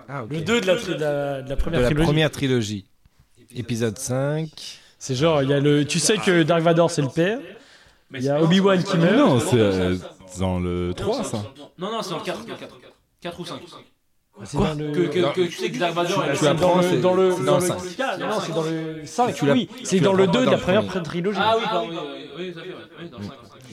Speaker 4: Ah, ok.
Speaker 5: Le 2 de la, tri- de la, de la
Speaker 4: De
Speaker 5: première
Speaker 4: la
Speaker 5: trilogie.
Speaker 4: première trilogie. Épisode 5.
Speaker 5: C'est genre, il y a le, tu sais que Dark Vador, c'est le père. Il y a Obi-Wan qui meurt.
Speaker 2: Non, c'est euh, dans le 3 ça.
Speaker 3: Non, non, c'est en 4, 4, 4 ou 5.
Speaker 5: C'est dans le...
Speaker 3: Que, que, que tu sais que Dark Vador est
Speaker 4: Tu
Speaker 5: c'est
Speaker 4: apprends,
Speaker 5: dans
Speaker 4: c'est-
Speaker 5: le, dans le,
Speaker 4: c'est
Speaker 5: dans
Speaker 4: dans
Speaker 5: le
Speaker 4: le
Speaker 5: Non, non, c'est dans le 5,
Speaker 4: Tu l'as-
Speaker 5: oui. C'est
Speaker 4: tu
Speaker 5: dans le
Speaker 4: l'apprends
Speaker 5: 2 de
Speaker 4: dans
Speaker 5: la
Speaker 4: le
Speaker 5: première
Speaker 4: premier.
Speaker 5: trilogie.
Speaker 3: Ah oui, pardon, oui, oui, oui, ça fait, ouais, oui, dans le 5.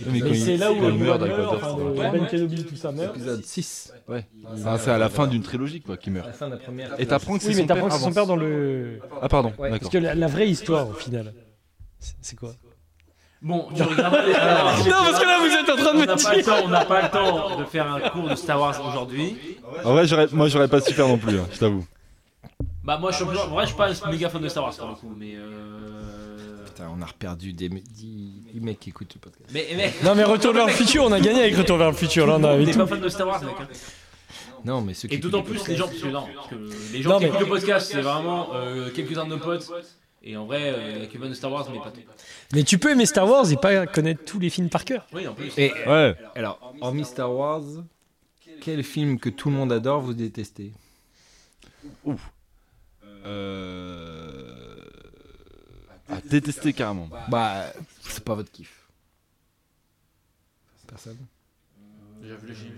Speaker 2: Mais quand
Speaker 5: Mais c'est
Speaker 2: il-
Speaker 5: là où
Speaker 2: quand il
Speaker 5: le
Speaker 2: meurt,
Speaker 5: meurt,
Speaker 2: Dark
Speaker 5: enfin,
Speaker 2: Vador.
Speaker 5: le-
Speaker 11: Ouais.
Speaker 5: Ben Kenobi, tout ça meurt.
Speaker 4: Épisode 6.
Speaker 2: Ouais. Ah, c'est à la fin d'une trilogie quoi qu'il meurt.
Speaker 12: la fin de la première.
Speaker 2: Et t'apprends que c'est
Speaker 5: Oui, mais
Speaker 2: son,
Speaker 5: t'apprends que
Speaker 2: père
Speaker 5: c'est son
Speaker 2: avant.
Speaker 5: père dans le.
Speaker 2: Ah pardon,
Speaker 12: Ouais.
Speaker 2: d'accord.
Speaker 5: Parce que la, la vraie histoire, au final, c'est c'est quoi
Speaker 3: Bon, tu regarderas les- alors,
Speaker 5: Non, parce que là, vous êtes en train
Speaker 3: on
Speaker 5: de
Speaker 3: n'a pas le
Speaker 5: me dire.
Speaker 3: temps, on n'a pas le temps de faire un cours de Star Wars aujourd'hui.
Speaker 2: En vrai, Ah j'aurais- moi j'aurais pas super non plus, hein, je t'avoue.
Speaker 3: Bah moi, je suis, en vrai, je suis pas un méga fan de Star Wars pour le coup, mais. Euh...
Speaker 4: Putain, on a reperdu des me- dix- dix mecs qui écoutent le podcast.
Speaker 3: Mais, mais
Speaker 5: Non, mais Retour vers le futur, on a gagné avec Retour vers le futur. Là, on a
Speaker 3: on
Speaker 5: avec
Speaker 3: n'est
Speaker 5: tout.
Speaker 3: pas fan de Star Wars, mec. hein.
Speaker 4: Non, mais ceux qui
Speaker 3: Et d'autant
Speaker 4: écoutent le
Speaker 3: plus les gens, parce que, non, parce que les gens
Speaker 5: Non,
Speaker 3: qui
Speaker 5: mais-
Speaker 3: écoutent le podcast, c'est vraiment euh, quelques-uns de nos potes. Et en vrai, euh, qui est fan de Star Wars, mais pas tout.
Speaker 5: Mais tu peux aimer Star Wars et pas connaître tous les films par cœur.
Speaker 3: Oui, en plus.
Speaker 4: Et euh,
Speaker 2: Ouais.
Speaker 4: alors, hormis Star Wars, quel film que tout le monde adore vous détestez
Speaker 2: Euh... À détester carrément.
Speaker 4: Bah, c'est pas votre kiff. Personne
Speaker 3: J'ai vu le film.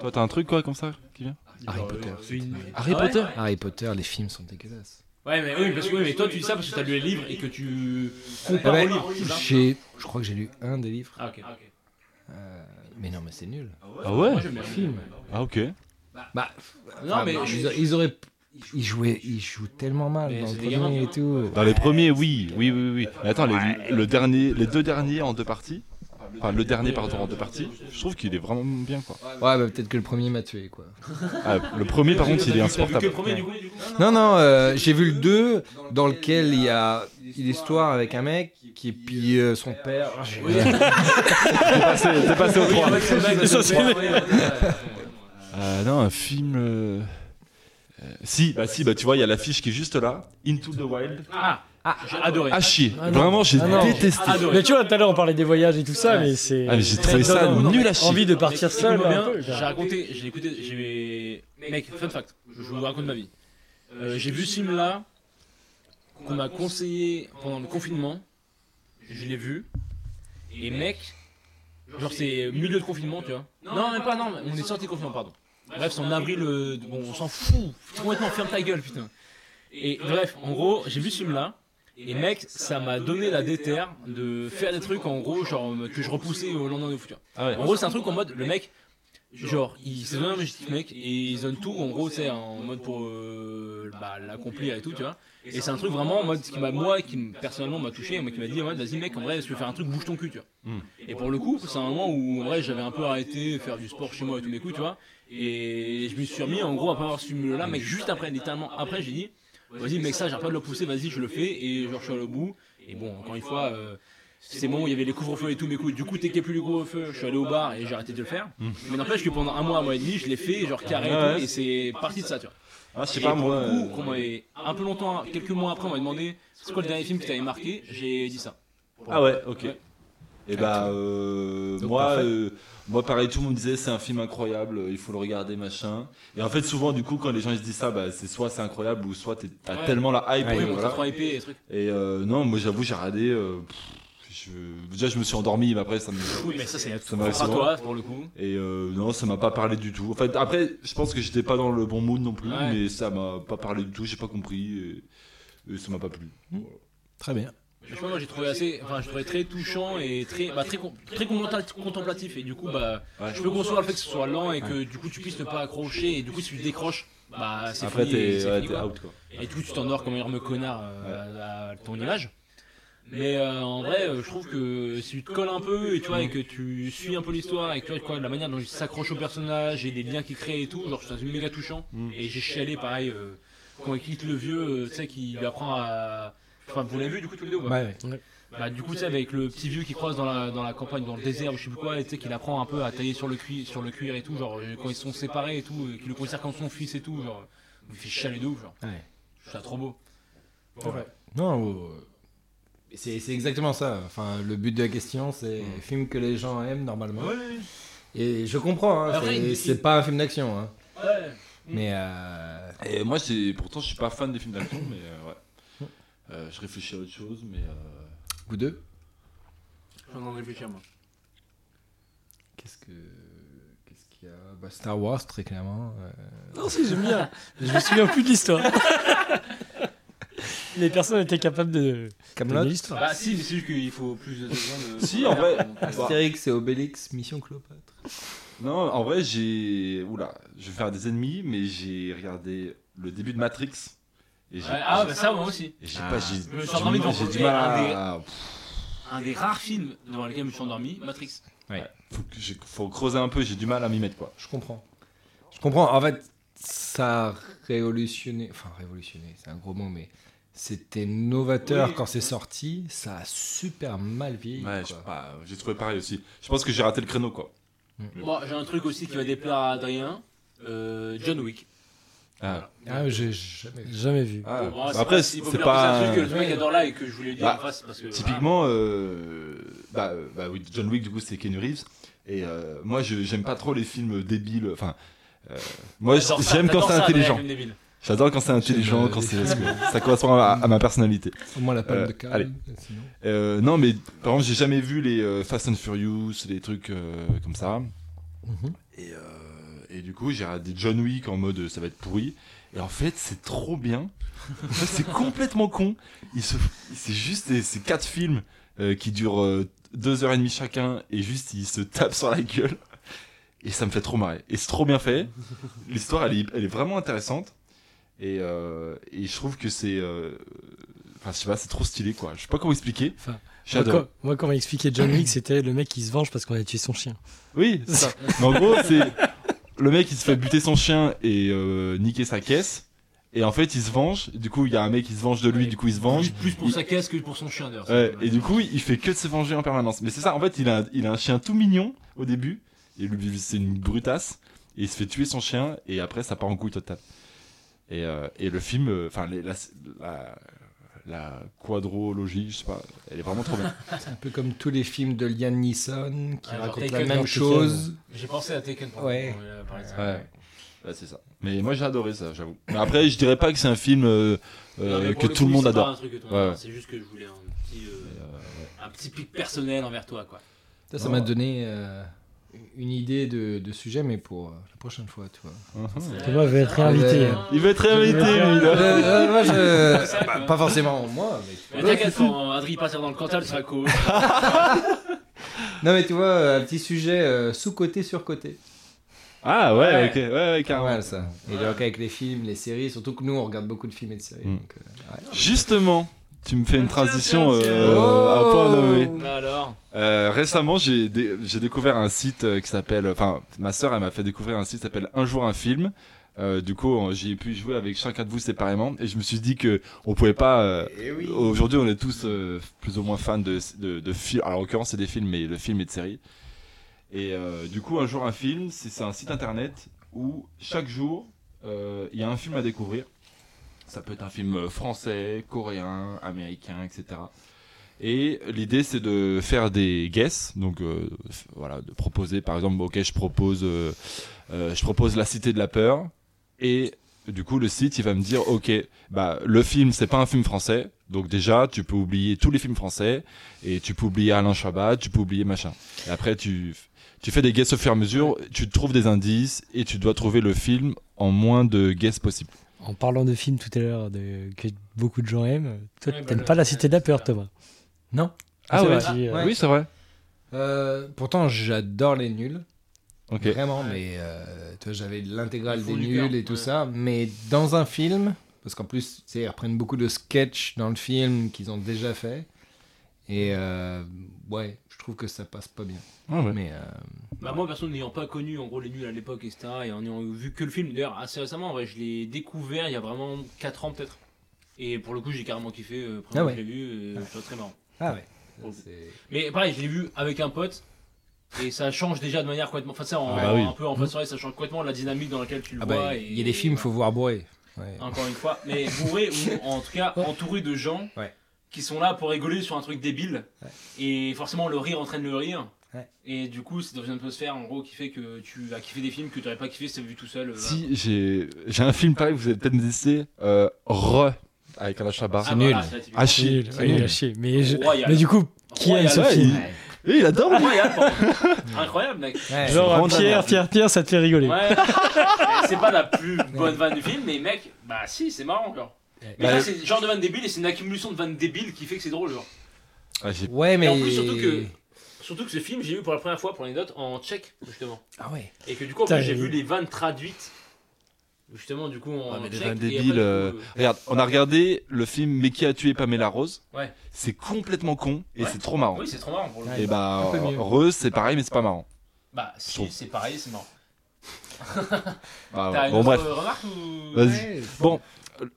Speaker 2: Toi t'as un truc quoi comme ça qui vient
Speaker 4: Harry Potter.
Speaker 3: Harry Potter
Speaker 4: Harry Potter, les films sont dégueulasses.
Speaker 3: Ouais, mais oui, parce que oui, mais toi tu dis ça parce que t'as lu les livres et que tu
Speaker 4: Eh
Speaker 3: compares
Speaker 4: ben,
Speaker 3: aux livres. c'est ça
Speaker 4: j'ai- je crois que j'ai lu un des livres.
Speaker 3: Ah, ok.
Speaker 4: Euh, mais non, mais c'est nul.
Speaker 2: Ah ouais
Speaker 3: Moi j'aime bien le film.
Speaker 2: Ah ok.
Speaker 4: Bah,
Speaker 3: Non, mais.
Speaker 4: ils, ils auraient. Ils jouaient, ils jouent tellement mal
Speaker 3: Mais
Speaker 4: dans
Speaker 3: c'est
Speaker 4: le
Speaker 3: des gamins,
Speaker 4: premier et tout.
Speaker 2: Dans les premiers, oui, oui, oui, oui. Mais attends, les, le dernier, les deux derniers en deux parties, enfin le dernier pardon en deux parties, je trouve qu'il est vraiment bien quoi.
Speaker 4: Ouais, bah peut-être que le premier m'a tué quoi.
Speaker 2: Ah, le premier par contre il est
Speaker 3: T'as vu que le
Speaker 2: insupportable.
Speaker 3: premier, du coup, du coup
Speaker 4: Non, non, euh, j'ai vu le 2 dans lequel il y a l'histoire avec un mec qui pille euh, son père.
Speaker 2: Passé- T'es passé au 3.
Speaker 5: Ça, c'est-
Speaker 2: Euh, non, un film. euh, euh, si, bah si, bah tu vois, il y a l'affiche qui est juste là, Into the Wild.
Speaker 3: Ah, j'ai adoré.
Speaker 2: À chier. Vraiment, j'ai
Speaker 5: Ah, non.
Speaker 2: détesté.
Speaker 5: Mais tu vois, tout à l'heure, on parlait des voyages et tout ça, mais c'est.
Speaker 2: Ah, mais j'ai trouvé ça
Speaker 5: Non, non, non.
Speaker 2: nul à chier.
Speaker 5: Envie de partir
Speaker 3: Mais
Speaker 5: seul.
Speaker 3: écoute-moi
Speaker 5: un
Speaker 3: bien,
Speaker 5: peu,
Speaker 3: J'ai
Speaker 5: genre.
Speaker 3: raconté, j'ai écouté, j'ai. Mec, fun fact, je vous raconte ma vie. Euh, j'ai vu ce film là, qu'on m'a conseillé pendant le confinement. Je l'ai vu. Et mec, genre c'est milieu de confinement, tu vois. Non, même pas, non, on est sorti de confinement, pardon. Bref, c'est en avril, euh, bon, on s'en fout. Complètement, ferme ta gueule, putain. Et bref, en gros, j'ai vu ce film là. Et mec, ça m'a donné la déterre de faire des trucs en gros, genre que je repoussais au lendemain de futur.
Speaker 2: Ah ouais.
Speaker 3: En gros, c'est un truc en mode le mec, genre, il s'est donné un objectif, mec, et il donne tout, en gros, c'est en mode pour euh, bah, l'accomplir et tout, tu vois. Et c'est un truc vraiment en mode qui m'a, moi, qui me- personnellement m'a touché, moi, qui m'a dit, en mode, vas-y, mec, en vrai, si tu veux faire un truc, bouge ton cul, tu vois.
Speaker 2: Mm.
Speaker 3: Et pour le coup, c'est un moment où, en vrai, j'avais un peu arrêté, faire du sport chez moi et tous mes coups, tu vois. Et je me suis remis, en gros, après avoir su là, mec, juste après, littéralement après, j'ai dit, vas-y, mec, ça, j'arrête pas de le pousser, vas-y, je le fais, et genre, je suis allé au bout. Et bon, encore une fois, euh, c'est bon, il y avait les couvre-feux et tout, mais écoute, du coup, t'es qu'il n'y a plus les couvre-feux, je suis allé au bar et j'ai arrêté de le faire. Mais n'empêche que pendant un mois, un mois et demi, je l'ai fait, genre carré et tout,
Speaker 2: Hmm. Ouais.
Speaker 3: et c'est parti de ça, tu vois.
Speaker 2: Ah, je sais
Speaker 3: Et
Speaker 2: pas
Speaker 3: pour
Speaker 2: moi.
Speaker 3: le coup, qu'on
Speaker 2: euh,
Speaker 3: m'avait- un peu longtemps, quelques mois après, on m'a demandé c'est quoi le dernier film qui t'avait marqué, j'ai dit ça.
Speaker 2: Ah ouais, ok.
Speaker 3: Ouais. Ah,
Speaker 2: Et bah, euh, moi, euh, moi, pareil, tout le monde disait c'est un film incroyable, euh, il faut le regarder, machin. Et en fait, souvent, du coup, quand les gens ils se disent ça, bah, c'est soit c'est incroyable ou soit t'es- t'as
Speaker 3: Ouais.
Speaker 2: tellement la hype.
Speaker 3: Oui,
Speaker 2: euh,
Speaker 3: bon,
Speaker 2: voilà.
Speaker 3: ça prend épée et trucs.
Speaker 2: Et euh, non, moi, j'avoue, j'ai regardé. euh, pff, je- Déjà, je me suis endormi, mais après, ça me.
Speaker 3: Oui, mais ça, c'est
Speaker 2: Ça m'a-
Speaker 3: à Ah, toi, pour le coup.
Speaker 2: Et euh, non, ça m'a pas parlé du tout. En fait, après, je pense que j'étais pas dans le bon mood non plus,
Speaker 3: Ouais.
Speaker 2: mais ça m'a pas parlé du tout, j'ai pas compris. Et, et ça m'a pas plu.
Speaker 4: Très bien.
Speaker 3: Je sais pas, moi j'ai trouvé assez, enfin je trouvais très touchant et très, bah, très, con- très contempla- contemplatif et du coup bah
Speaker 2: Ouais.
Speaker 3: je peux concevoir le fait que ce soit lent et que du coup tu puisses ne pas accrocher et du coup si tu décroches bah c'est
Speaker 2: Après,
Speaker 3: fini, et
Speaker 2: t'es
Speaker 3: c'est
Speaker 2: ouais,
Speaker 3: fini,
Speaker 2: t'es
Speaker 3: quoi.
Speaker 2: out quoi.
Speaker 3: Et du coup, tu t'endors comme un énorme connard euh, à, à ton image. Mais euh, en vrai, euh, je trouve que si tu te colles un peu et tu vois et que tu suis un peu l'histoire et que tu vois quoi, la manière dont il s'accroche au personnage et les liens qu'il crée et tout, genre je trouve ça méga touchant.
Speaker 2: Mm.
Speaker 3: Et j'ai chialé pareil euh, quand il quitte le vieux, euh, tu sais, qui lui apprend à. Enfin, vous l'avez vu du coup tous les deux ou pas
Speaker 12: Ouais, ouais.
Speaker 3: bah, du coup, tu sais, avec le petit vieux qui croise dans la, dans la campagne, dans le désert, ou je sais plus quoi, et tu sais, qu'il apprend un peu à tailler sur le cuir, sur le cuir et tout, genre, euh, quand ils sont séparés et tout, euh, qu'il le considère comme son fils et tout, genre, il me fait chialer de ouf, genre.
Speaker 4: Ouais.
Speaker 3: Je trouve ça trop beau.
Speaker 4: Non, euh, c'est c'est exactement ça. Enfin, le but de la question, c'est film que les gens aiment normalement. Et je comprends, hein,
Speaker 3: Après,
Speaker 4: c'est-
Speaker 3: il-
Speaker 4: c'est pas un film d'action. hein.
Speaker 3: Ouais.
Speaker 4: Mais euh,
Speaker 2: Et moi, c'est pourtant, je suis pas fan des films d'action, mais euh, ouais. Euh, je réfléchis à autre chose, mais. euh,
Speaker 4: vous deux,
Speaker 3: J'en ai réfléchi à moi.
Speaker 4: qu'est-ce que qu'est-ce qu'il y a Bah, Star Wars, très clairement. euh.
Speaker 5: Non, si, j'aime bien. Je me souviens plus de l'histoire. les personnes étaient capables de.
Speaker 4: Camelot.
Speaker 5: de l'histoire.
Speaker 3: Bah si, mais c'est juste qu'il faut plus de temps de-
Speaker 2: Si, en vrai. bah,
Speaker 4: Astérix et Obélix, Mission Cléopâtre.
Speaker 2: non, en vrai, j'ai. Oula, je vais faire des ennemis, mais j'ai regardé le début de Matrix. Et j'ai
Speaker 3: Ouais, Ah, bah ça, moi aussi.
Speaker 2: et j'ai pas. J'ai
Speaker 3: Je me suis
Speaker 2: j'ai du
Speaker 3: endormi
Speaker 2: mal-
Speaker 3: devant
Speaker 2: j'ai du
Speaker 3: un
Speaker 2: mal
Speaker 3: des-
Speaker 2: à.
Speaker 3: Un des rares films devant lesquels je me suis endormi, Matrix.
Speaker 2: Faut, que j'ai- faut creuser un peu, j'ai du mal à m'y mettre quoi.
Speaker 4: Je comprends. Je comprends. En fait, ça a révolutionné. Enfin, révolutionné, c'est un gros mot, mais c'était novateur
Speaker 3: Oui.
Speaker 4: quand c'est sorti. Ça a super mal vieilli.
Speaker 2: Ouais, je-
Speaker 4: quoi.
Speaker 2: bah, j'ai trouvé pareil aussi. Je pense que j'ai raté le créneau quoi.
Speaker 3: Bon, j'ai un truc aussi qui va déplaire à Adrien. euh, John Wick.
Speaker 2: Ah.
Speaker 4: Ah, j'ai jamais vu.
Speaker 5: Jamais vu.
Speaker 2: Ah.
Speaker 3: Bon, c'est
Speaker 2: Après,
Speaker 3: pas-
Speaker 2: c'est
Speaker 3: il faut
Speaker 2: c'est
Speaker 3: faire
Speaker 2: pas.
Speaker 3: plus un truc que le mec adore là et que je voulais lui dire
Speaker 2: Bah,
Speaker 3: en face parce que.
Speaker 2: Typiquement, euh, bah, euh, bah oui, John Wick, du coup, c'est Ken Reeves. Et euh, moi, je j'aime pas trop les films débiles. Enfin, euh, moi,
Speaker 3: J'adore ça,
Speaker 2: j'aime quand
Speaker 3: j'adore
Speaker 2: c'est
Speaker 3: ça,
Speaker 2: intelligent.
Speaker 3: Adrien Débile.
Speaker 2: J'adore quand c'est intelligent,
Speaker 4: J'aime, euh,
Speaker 2: quand
Speaker 4: les-
Speaker 2: c'est parce que ça correspond à, à ma personnalité.
Speaker 4: Au moins la palme
Speaker 2: Euh,
Speaker 4: de Cannes.
Speaker 2: allez.
Speaker 4: sinon.
Speaker 2: Euh, non, mais par exemple, j'ai jamais vu les euh, Fast and Furious, les trucs euh, comme ça.
Speaker 4: Mhm.
Speaker 2: Et, euh, et du coup, j'ai regardé John Wick en mode euh, ça va être pourri. Et en fait, c'est trop bien. En fait, c'est complètement con. Il se- C'est juste des- ces quatre films euh, qui durent euh, deux heures et demie chacun et juste ils se tapent sur la gueule. Et ça me fait trop marrer. Et c'est trop bien fait. L'histoire, elle est, elle est vraiment intéressante. Et, euh, et je trouve que c'est. euh, Enfin, je sais pas, c'est trop stylé quoi. Je sais pas comment expliquer.
Speaker 5: Enfin,
Speaker 2: J'adore.
Speaker 5: Moi, quand- Moi, quand on m'expliquait John Wick, c'était le mec qui se venge parce qu'on a tué son chien.
Speaker 2: Oui, c'est ça. Mais en gros, c'est le mec il se fait buter son chien et euh, niquer sa caisse. Et en fait, il se venge. Du coup, il y a un mec qui se venge de lui. Du coup, il se venge.
Speaker 3: Plus, plus pour sa caisse que pour son chien d'ailleurs.
Speaker 2: Ouais, et du coup, il fait que de se venger en permanence. Mais c'est ça. En fait, il a, un- il a un chien tout mignon au début. Et lui, c'est une brutasse. Et il se fait tuer son chien. Et après, ça part en couille totale. Et, euh, et le film, euh, enfin les- la, la, la quadrologie, je sais pas, elle est vraiment trop bien.
Speaker 4: C'est un peu comme tous les films de Liam Neeson qui
Speaker 3: Alors,
Speaker 4: racontent
Speaker 3: Taken
Speaker 4: la même
Speaker 3: dans
Speaker 4: chose.
Speaker 3: J'ai pensé à Taken. pour-
Speaker 4: Ouais.
Speaker 3: pour, euh, parler de ça.
Speaker 2: Ouais. c'est ça. Mais moi j'ai adoré ça, j'avoue. Mais après, je dirais pas que c'est un film euh, euh,
Speaker 3: Non, mais pour
Speaker 2: que
Speaker 3: le
Speaker 2: tout le
Speaker 3: coup,
Speaker 2: monde
Speaker 3: c'est pas
Speaker 2: adore.
Speaker 3: un truc que toi,
Speaker 2: Ouais, ouais.
Speaker 3: C'est juste que je voulais un petit, euh, un petit pic personnel envers toi quoi.
Speaker 4: Ça, ça m'a donné euh, une idée de, de sujet, mais pour euh, la prochaine fois, tu vois.
Speaker 2: Uh-huh.
Speaker 5: Et moi, je vais être réinvité. hein.
Speaker 2: Il veut être réinvité, lui.
Speaker 4: Euh,
Speaker 2: là.
Speaker 4: euh, moi, je-
Speaker 3: C'est vrai,
Speaker 4: bah,
Speaker 3: quoi.
Speaker 4: pas forcément moi, mais.
Speaker 3: Mais t'inquiète, quand Adri passera dans le Cantal, ce sera cool.
Speaker 4: Non, mais tu vois, euh, un petit sujet euh, sous-côté, sur-côté.
Speaker 2: Ah ouais,
Speaker 3: Ouais.
Speaker 2: ok, ouais, ouais,
Speaker 4: Pas
Speaker 2: carrément.
Speaker 4: mal ça. Et donc, avec les films, les séries, surtout que nous, on regarde beaucoup de films et de séries.
Speaker 2: Mm.
Speaker 4: donc, euh, ouais.
Speaker 2: Justement, tu me fais une transition
Speaker 3: tiens, tiens.
Speaker 2: euh, à point nommé.
Speaker 3: Bah alors
Speaker 2: Euh, récemment, j'ai dé- j'ai découvert un site euh, qui s'appelle. Enfin, ma sœur, elle m'a fait découvrir un site qui s'appelle Un jour un film. Euh, du coup, euh, j'y ai pu jouer avec chacun de vous séparément, et je me suis dit que on pouvait pas. euh, Aujourd'hui, on est tous euh, plus ou moins fans de, de, de films. Alors, en l'occurrence, c'est des films, mais le film est de série. Et euh, du coup, Un jour un film, c'est c'est un site internet où chaque jour, euh, il y a un film à découvrir. Ça peut être un film euh, français, coréen, américain, etc. Et l'idée, c'est de faire des guesses. Donc, euh, f- voilà, de proposer, par exemple, ok, je propose, euh, euh, je propose La Cité de la Peur. Et du coup, le site, il va me dire, ok, bah, le film, c'est pas un film français. Donc, déjà, tu peux oublier tous les films français. Et tu peux oublier Alain Chabat, tu peux oublier machin. Et après, tu, f- tu fais des guesses au fur et à mesure. Tu trouves des indices et tu dois trouver le film en moins de guesses possible.
Speaker 5: En parlant de films tout à l'heure de- que beaucoup de gens aiment, toi,
Speaker 3: Ouais, bah,
Speaker 5: t'aimes
Speaker 3: le-
Speaker 5: pas La Cité de la Peur, Thomas
Speaker 4: Non.
Speaker 5: Ah
Speaker 2: C'est
Speaker 5: ouais,
Speaker 2: vrai.
Speaker 5: tu, euh,
Speaker 4: Ouais.
Speaker 2: Oui, c'est vrai.
Speaker 4: Euh, pourtant, j'adore les nuls.
Speaker 2: Ok.
Speaker 4: Vraiment, mais euh, tu vois, j'avais l'intégrale
Speaker 3: Ils
Speaker 4: des
Speaker 3: font du cœur,
Speaker 4: nuls et tout
Speaker 3: ouais.
Speaker 4: ça. Mais dans un film, parce qu'en plus, tu sais, ils reprennent beaucoup de sketchs dans le film qu'ils ont déjà fait. Et euh, ouais, je trouve que ça passe pas bien.
Speaker 2: Ah ouais.
Speaker 4: Mais euh,
Speaker 3: Bah moi, personne n'ayant pas connu en gros les nuls à l'époque, etc. Et en ayant vu que le film, d'ailleurs assez récemment, en vrai, je l'ai découvert il y a vraiment 4 ans peut-être. Et pour le coup, j'ai carrément kiffé. Euh,
Speaker 4: Ah
Speaker 3: première fois
Speaker 4: ouais.
Speaker 3: que je l'ai vu, euh, je trouve ça très marrant.
Speaker 4: ah ouais.
Speaker 3: Pour le coup.
Speaker 4: c'est-
Speaker 3: Mais pareil, je l'ai vu avec un pote. Et ça change déjà de manière complètement. Enfin, ça, en,
Speaker 2: Ah bah oui.
Speaker 3: un peu en face soirée, ça change complètement la dynamique dans laquelle tu le
Speaker 4: Ah
Speaker 3: vois.
Speaker 4: bah,
Speaker 3: et- Ah.
Speaker 4: il y a des films, faut voir bourré. Ouais.
Speaker 3: Encore une fois, mais bourré ou en tout cas entouré de gens
Speaker 4: Ouais.
Speaker 3: qui sont là pour rigoler sur un truc débile. Et forcément, le rire entraîne le rire.
Speaker 4: Ouais.
Speaker 3: Et du coup, c'est dans une atmosphère en gros qui fait que tu vas kiffer des films que tu n'aurais pas kiffé si tu vu tout seul. euh,
Speaker 2: Si, j'ai j'ai un film pareil, vous avez peut-être décidé, euh, Re, avec Alain Chabat.
Speaker 3: ah, voilà, c'est là, typiquement.
Speaker 2: Ah,
Speaker 5: C'est nul,
Speaker 2: chier.
Speaker 5: ouais, il a chier. Mais, je-
Speaker 3: Royal.
Speaker 5: mais du coup, qui aime ce
Speaker 3: Royal,
Speaker 5: film
Speaker 2: Ouais, il- Eh, il adore lui.
Speaker 3: Incroyable, pardon. Incroyable, mec.
Speaker 4: Ouais.
Speaker 5: Genre,
Speaker 2: Grande
Speaker 5: Pierre,
Speaker 2: merde.
Speaker 5: Pierre, Pierre, ça te fait rigoler.
Speaker 3: Ouais. c'est pas la plus bonne vanne du film, mais mec, bah si, c'est marrant, genre. Mais ça, c'est le genre de vanne débile et c'est une accumulation de vannes débiles qui fait que c'est drôle. genre.
Speaker 2: Ah, j'ai-
Speaker 4: Ouais, mais.
Speaker 3: Et en plus, surtout que, surtout que ce film, j'ai vu pour la première fois, pour l'anecdote, en tchèque, justement.
Speaker 4: Ah ouais.
Speaker 3: Et que du coup, en
Speaker 5: Putain,
Speaker 3: plus, j'ai
Speaker 5: j'ai
Speaker 3: vu
Speaker 5: vu.
Speaker 3: les vannes traduites. Justement, du coup, en
Speaker 2: Ouais, Ah, mais les
Speaker 3: tchèque.
Speaker 2: vannes
Speaker 3: et après,
Speaker 2: débiles,
Speaker 3: du coup,
Speaker 2: euh,
Speaker 3: euh,
Speaker 2: Regarde, on a regardé le film Mais qui a tué Pamela Rose.
Speaker 3: Ouais.
Speaker 2: C'est complètement con et
Speaker 3: Ouais.
Speaker 2: c'est trop marrant.
Speaker 3: Oui, c'est trop marrant pour le coup.
Speaker 2: Et bah,
Speaker 4: Un peu mieux.
Speaker 2: Reuse, c'est pareil, mais c'est pas marrant.
Speaker 3: Bah,
Speaker 2: Je trouve.
Speaker 3: si, c'est pareil, c'est marrant.
Speaker 2: Bah,
Speaker 3: T'as une
Speaker 2: bon,
Speaker 3: autre
Speaker 2: bref.
Speaker 3: euh, remarque ou.
Speaker 2: Vas-y.
Speaker 13: Ouais,
Speaker 2: Bon,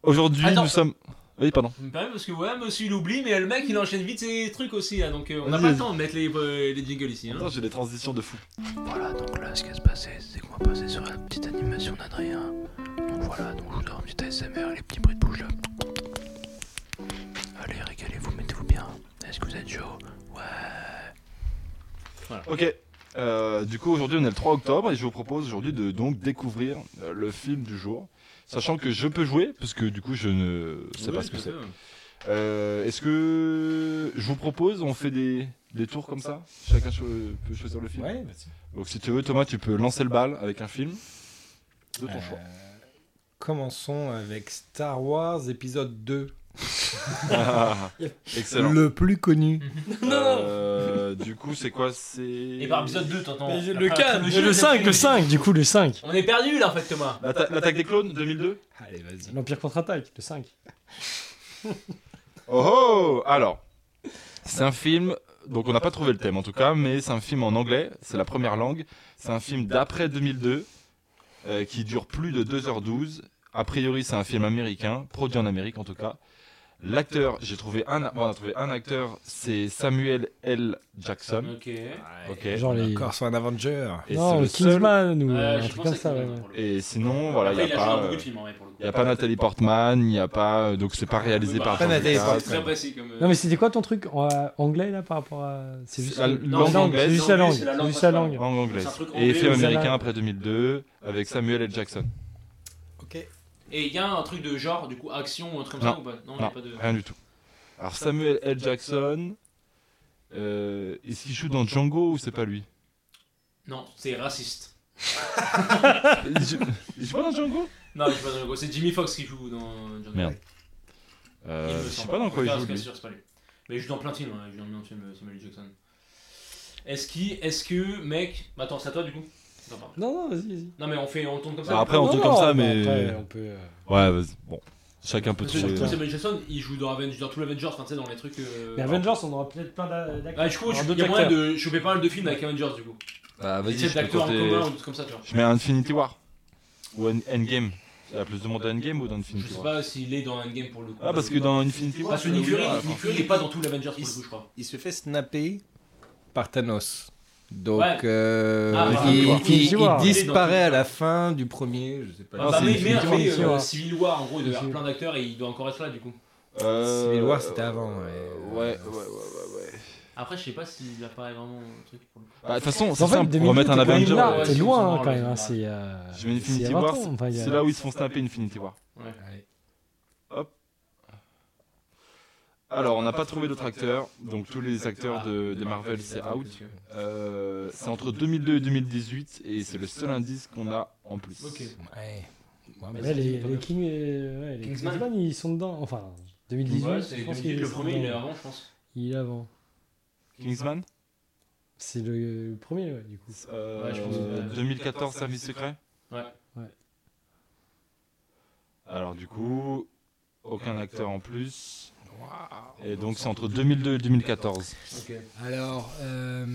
Speaker 2: aujourd'hui,
Speaker 3: Attends.
Speaker 2: nous sommes. Oui, pardon.
Speaker 3: Je me permets parce que ouais, monsieur il oublie, mais le mec il enchaîne vite ses trucs aussi là, donc euh, on n'a
Speaker 2: Vas-y,
Speaker 3: pas le
Speaker 2: vas-y.
Speaker 3: temps de mettre les, euh, les jingles ici. Hein.
Speaker 2: Attends, j'ai des transitions de fou.
Speaker 14: Voilà, donc là, ce qui va se passer, c'est qu'on va passer sur la petite animation d'Adrien. Donc voilà, donc je vous donne un petit ASMR, les petits bruits de bouche là. Allez, régalez-vous, mettez-vous bien. Est-ce que vous êtes chaud
Speaker 2: Ok. Euh, du coup, aujourd'hui, on est le 3 octobre et je vous propose aujourd'hui de donc découvrir euh, le film du jour. Sachant que je peux jouer, parce que du coup, je ne sais pas
Speaker 3: Oui,
Speaker 2: ce que
Speaker 3: tout
Speaker 2: c'est.
Speaker 3: à fait, ouais.
Speaker 2: Euh, Est-ce que je vous propose, on fait des, des tours comme ça Chacun cho- peut choisir le film.
Speaker 4: Ouais, vas-y.
Speaker 2: Donc si tu veux, Thomas, tu peux lancer le bal avec un film de ton
Speaker 3: Euh.
Speaker 2: choix.
Speaker 4: Commençons avec Star Wars épisode 2.
Speaker 2: Excellent.
Speaker 4: Le plus connu.
Speaker 5: Mm.
Speaker 2: Euh, du coup, c'est quoi C'est.
Speaker 3: Et par épisode 2, t'entends.
Speaker 5: Mais
Speaker 3: Après,
Speaker 5: Le 4,
Speaker 3: trilogie,
Speaker 5: le
Speaker 3: la
Speaker 5: 5, le
Speaker 3: trilogie.
Speaker 5: 5, du coup, le 5.
Speaker 3: On est perdu là en fait, Thomas.
Speaker 2: L'atta- L'attaque des clones 2002
Speaker 4: Allez, vas-y.
Speaker 5: L'Empire contre-attaque, le 5.
Speaker 2: Oh oh Alors, c'est un film. Donc, on n'a pas trouvé le thème en tout cas, mais c'est un film en anglais, c'est la première langue. C'est un film d'après 2002 euh, qui dure plus de 2h12. A priori, c'est un film américain, produit en Amérique en tout cas. L'acteur, j'ai trouvé un, bon, on a trouvé un acteur, c'est Samuel L. Jackson.
Speaker 3: Ok. Euh,
Speaker 2: Ok.
Speaker 5: Genre les.
Speaker 4: Encore sur un Avenger.
Speaker 2: Et c'est
Speaker 5: non,
Speaker 2: le
Speaker 5: le
Speaker 2: seul.
Speaker 5: Kingsman ou un
Speaker 3: Euh, je
Speaker 5: truc
Speaker 3: pense
Speaker 5: comme
Speaker 3: que c'est
Speaker 5: ça. ouais,
Speaker 3: Kingsman,
Speaker 5: ouais.
Speaker 3: pour le coup.
Speaker 2: Et sinon, voilà, il
Speaker 3: Après,
Speaker 2: n'y
Speaker 3: il
Speaker 2: a,
Speaker 3: a
Speaker 2: pas,
Speaker 3: joué dans beaucoup
Speaker 2: euh,
Speaker 3: de films, en vrai, pour le coup.
Speaker 2: y a pas Nathalie Portman, il n'y a pas, euh, donc c'est pas réalisé
Speaker 3: Bah,
Speaker 2: par.
Speaker 3: pas
Speaker 2: Jean
Speaker 4: Nathalie
Speaker 2: Lucas.
Speaker 3: C'est très précis comme. euh,
Speaker 5: Non, mais c'était quoi ton truc en, euh, anglais là par rapport à. C'est juste
Speaker 2: La
Speaker 5: le-
Speaker 2: langue anglaise.
Speaker 5: C'est juste la langue.
Speaker 3: C'est la
Speaker 5: C'est
Speaker 3: langue
Speaker 5: juste la
Speaker 3: principale.
Speaker 5: langue.
Speaker 2: En anglais.
Speaker 3: C'est un truc anglais,
Speaker 2: Et film
Speaker 5: mais ça
Speaker 2: américain
Speaker 5: l'a-
Speaker 2: après 2002 avec Samuel L. Jackson.
Speaker 4: Ok.
Speaker 3: Et il y a un truc de genre, du coup, action ou un truc comme ça
Speaker 2: Non.
Speaker 3: ou pas Non, il y a
Speaker 2: Non, Euh.
Speaker 3: pas de.
Speaker 2: rien du tout. Alors Samuel L. Jackson, euh, est-ce qu'il joue dans Django ou c'est pas lui
Speaker 3: Non, c'est raciste.
Speaker 2: Il joue il joue pas dans Django
Speaker 3: Non, je sais pas dans le gros, C'est Jimmy Fox qui joue dans John
Speaker 2: Merde.
Speaker 3: Wick. Il me
Speaker 2: euh, Je sais
Speaker 3: semble.
Speaker 2: pas dans quoi il
Speaker 3: Enfin,
Speaker 2: joue.
Speaker 3: c'est
Speaker 2: lui.
Speaker 3: sûr, c'est pas lui. Mais il joue dans plein de films, hein, il joue dans plein de films, euh, Samuel Jackson. Est-ce qui, est-ce que, mec, bah attends, c'est à toi du coup. Non, pardon.
Speaker 5: Non, non, vas-y, vas-y.
Speaker 3: Non mais on fait, on tourne comme
Speaker 2: Bah,
Speaker 3: ça.
Speaker 2: après, on
Speaker 5: Non,
Speaker 2: tourne
Speaker 5: non,
Speaker 2: comme ça,
Speaker 5: bah,
Speaker 2: mais-
Speaker 5: après, on peut, euh,
Speaker 2: Ouais, vas-y. Bon, chacun peut hein.
Speaker 3: Parce que
Speaker 2: trouver.
Speaker 3: surtout, Samuel Jackson, il joue dans Avengers, dans tout l'Avengers, enfin tu sais dans les trucs. euh,
Speaker 5: Mais Avengers, on aura peut-être plein d'a- d'acteurs.
Speaker 3: Ah, du coup,
Speaker 5: Alors,
Speaker 3: il y
Speaker 5: d'autres
Speaker 3: a moyen
Speaker 5: acteurs.
Speaker 3: de choper pas mal de films avec Avengers du coup.
Speaker 2: Bah,
Speaker 3: Vas-y,
Speaker 2: je peux
Speaker 3: d'acteurs en
Speaker 2: tenter-
Speaker 3: commun ou des trucs comme ça, tu vois.
Speaker 2: Je mets Infinity War ou En- Endgame. Il y a plus de monde dans Endgame ou dans
Speaker 3: Je
Speaker 2: Infinity
Speaker 3: sais
Speaker 2: War
Speaker 3: pas s'il est dans Endgame pour le coup.
Speaker 2: Ah, parce que dans Infinity War.
Speaker 3: Parce que Nick Fury,
Speaker 2: Ah,
Speaker 3: Nick Fury, il est pas dans tout l'Avengers pour le coup, je crois.
Speaker 13: Il se fait snapper par Thanos. Donc,
Speaker 3: Ouais.
Speaker 13: euh,
Speaker 3: Ah, bah,
Speaker 13: il,
Speaker 3: oui,
Speaker 13: il-
Speaker 5: Infinity
Speaker 13: il
Speaker 5: War.
Speaker 13: disparaît à la fin du premier, je sais pas.
Speaker 2: Non,
Speaker 3: bah,
Speaker 2: c'est
Speaker 3: mais, mais,
Speaker 2: Infinity War,
Speaker 3: mais,
Speaker 5: Infinity
Speaker 3: euh,
Speaker 5: War.
Speaker 3: Civil War, en gros, il doit y avoir
Speaker 5: Civil-
Speaker 3: plein d'acteurs et il doit encore être là du coup.
Speaker 2: Euh,
Speaker 13: Civil War, c'était avant, ouais.
Speaker 2: Ouais, ouais, ouais, ouais. ouais.
Speaker 3: Après, je sais pas s'il apparaît vraiment euh, truc pour le coup.
Speaker 2: Bah, De toute façon, c'est
Speaker 5: En fait,
Speaker 2: simple,
Speaker 5: 2000,
Speaker 2: on va mettre un
Speaker 5: t'es quand même
Speaker 2: Avenger.
Speaker 5: là,
Speaker 3: ouais,
Speaker 5: T'es
Speaker 3: c'est
Speaker 5: loin
Speaker 3: vraiment
Speaker 5: hein, quand même.
Speaker 3: le
Speaker 5: hein,
Speaker 3: film,
Speaker 5: C'est. euh,
Speaker 2: Je mets
Speaker 5: c'est il
Speaker 2: Infinity
Speaker 5: y a 20
Speaker 2: War,
Speaker 5: ans, enfin, il y a-
Speaker 2: c'est là où ils se font snapper Infinity War. Alors, on n'a pas trouvé d'autres acteurs, donc tous les acteurs de, des Marvel, c'est out. Euh, c'est entre 2002 et 2018, et c'est le seul indice qu'on a en plus.
Speaker 3: Ok.
Speaker 13: Ouais. Ouais, mais
Speaker 5: Mais là,
Speaker 13: c'est-
Speaker 5: les, les King, euh, ouais, les
Speaker 3: Kingsman.
Speaker 5: Kingsman, ils sont dedans. Enfin, 2018,
Speaker 3: Ouais,
Speaker 5: je
Speaker 3: c'est
Speaker 5: pense
Speaker 3: le
Speaker 5: qu'ils sont
Speaker 3: premier, il est
Speaker 5: dedans.
Speaker 3: avant, je pense.
Speaker 5: Il est avant.
Speaker 2: Kingsman
Speaker 5: C'est le, le premier, ouais, du coup.
Speaker 2: Euh,
Speaker 3: Ouais, je pense que-
Speaker 2: 2014, Service Secret
Speaker 3: Ouais.
Speaker 5: Ouais.
Speaker 2: Alors, du coup, aucun acteur en plus. Et donc, c'est entre 2002 et 2014.
Speaker 13: Alors, euh,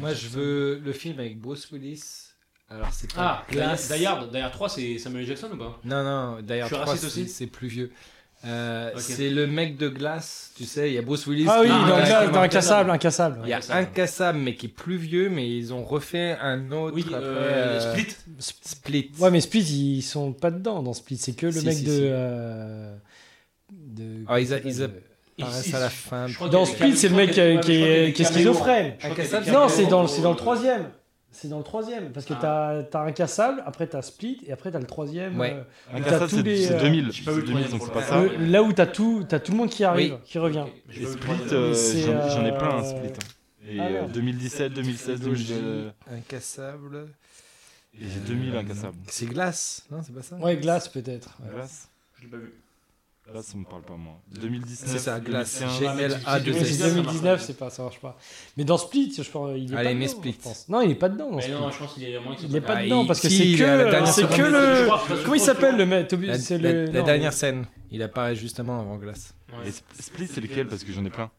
Speaker 13: moi je veux le film avec Bruce Willis. Alors c'est pas
Speaker 3: Ah, Die
Speaker 13: classe.
Speaker 3: Die Hard, Die Hard 3, c'est Samuel Jackson ou pas
Speaker 13: Non, non, d'ailleurs,
Speaker 3: Je suis raciste aussi
Speaker 13: c'est plus vieux. Euh,
Speaker 3: Ok.
Speaker 13: C'est le mec de glace, tu sais, il y a Bruce Willis.
Speaker 5: Ah oui,
Speaker 13: qui-
Speaker 3: Ah,
Speaker 5: dans,
Speaker 3: ouais,
Speaker 5: Glass,
Speaker 3: c'est
Speaker 5: dans
Speaker 3: Incassable.
Speaker 5: Incassable, Incassable.
Speaker 13: Il y a Incassable, mais qui est plus vieux, mais ils ont refait un autre.
Speaker 3: Oui,
Speaker 13: après,
Speaker 3: euh,
Speaker 13: euh,
Speaker 3: Split.
Speaker 13: Split.
Speaker 5: Ouais, mais Split, ils sont pas dedans dans Split. C'est que le
Speaker 13: Si,
Speaker 5: mec
Speaker 13: si,
Speaker 5: de,
Speaker 13: si.
Speaker 5: euh, de.
Speaker 13: Ah, ils a- ils a-
Speaker 5: de-
Speaker 3: Il-
Speaker 13: Paraissent
Speaker 3: il-
Speaker 13: à la fin.
Speaker 3: je crois
Speaker 5: Dans
Speaker 3: qu'il y a des
Speaker 5: Split, c'est le mec
Speaker 3: caméos-
Speaker 5: qui
Speaker 3: ouais, je crois qu'il y
Speaker 5: est, qui
Speaker 3: a
Speaker 5: est,
Speaker 3: des
Speaker 5: qui est
Speaker 3: caméos.
Speaker 5: schizophrène.
Speaker 3: Je crois qu'il y a des
Speaker 13: Incassable,
Speaker 5: Non,
Speaker 3: caméos
Speaker 5: c'est dans, le-
Speaker 3: pour-
Speaker 5: c'est dans le troisième. C'est dans le troisième. Parce que t'as t'as Incassable, après t'as Split, et après t'as le troisième.
Speaker 13: Ouais.
Speaker 5: euh,
Speaker 2: Un
Speaker 5: T'as
Speaker 2: Cassad,
Speaker 5: tous
Speaker 2: c'est
Speaker 5: les,
Speaker 2: c'est
Speaker 5: euh,
Speaker 2: 2000.
Speaker 3: j'ai
Speaker 2: C'est
Speaker 3: pas vu le
Speaker 2: 2000,
Speaker 3: premier
Speaker 2: donc
Speaker 3: pour
Speaker 2: c'est pas
Speaker 3: le
Speaker 2: ça.
Speaker 3: coup.
Speaker 5: le- là où t'as tout, t'as tout le monde qui arrive,
Speaker 13: Oui.
Speaker 5: qui revient.
Speaker 3: Ok, mais je
Speaker 2: Et
Speaker 3: peux le
Speaker 2: Split,
Speaker 3: prendre.
Speaker 2: euh,
Speaker 5: C'est,
Speaker 2: j'en j'en ai
Speaker 5: euh,
Speaker 2: plein un Split. Et
Speaker 5: ah,
Speaker 2: euh,
Speaker 5: merde.
Speaker 2: 2017, 2016, 2000.
Speaker 13: Incassable.
Speaker 2: euh, Et j'ai 2000 incassables.
Speaker 13: C'est glace, non, c'est pas ça
Speaker 5: Ouais, Glace peut-être.
Speaker 2: Glace.
Speaker 15: J'ai pas vu.
Speaker 2: Là, ça me parle pas, moi. 2019.
Speaker 4: C'est ça, Glace.
Speaker 2: 2015.
Speaker 5: Mais c'est
Speaker 4: 2
Speaker 5: 2019, c'est pas, ça marche pas. Mais dans Split, je pense,
Speaker 13: Ah,
Speaker 5: il est
Speaker 4: Allez,
Speaker 5: pas
Speaker 4: mais
Speaker 5: dedans,
Speaker 4: Split.
Speaker 5: je pense. Non, il est pas dedans. dans
Speaker 3: Mais
Speaker 5: Split.
Speaker 3: non, je pense qu'il y a moins qui
Speaker 5: Il est pas
Speaker 4: Ah,
Speaker 5: dedans
Speaker 4: il-
Speaker 5: parce que
Speaker 4: si,
Speaker 5: c'est
Speaker 4: il est à la
Speaker 5: que
Speaker 4: dernière
Speaker 5: c'est
Speaker 4: seconde.
Speaker 5: que le
Speaker 3: Je
Speaker 5: comment il s'appelle le mec Toby-
Speaker 4: La,
Speaker 5: c'est
Speaker 4: la-
Speaker 5: le
Speaker 4: la
Speaker 5: non.
Speaker 4: dernière scène, il apparaît juste avant avant Glace.
Speaker 2: Et Sp- Split, c'est lequel Parce que j'en ai plein.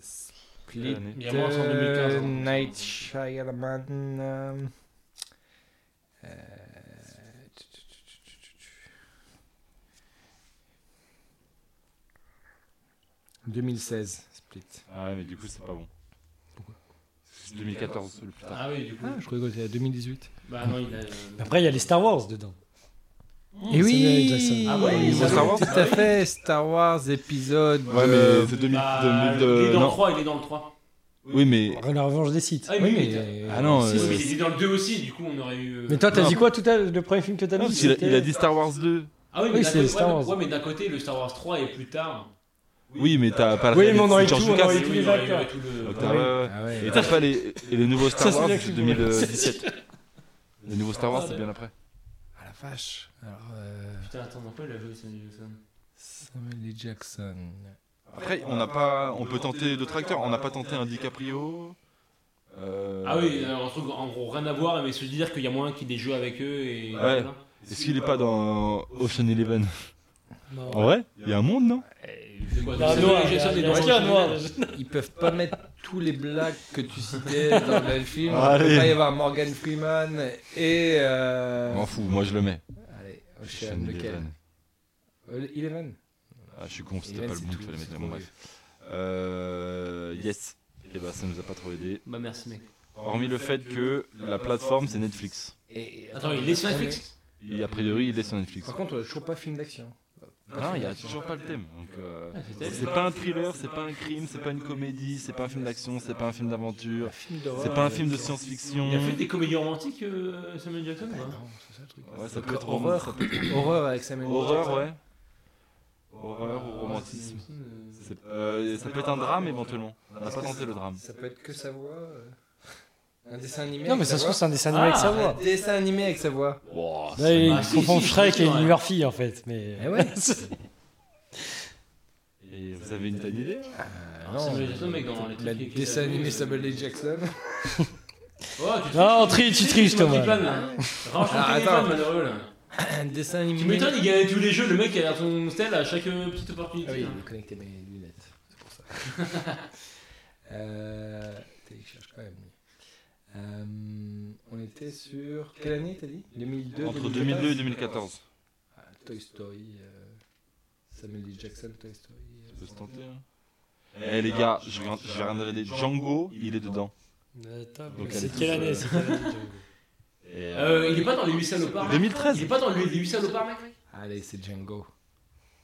Speaker 4: Split,
Speaker 2: Il
Speaker 3: y a moins en 2015,
Speaker 4: euh,
Speaker 3: en plus.
Speaker 4: Night Shyamalan. euh, euh, ...2016, Split.
Speaker 2: Ah, ouais, mais du coup, c'est pas bon. C'est 2014, le plus tard.
Speaker 3: Ah oui, du coup.
Speaker 4: Ah, je crois que c'était à 2018.
Speaker 3: Bah non, il a.
Speaker 5: Après il y a les Star Wars dedans.
Speaker 4: Et
Speaker 5: oui
Speaker 4: Eh oui
Speaker 3: Ah ouais,
Speaker 2: ils ont Star Wars
Speaker 4: Tout à fait, Star Wars épisode...
Speaker 2: Ouais,
Speaker 4: euh,
Speaker 2: mais c'est 2000.
Speaker 3: Bah,
Speaker 2: 2000,
Speaker 3: il
Speaker 2: euh,
Speaker 3: est dans le
Speaker 2: non.
Speaker 3: 3, il est dans le 3.
Speaker 2: Oui, mais.
Speaker 5: La revanche des sites.
Speaker 3: Ah
Speaker 4: oui,
Speaker 3: oui, mais.
Speaker 4: mais...
Speaker 2: Ah non,
Speaker 3: Oui,
Speaker 2: euh,
Speaker 3: mais il est dans le 2 aussi, du coup, on aurait eu. euh,
Speaker 5: Mais toi t'as
Speaker 2: Non.
Speaker 5: dit quoi tout à l'heure le premier film que t'as
Speaker 2: non,
Speaker 5: mis
Speaker 2: parce qu'il a- il, a,
Speaker 5: c'était-
Speaker 2: dit Star Wars 2.
Speaker 3: Ah oui,
Speaker 5: Oui,
Speaker 3: mais d'un
Speaker 5: c'est
Speaker 3: côté-
Speaker 5: Star
Speaker 3: ouais, mais-
Speaker 5: Wars.
Speaker 3: Ouais, mais d'un côté, le Star Wars 3 est plus tard. Ah
Speaker 2: Oui, mais t'as pas la
Speaker 5: Ah Oui, mais on
Speaker 2: réalité
Speaker 5: aurait
Speaker 2: de
Speaker 5: tout,
Speaker 2: George
Speaker 5: on
Speaker 2: Lucas.
Speaker 5: aurait tout.
Speaker 3: Oui,
Speaker 5: les
Speaker 3: il aurait- il
Speaker 5: acteurs.
Speaker 3: aurait tout le-
Speaker 2: Donc, t'as- ouais, ouais.
Speaker 4: Ah ouais.
Speaker 2: Et t'as pas les, et les nouveaux Star
Speaker 5: Ça, c'est
Speaker 2: Wars,
Speaker 5: bien que
Speaker 2: c'est
Speaker 5: tu
Speaker 2: 2017. Les nouveaux Star Wars, c'est bien après.
Speaker 4: Ah la vache Alors, euh,
Speaker 3: Putain, attends, on peut la jouer, Samuel Jackson.
Speaker 4: Samuel L. Jackson...
Speaker 2: Après, on n'a pas, on peut tenter d'autres acteurs. On n'a pas tenté un DiCaprio. Euh,
Speaker 3: Ah oui, alors, un truc en gros rien à voir, mais se dire qu'il y a moyen qu'il y ait des jeux avec eux et.
Speaker 2: Ouais.
Speaker 3: Voilà.
Speaker 2: Est-ce qu'il est pas dans Ocean Eleven
Speaker 5: Non.
Speaker 2: En vrai, il y a un monde, non
Speaker 3: C'est quoi,
Speaker 5: Il y a un
Speaker 3: Samuel
Speaker 5: noir, il y
Speaker 3: Jackson
Speaker 5: a-
Speaker 3: est
Speaker 5: il y a
Speaker 3: dans
Speaker 5: un
Speaker 3: Ocean
Speaker 5: chien noir.
Speaker 3: Eleven.
Speaker 4: Ils peuvent pas mettre tous les blagues que tu citais dans le film. Il
Speaker 5: Ah,
Speaker 2: Allez.
Speaker 4: peut pas y avoir Morgan Freeman et... euh,
Speaker 2: M'en fous, moi je le mets.
Speaker 4: Allez, Ocean, lequel Euh, Eleven
Speaker 2: Ah, je suis con, c'était
Speaker 4: Eleven,
Speaker 2: pas le
Speaker 4: c'est
Speaker 2: bon
Speaker 4: tout,
Speaker 2: qu'il fallait
Speaker 4: c'est
Speaker 2: mettre.
Speaker 4: trop
Speaker 2: Bon, bref. Euh, yes. Et bah, ça nous a pas trop aidé.
Speaker 3: Bah merci, mec.
Speaker 2: Hormis le fait que la plateforme, c'est Netflix.
Speaker 4: Et-
Speaker 3: Attends, il est sur Netflix
Speaker 2: Et a priori, il est sur Netflix.
Speaker 4: Par contre, on a toujours pas film d'action.
Speaker 2: Non, il n'y a toujours pas le thème. Donc, euh,
Speaker 3: Ah, c'est
Speaker 2: c'est pas un thriller, c'est pas un crime, c'est pas une comédie, c'est pas un film d'action, c'est pas un film d'aventure, c'est pas un film de science-fiction.
Speaker 3: Il a fait des comédies romantiques, euh, Samuel Jackson ou pas
Speaker 2: Ouais, ça peut être
Speaker 4: Horreur.
Speaker 2: horreur. ça peut être-
Speaker 4: Horreur avec Samuel L.
Speaker 2: Horreur,
Speaker 4: Jackson.
Speaker 2: ouais. Horreur ou romantisme.
Speaker 3: Euh,
Speaker 2: C'est- euh, ça peut être un drame éventuellement. On n'a pas tenté le drame.
Speaker 4: Ça peut être que sa voix. euh, Un dessin animé.
Speaker 5: Non mais
Speaker 4: avec
Speaker 5: ça
Speaker 4: sa
Speaker 5: se trouve c'est
Speaker 4: voix.
Speaker 5: un dessin animé avec sa voix.
Speaker 4: Un dessin animé avec sa voix.
Speaker 5: Là, ils
Speaker 3: Ah, si,
Speaker 5: confondent
Speaker 3: si,
Speaker 5: Shrek
Speaker 3: si,
Speaker 5: et
Speaker 3: ouais.
Speaker 5: leur fille en fait. Mais
Speaker 4: Eh ouais.
Speaker 2: Et vous avez une telle idée
Speaker 3: Ah, Samuel Jackson, mec, dans les
Speaker 4: Le
Speaker 3: trucs qui-
Speaker 4: dessin animé Samuel L. Jackson.
Speaker 3: Oh, tu triches.
Speaker 2: Ah,
Speaker 5: Non, tri- tu triches,
Speaker 3: mon
Speaker 5: Thomas.
Speaker 3: petit plan, là. Range ton
Speaker 4: Ah,
Speaker 3: téléphone,
Speaker 4: attends.
Speaker 3: malheureux, là.
Speaker 4: Un dessin
Speaker 3: Tu
Speaker 4: animé.
Speaker 3: m'étonnes, il gagne tous les jeux, le mec il a son style à chaque euh, petite opportunité.
Speaker 4: Ah oui,
Speaker 3: là.
Speaker 4: il connecté mes lunettes. C'est pour ça. euh, t'as dit que je cherche quand même. lui. Euh, on était sur. Quelle année t'as dit 2002
Speaker 2: Entre 2002 et 2014.
Speaker 4: Ah, Toy Story. euh, Samuel L. Jackson, Toy Story. euh,
Speaker 2: Ça peut se tenter. hein. Eh les gars, je vais je vais rien regarder. Django, il est dedans. Donc, elle
Speaker 5: c'est
Speaker 2: est
Speaker 5: quelle
Speaker 2: tous,
Speaker 5: année
Speaker 2: euh,
Speaker 5: c'est quelle année, Django
Speaker 2: Et,
Speaker 3: Euh, il est pas dans les 8 salopards.
Speaker 2: 2013.
Speaker 3: Il est pas dans les 8 salopards, mec.
Speaker 4: Allez, c'est Django.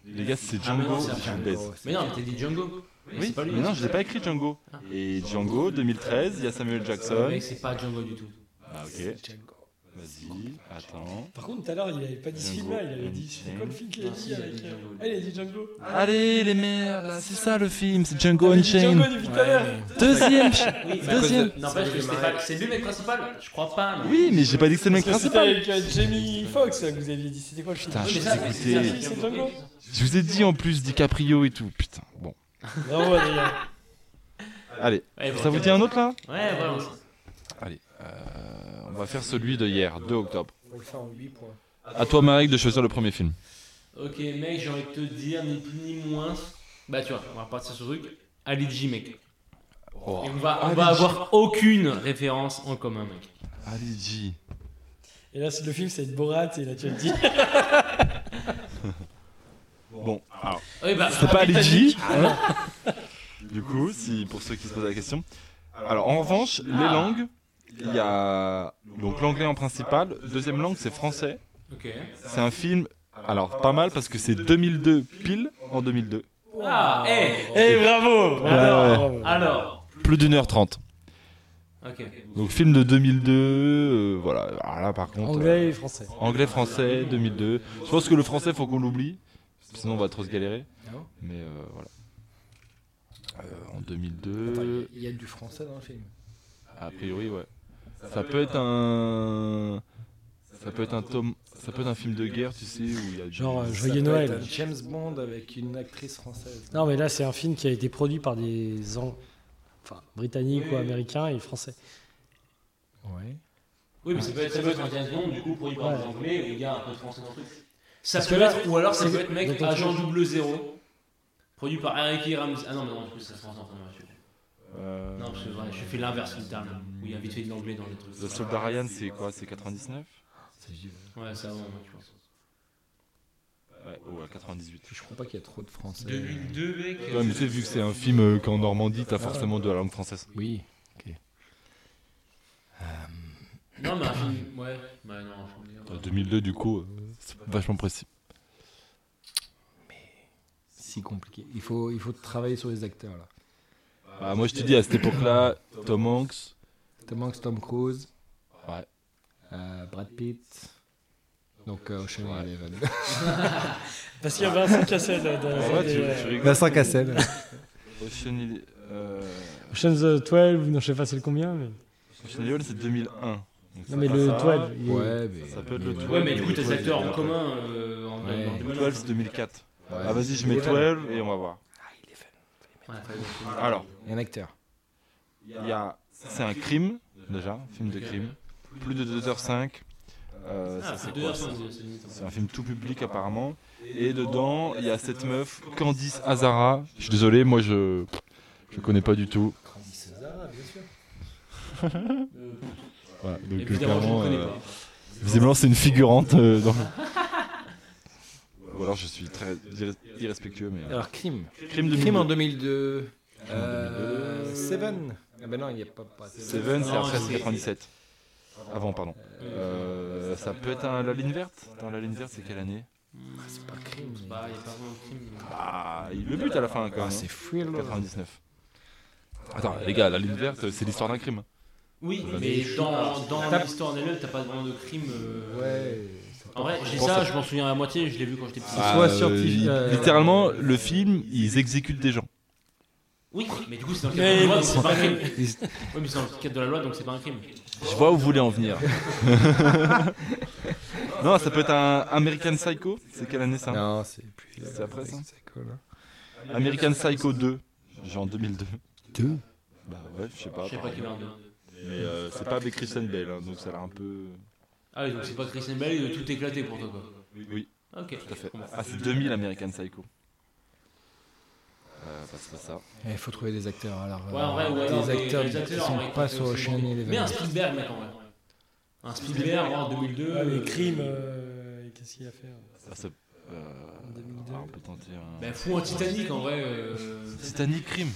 Speaker 2: Les gars, c'est
Speaker 3: Ah, mais
Speaker 2: Django,
Speaker 3: non, c'est
Speaker 2: je vous baise.
Speaker 4: c'est-
Speaker 3: Mais non, mais t'as dit Django.
Speaker 2: Oui, mais non, je l'ai pas Ah. écrit Django. Et Django, 2013, il y a Samuel Jackson.
Speaker 3: Mec, c'est pas Django du tout.
Speaker 2: Ah, ok. Vas-y, attends.
Speaker 5: Par contre, tout à l'heure, il avait pas dit ce
Speaker 2: Django
Speaker 5: film-là, il avait
Speaker 2: Unchained.
Speaker 5: dit. C'était quoi le film qu'il
Speaker 3: Ah,
Speaker 5: avait
Speaker 3: si,
Speaker 5: dit
Speaker 3: il a
Speaker 5: avec.
Speaker 3: dit Django.
Speaker 5: euh, Ah, il a dit Django.
Speaker 2: Allez, les merdes, c'est ça le film, c'est Ah, Django
Speaker 5: Il avait dit Django depuis tout à l'heure.
Speaker 2: Deuxième
Speaker 3: Oui,
Speaker 4: à cause de-
Speaker 3: N'empêche
Speaker 4: c'est
Speaker 3: que c'était
Speaker 4: le
Speaker 3: pas. C'est lui le mec principal Je crois pas. mais-
Speaker 2: Oui, mais j'ai pas dit que c'était le mec
Speaker 5: Parce que C'était
Speaker 2: principal.
Speaker 5: avec euh, Jamie Foxx que vous aviez dit. C'était quoi le film
Speaker 2: Putain,
Speaker 3: Oui,
Speaker 2: je
Speaker 3: mais
Speaker 2: vous
Speaker 3: ça,
Speaker 2: ai
Speaker 3: mais
Speaker 2: écouté.
Speaker 3: c'est-
Speaker 5: C'est Django
Speaker 2: Je vous ai dit en plus DiCaprio et tout, putain. Bon,
Speaker 5: Bravo, Adrien.
Speaker 2: allez,
Speaker 3: Ouais, Eh, bon,
Speaker 2: ça vous dit un autre là
Speaker 4: Ah,
Speaker 3: Ouais, vraiment.
Speaker 2: Allez, euh, on va faire celui de hier, 2 octobre.
Speaker 4: On le fait en 8 points.
Speaker 2: À toi, Marek, de choisir le premier film.
Speaker 3: Ok, mec, j'ai envie de te dire, ni plus ni moins. Bah, tu vois, on va repartir sur ce truc. Ali G, mec.
Speaker 2: Oh,
Speaker 3: Et on va, on va avoir aucune référence en commun, mec.
Speaker 2: allez, G.
Speaker 5: Et là, c'est- le film, c'est Borat, et là, tu as dit.
Speaker 2: Bon, alors,
Speaker 3: Ouais, bah,
Speaker 2: c'est pas
Speaker 3: ah,
Speaker 2: Ali
Speaker 3: putain,
Speaker 2: G. hein. Du coup, si, pour ceux qui se posent la question. Alors, en revanche, les langues, il y a donc l'anglais en principal. Deuxième langue, c'est français.
Speaker 3: Ok.
Speaker 2: C'est un film, alors pas mal parce que c'est 2002 pile en 2002.
Speaker 3: Ah, eh
Speaker 5: Eh, bravo Alors, bravo.
Speaker 3: Alors
Speaker 2: Plus d'une heure trente.
Speaker 3: Ok.
Speaker 2: Donc film de 2002, euh, voilà. Alors là par contre,
Speaker 5: Anglais et français.
Speaker 2: euh, anglais français 2002. Je pense que le français faut qu'on l'oublie, sinon on va trop se galérer.
Speaker 4: Non.
Speaker 2: Mais euh, voilà. Euh, en 2002,
Speaker 4: Il y a du français dans le film.
Speaker 2: a priori ouais. Ça peut être un, ça peut être un tome, Ça peut être un film de guerre, tu sais, où il y a du-
Speaker 5: Genre, euh,
Speaker 4: Ça peut
Speaker 5: Joyeux
Speaker 4: être
Speaker 5: Noël.
Speaker 4: un James Bond avec une actrice française.
Speaker 5: Non, mais là, c'est un film qui a été produit par des An- enfin, Britanniques ou Américains et Français.
Speaker 4: Ouais.
Speaker 3: Oui, mais ça peut être, ça peut être un James Bond, du coup, pour y parler des anglais, et il y a un peu de français dans le truc. Ça
Speaker 5: Parce
Speaker 3: peut
Speaker 5: que là,
Speaker 3: être, ou alors ça
Speaker 5: c'est-
Speaker 3: peut être, mec,
Speaker 5: dans ton
Speaker 3: Agent
Speaker 5: truc-
Speaker 3: Double Zéro, produit par Eric Ramsey. Ah non, mais non, du coup, ça se rend en train de marcher.
Speaker 2: Euh,
Speaker 3: Non, parce que ouais, je fais l'inverse littéralement. Où il y a vite fait de l'anglais dans les trucs.
Speaker 2: Le soldat Ryan, c'est quoi C'est 99
Speaker 4: euh,
Speaker 3: Ouais, c'est avant, moi, tu vois.
Speaker 2: Ouais, ouais, 98.
Speaker 4: Je crois pas qu'il y a trop de français.
Speaker 7: 2002, mec.
Speaker 2: Ouais, mais tu sais, vu que c'est un film euh, qu'en Normandie, t'as forcément de la langue française.
Speaker 4: Oui.
Speaker 3: Non, mais un film. Ouais, bah non, je
Speaker 2: Euh, 2002, du coup, euh, c'est vachement précis.
Speaker 4: Si compliqué. Il faut, il faut travailler sur les acteurs là.
Speaker 2: Bah, moi, je te dis, à cette époque-là, Tom Hanks,
Speaker 4: Tom Hanks, Tom Cruise.
Speaker 2: Ouais.
Speaker 4: Euh, Brad Pitt. Donc euh, Ocean Eleven.
Speaker 5: Parce qu'il y a Vincent Cassel euh, dans
Speaker 2: ouais, tu- tu rigoles.
Speaker 5: Bah,
Speaker 4: Vincent Cassel.
Speaker 2: Ocean Ele- euh,
Speaker 5: Ocean's 12, non, je sais pas c'est le combien, mais.
Speaker 2: Ocean Eleven, c'est 2001. Donc, Ah,
Speaker 5: Non,
Speaker 2: ça
Speaker 5: mais
Speaker 2: passe
Speaker 5: le
Speaker 2: à-
Speaker 5: 12. il est-
Speaker 4: Ouais, mais.
Speaker 2: Ça peut être le
Speaker 4: mais-
Speaker 2: tout.
Speaker 3: Ouais, mais du coup,
Speaker 2: Ouais,
Speaker 3: tes
Speaker 2: ouais,
Speaker 3: acteurs
Speaker 2: ouais.
Speaker 3: en commun. euh, en-
Speaker 4: Ouais.
Speaker 3: en-
Speaker 2: 12, c'est 2004.
Speaker 4: Ouais.
Speaker 2: Ah, vas-y, je mets 12 et on va voir.
Speaker 3: Ouais.
Speaker 2: Alors,
Speaker 4: Un acteur.
Speaker 2: il y a... c'est un crime, déjà, film de crime. Plus de 2h05. Euh, ça,
Speaker 3: Ah,
Speaker 2: c'est
Speaker 3: c'est deux
Speaker 2: quoi,
Speaker 3: heures
Speaker 2: ça
Speaker 3: cinq, c'est limite,
Speaker 2: C'est
Speaker 3: hein.
Speaker 2: un film tout public apparemment. Et dedans, il y a cette meuf, Candice Azara. Je suis désolé, moi je je connais pas du tout. Voilà, donc, euh,
Speaker 3: Évidemment, je ne
Speaker 2: clairement,
Speaker 3: connais
Speaker 2: euh,
Speaker 3: pas.
Speaker 2: visiblement, c'est une figurante. euh, dans le- Ou alors je suis très irres- irrespectueux, mais. euh,
Speaker 4: Alors, crime.
Speaker 2: Crime de
Speaker 4: Crime en 2002. Euh, Seven. Ah ben non, il n'y a pas. pas
Speaker 2: Seven, c'est
Speaker 3: Non,
Speaker 2: après
Speaker 3: c'est-
Speaker 2: 97. Avant, pardon. Euh, ça peut être un La Ligne Verte Dans La Ligne Verte, c'est quelle année
Speaker 3: Ah,
Speaker 4: C'est pas crime. mais-
Speaker 3: Bah, il y a pas vraiment de film.
Speaker 2: Ah, il le but à la fin quand
Speaker 4: Ah,
Speaker 2: même.
Speaker 4: c'est
Speaker 2: hein.
Speaker 4: thriller.
Speaker 2: 99. Attends, les gars, La Ligne Verte, c'est l'histoire d'un crime.
Speaker 3: Oui,
Speaker 2: Voilà.
Speaker 3: mais dans, dans l'histoire en elle-même, t'as pas vraiment de crime. euh,
Speaker 4: Ouais.
Speaker 3: En vrai, j'ai
Speaker 2: Pense
Speaker 3: ça,
Speaker 2: à-
Speaker 3: je m'en souviens à moitié, je l'ai vu quand j'étais petit.
Speaker 4: Ah. soit scientifique,
Speaker 2: il-
Speaker 4: euh,
Speaker 2: Littéralement, le film, ils exécutent des gens.
Speaker 3: Oui, mais du coup, c'est dans le cadre de
Speaker 5: Mais-
Speaker 3: la loi, donc c'est pas un crime.
Speaker 5: mais-
Speaker 3: Oui, mais c'est dans le cadre de la loi, donc c'est pas un crime.
Speaker 2: Je vois où vous voulez en venir. non, ça peut être un American Psycho. C'est quelle année ça
Speaker 4: Non, c'est plus.
Speaker 2: C'est après ça
Speaker 4: C'est hein. quoi là
Speaker 2: American Psycho 2. Genre 2002.
Speaker 4: Deux.
Speaker 2: Bah ouais, je sais pas.
Speaker 3: Je sais pas qui
Speaker 2: apparemment.
Speaker 3: m'a regardé.
Speaker 2: Mais euh, c'est pas avec Christian Bale, hein, donc ça a l'air un peu.
Speaker 3: Ah oui, donc c'est pas Christian Bale, il a tout éclaté pour toi, quoi.
Speaker 2: Oui,
Speaker 3: Ah, Ok.
Speaker 2: tout à fait. Ah, c'est 2000 American Psycho. Euh, bah, c'est pas ça.
Speaker 4: Il Eh, faut trouver des acteurs. Alors,
Speaker 3: Ouais, en vrai,
Speaker 4: euh,
Speaker 3: ou alors
Speaker 4: des acteurs qui
Speaker 3: réalisateurs, en vrai,
Speaker 4: sont
Speaker 3: qui
Speaker 4: pas
Speaker 3: sont
Speaker 4: sur
Speaker 3: aussi
Speaker 4: Ocean
Speaker 3: bons.
Speaker 4: Eleven.
Speaker 3: Mais un Spielberg, mec, en vrai. Un Spielberg en 2002.
Speaker 5: Ouais, mais
Speaker 3: euh,
Speaker 5: crime, euh, qu'est-ce qu'il a fait euh,
Speaker 2: Ah, c'est- euh,
Speaker 5: en 2002
Speaker 2: ah, on peut tenter un.
Speaker 3: Ben, fou en Titanic, en vrai. euh,
Speaker 2: Titanic Crime.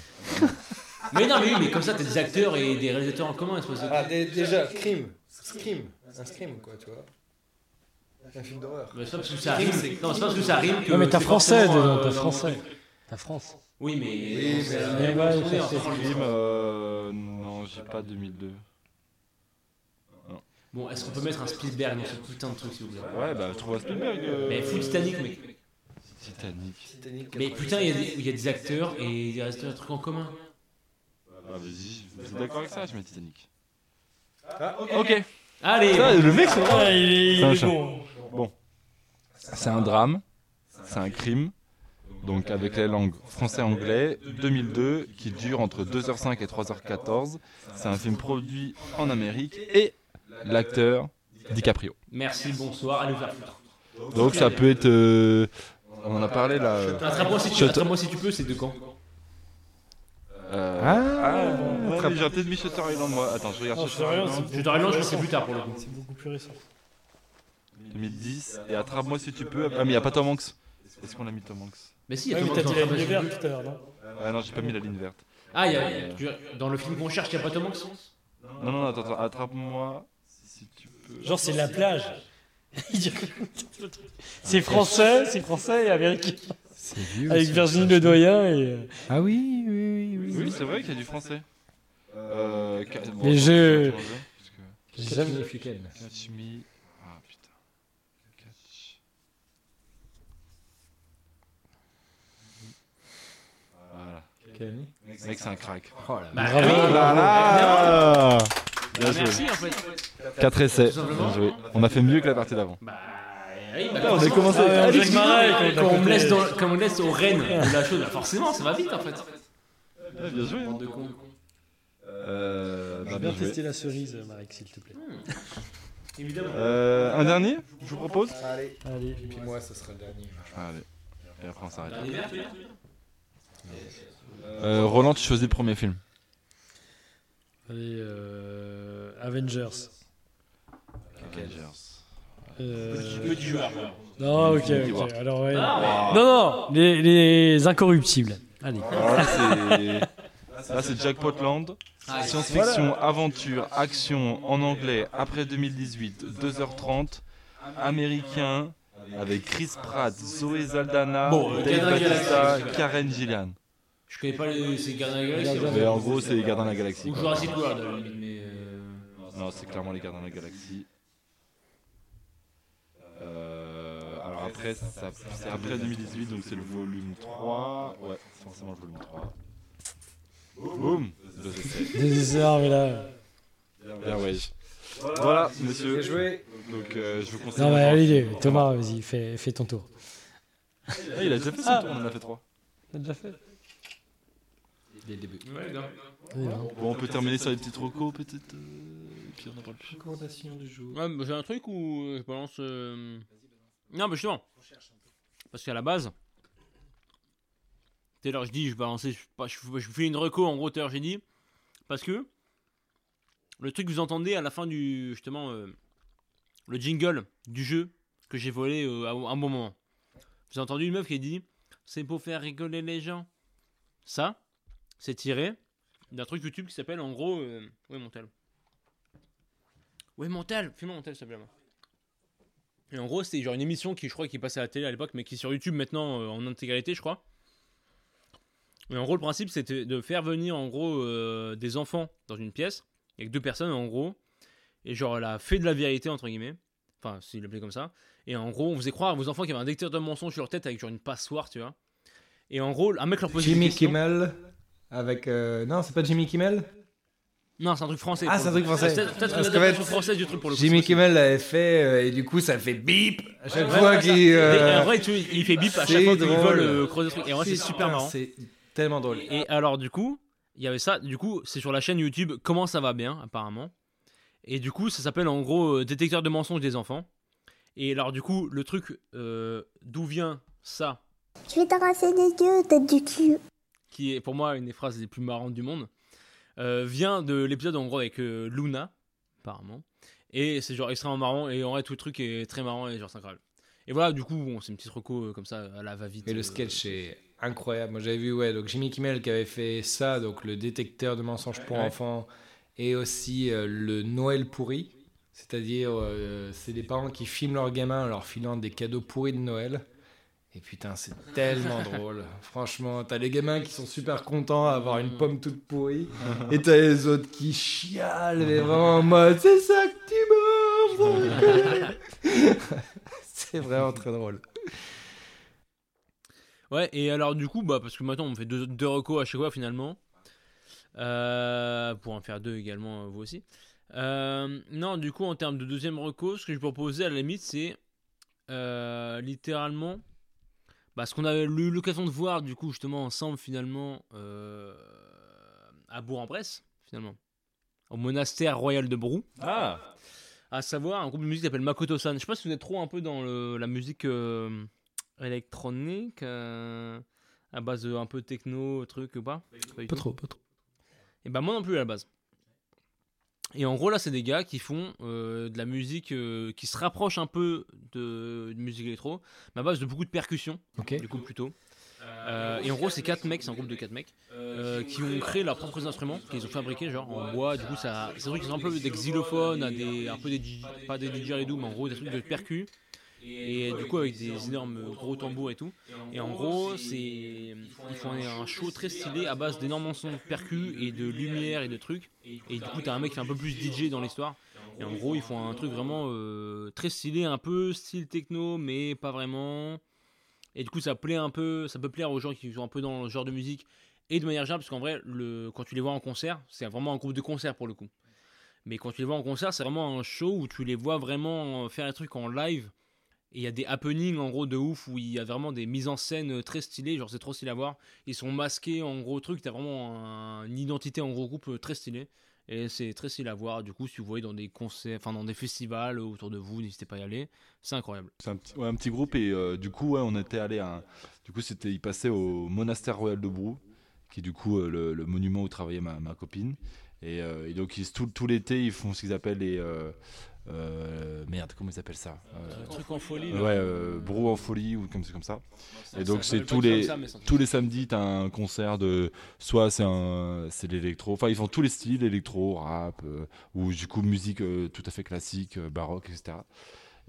Speaker 3: Mais non, mais oui, mais comme ça, t'as des acteurs et des réalisateurs en commun, c'est pas ça.
Speaker 4: Ah, déjà, crime. Scream. Un scream, quoi, tu vois. Un film d'horreur.
Speaker 3: Mais Ben, c'est pas parce que ça rime. Non, c'est pas parce que ça rime que.
Speaker 5: Non, mais t'as
Speaker 3: c'est
Speaker 5: français
Speaker 3: forcément,
Speaker 5: dedans,
Speaker 3: euh,
Speaker 5: t'as
Speaker 3: dans-
Speaker 5: français. T'as France.
Speaker 3: Oui, mais. euh,
Speaker 4: Oui, mais-
Speaker 5: Mais ouais, ça,
Speaker 3: on
Speaker 5: c'est-
Speaker 3: prend le-
Speaker 2: Crime, euh, non, j'ai pas 2002.
Speaker 3: Bon, est-ce qu'on peut mettre un Spielberg dans ce putain de truc, s'il vous plaît
Speaker 2: Ouais, bah, trouve un Spielberg. euh,
Speaker 3: Mais fou Titanic, mec.
Speaker 2: Titanic.
Speaker 3: Mais putain, il y a des- il y, a des acteurs et il reste un truc en commun.
Speaker 2: Ah, vas-y, Ah, vous êtes d'accord avec ça Je mets Titanic.
Speaker 3: Allez
Speaker 2: le mec,
Speaker 5: Ah, il est, il
Speaker 2: C'est un
Speaker 5: est
Speaker 2: chat.
Speaker 5: bon.
Speaker 2: c'est un drame, c'est un crime. Donc, avec les langues français-anglais, 2002, qui dure entre 2h05 et 3h14. C'est un film produit en Amérique et l'acteur DiCaprio.
Speaker 3: Merci, bonsoir, allez vous faire foutre.
Speaker 2: Donc, ça peut être. euh, on en a parlé là. euh,
Speaker 3: Attrape-moi si, tu-
Speaker 2: Shut-
Speaker 3: attrape-moi si tu peux, c'est de quand
Speaker 2: euh, ah, bon, ouais, j'aurais peut-être mis Shutter Island, moi. Attends, je regarde
Speaker 5: Non,
Speaker 2: Shutter
Speaker 5: Shutter Island,
Speaker 2: Island.
Speaker 3: Je dois je Ah, c'est plus tard pour le coup.
Speaker 5: C'est beaucoup plus récent.
Speaker 2: 2010 et attrape-moi si tu peux. Ah mais y a pas Tom Hanks. Est-ce qu'on a mis Tom Hanks
Speaker 3: Mais si, il y
Speaker 5: Ouais,
Speaker 3: a
Speaker 5: mais
Speaker 3: Thomas
Speaker 5: Ah t'as
Speaker 3: qui est
Speaker 5: dit la
Speaker 3: en train de-
Speaker 5: ligne verte tout à l'heure, non
Speaker 2: Ah non j'ai pas mis la ligne verte.
Speaker 3: Ah, il y a- tu- dans le film qu'on cherche, il n'y a pas Thomas
Speaker 2: Non non attends, attends, attrape-moi si tu peux.
Speaker 5: Genre, c'est la plage. Il dit-
Speaker 3: Ah,
Speaker 5: c'est français, c'est français et américain.
Speaker 4: C'est vieux.
Speaker 5: Avec
Speaker 4: ça.
Speaker 5: Virginie Ledoyen et. euh,
Speaker 4: Ah oui, oui, oui. oui.
Speaker 2: Oui c'est vrai qu'il y a du français. Euh, ca- bon,
Speaker 5: Mais je-
Speaker 2: attends, parce que-
Speaker 5: J'ai jamais-
Speaker 4: Catch
Speaker 2: Catch me. Ah putain. Catch. Voilà. Mec c'est un crack.
Speaker 4: Oh là là.
Speaker 3: Bah
Speaker 5: Bravo.
Speaker 3: oui,
Speaker 2: Ah, Voilà.
Speaker 3: bah, Merci en fait.
Speaker 2: Quatre essais.
Speaker 3: Tout simplement.
Speaker 2: Bien joué. On a fait mieux que la partie d'avant.
Speaker 3: Bah oui, bah,
Speaker 2: Ah, on a commencé
Speaker 3: Ah ouais,
Speaker 2: avec
Speaker 3: Jacques
Speaker 2: Alex
Speaker 3: Marais,
Speaker 2: Guitry.
Speaker 3: quand, quand on me laisse dans, quand on me laisse aux rênes de la chose, bah, forcément, ça va vite en fait.
Speaker 2: Ah, Bien joué. hein.
Speaker 3: Bande de cons.
Speaker 2: Euh, bah,
Speaker 5: Je veux
Speaker 2: bien
Speaker 5: bien
Speaker 2: joué.
Speaker 5: tester la cerise, Marek, s'il te plaît.
Speaker 2: Euh, un dernier, je vous propose
Speaker 4: Allez.
Speaker 5: Allez.
Speaker 4: Puis moi, ça sera le dernier.
Speaker 2: Allez, et après on s'arrête.
Speaker 3: Dernier verre, tu veux dire
Speaker 2: Euh, Roland, tu choisis le premier film.
Speaker 5: Allez, euh, Avengers.
Speaker 2: Avengers.
Speaker 5: Euh,
Speaker 3: Petit joueur, joueur.
Speaker 5: Non, ok,
Speaker 2: Infinity War.
Speaker 5: ok. Alors, ouais.
Speaker 3: Ah,
Speaker 5: Non, non, les, les incorruptibles. Allez.
Speaker 2: Alors là, Ah, c'est- là, c'est Jack Portland. Science-fiction, aventure, action, en anglais, après 2018, 2h30, américain, avec Chris Pratt, Zoé Zaldana,
Speaker 3: Bon, euh,
Speaker 2: Dave
Speaker 3: Gardiens de la
Speaker 2: Bautista,
Speaker 3: Galaxie.
Speaker 2: Karen Gillan.
Speaker 3: Je connais pas les, ces gardiens de la galaxie.
Speaker 2: Mais en gros, c'est les Gardiens de la Galaxie.
Speaker 3: Ou
Speaker 2: quoi.
Speaker 3: Jurassic World, à la limite, mais. euh,
Speaker 2: Non, c'est clairement les Gardiens de la Galaxie. Euh, alors après, ça- c'est après 2018, donc c'est le volume 3. Ouais, c'est forcément le volume 3. Boum Deux essais.
Speaker 5: Désespoir, mais là. Ah
Speaker 2: Bien, ouais. Voilà, monsieur.
Speaker 4: Bien joué.
Speaker 2: Donc, euh, je vous conseille.
Speaker 5: Non, mais
Speaker 2: vraiment-
Speaker 5: allez, Thomas, vas-y, fais, fais ton tour.
Speaker 2: Ah, il a déjà fait son tour, on en a fait 3.
Speaker 5: T'as déjà fait
Speaker 4: Les débuts.
Speaker 3: Ouais, grave.
Speaker 5: hein.
Speaker 2: Bon, on peut terminer sur les petites recos, peut-être. euh, et puis on en parle plus.
Speaker 5: du jour.
Speaker 3: Ouais, bah, j'ai un truc où euh, je balance. euh, Non, mais justement. Parce qu'à la base, tout à l'heure, je dis, je balançais, je, sais pas, je, je fais une reco en gros, tout à l'heure, j'ai dit. Parce que le truc que vous entendez à la fin du. Justement, euh, le jingle du jeu que j'ai volé euh, à un bon moment. Vous avez entendu une meuf qui a dit C'est pour faire rigoler les gens. Ça, c'est tiré d'un truc YouTube qui s'appelle en gros. Euh... Ouais, mon tel. Ouais, mental, fais-moi mental, s'il te plaît. moi. Et en gros, c'était genre une émission qui, je crois, qui passait à la télé à l'époque, mais qui est sur YouTube maintenant euh, en intégralité, je crois. Et en gros, le principe, c'était de faire venir, en gros, euh, des enfants dans une pièce, avec deux personnes, en gros. Et genre, la fée de la vérité, entre guillemets. Enfin, s'il l'appelait comme ça. Et en gros, on faisait croire à vos enfants qu'il y avait un détecteur de mensonges sur leur tête avec genre une passoire, tu vois. Et en gros, un mec leur posait des
Speaker 4: Jimmy
Speaker 3: questions.
Speaker 4: Kimmel avec. euh, Non, c'est pas Jimmy Kimmel
Speaker 3: Non, c'est un truc français.
Speaker 4: Ah,
Speaker 3: pour
Speaker 4: c'est un
Speaker 3: le
Speaker 4: truc
Speaker 3: coup.
Speaker 4: français.
Speaker 3: C'est Peut-être une
Speaker 4: Parce qu'en
Speaker 3: adaptation
Speaker 4: fait,
Speaker 3: française du truc pour le coup.
Speaker 4: Jimmy Kimmel l'avait fait euh, et du coup ça fait bip à chaque
Speaker 3: Ouais,
Speaker 4: fois
Speaker 3: ouais,
Speaker 4: qu'il.
Speaker 3: ça.
Speaker 4: euh,
Speaker 3: Et En vrai, tu- il fait bip à chaque
Speaker 4: c'est
Speaker 3: fois qu'il
Speaker 4: drôle.
Speaker 3: vole euh, creuser le truc. Et en vrai, c'est super
Speaker 4: Putain,
Speaker 3: marrant.
Speaker 4: Ah, C'est tellement drôle.
Speaker 3: Et alors, du coup, il y avait ça. Du coup, c'est sur la chaîne YouTube Comment ça va bien, apparemment. Et du coup, ça s'appelle en gros euh, Détecteur de mensonges des enfants. Et alors, du coup, le truc euh, d'où vient ça,
Speaker 6: Je vais t'arracher les yeux, tête du cul.
Speaker 3: qui est pour moi une des phrases les plus marrantes du monde, euh, vient de l'épisode en gros avec euh, Luna, apparemment. Et c'est genre extrêmement marrant. Et en vrai, tout le truc est très marrant et genre c'est incroyable. Et voilà, du coup, bon, c'est une petite reco euh, comme ça à la va-vite.
Speaker 4: Mais
Speaker 3: euh,
Speaker 4: le sketch est incroyable. Moi j'avais vu ouais donc Jimmy Kimmel qui avait fait ça donc le détecteur de mensonges pour
Speaker 3: Ouais.
Speaker 4: enfants et aussi euh, le Noël pourri. C'est-à-dire, euh, c'est des parents qui filment leurs gamins en leur filant des cadeaux pourris de Noël. Et putain, c'est tellement drôle. Franchement, t'as les gamins qui sont super contents à avoir
Speaker 3: Mm.
Speaker 4: une pomme toute pourrie. Et t'as les autres qui chialent, mais vraiment en mode C'est ça que tu manges, sans déconner. C'est vraiment très drôle.
Speaker 3: Ouais, et alors du coup, bah, parce que maintenant on fait deux, deux recos à chaque fois finalement. Euh, pour en faire deux également, euh, vous aussi. Euh, non, du coup, en termes de deuxième reco, ce que je proposais à la limite, c'est euh, littéralement bah, ce qu'on avait eu l'occasion de voir du coup justement ensemble finalement euh, à Bourg-en-Bresse finalement. Au monastère royal de Brou.
Speaker 2: Ah
Speaker 3: À savoir un groupe de musique qui s'appelle Makoto San. Je sais pas si vous êtes trop un peu dans le- la musique euh, électronique, euh, à base de un peu techno, truc ou pas Pas trop, pas trop. Et bah moi non plus à la base. Et en gros là c'est des gars qui font euh, de la musique euh, qui se rapproche un peu de, de musique électro, mais à base de beaucoup de percussions,
Speaker 4: Ok.
Speaker 3: du coup plutôt. Euh, et en gros c'est quatre mecs, c'est un groupe de quatre mecs, euh, qui ont créé leurs propres instruments, qu'ils ont fabriqués genre en bois, du coup ça, c'est un truc qui ressemble un peu à des xylophones, à des, un peu des, digi- pas des didgeridoo, mais en gros des trucs de percus, et du coup avec des énormes gros tambours et tout. Et en gros, c'est ils font un, show très stylé à base d'énormes sons de percus et de lumière et de trucs. Et du coup, t'as un mec qui est un peu plus DJ dans l'histoire. Et en gros, ils font un truc vraiment euh, très stylé, un peu style techno, mais pas vraiment. Et du coup, ça plaît un peu, ça peut plaire aux gens qui sont un peu dans le genre de musique et de manière générale, parce qu'en vrai, le, quand tu les vois en concert, c'est vraiment un groupe de concert pour le coup. euh, Mais quand tu les vois en concert, c'est vraiment un show où tu les vois vraiment faire un truc en live Et il y a des happenings en gros de ouf où il y a vraiment des mises en scène euh, très stylées, genre c'est trop stylé à voir. Ils sont masqués en gros truc, t'as vraiment un- une identité en gros groupe euh, très stylée. Et c'est très stylé à voir. Du coup, si vous voyez dans des concerts, enfin dans des festivals euh, autour de vous, n'hésitez pas à y aller. C'est incroyable.
Speaker 2: C'est un petit, ouais, un petit groupe et euh, du coup ouais, on était allé à un- du coup c'était il passait au monastère royal de Brou qui est du coup euh, le, le monument où travaillait ma, ma copine et, euh, et donc ils, tout, tout l'été ils font ce qu'ils appellent les euh, euh, merde comment ils appellent ça Euh,
Speaker 3: Un truc en folie.
Speaker 2: ouais euh, Brou en folie ou comme c'est comme ça
Speaker 3: Ça-
Speaker 2: et donc,
Speaker 3: ça
Speaker 2: c'est
Speaker 3: s'appelle
Speaker 2: tous
Speaker 3: pas comme
Speaker 2: les-
Speaker 3: ça, mais c'est un truc-
Speaker 2: tous les samedis t'as un concert de soit c'est un c'est l'électro enfin ils font tous les styles électro rap euh, ou du coup musique euh, tout à fait classique euh, baroque etc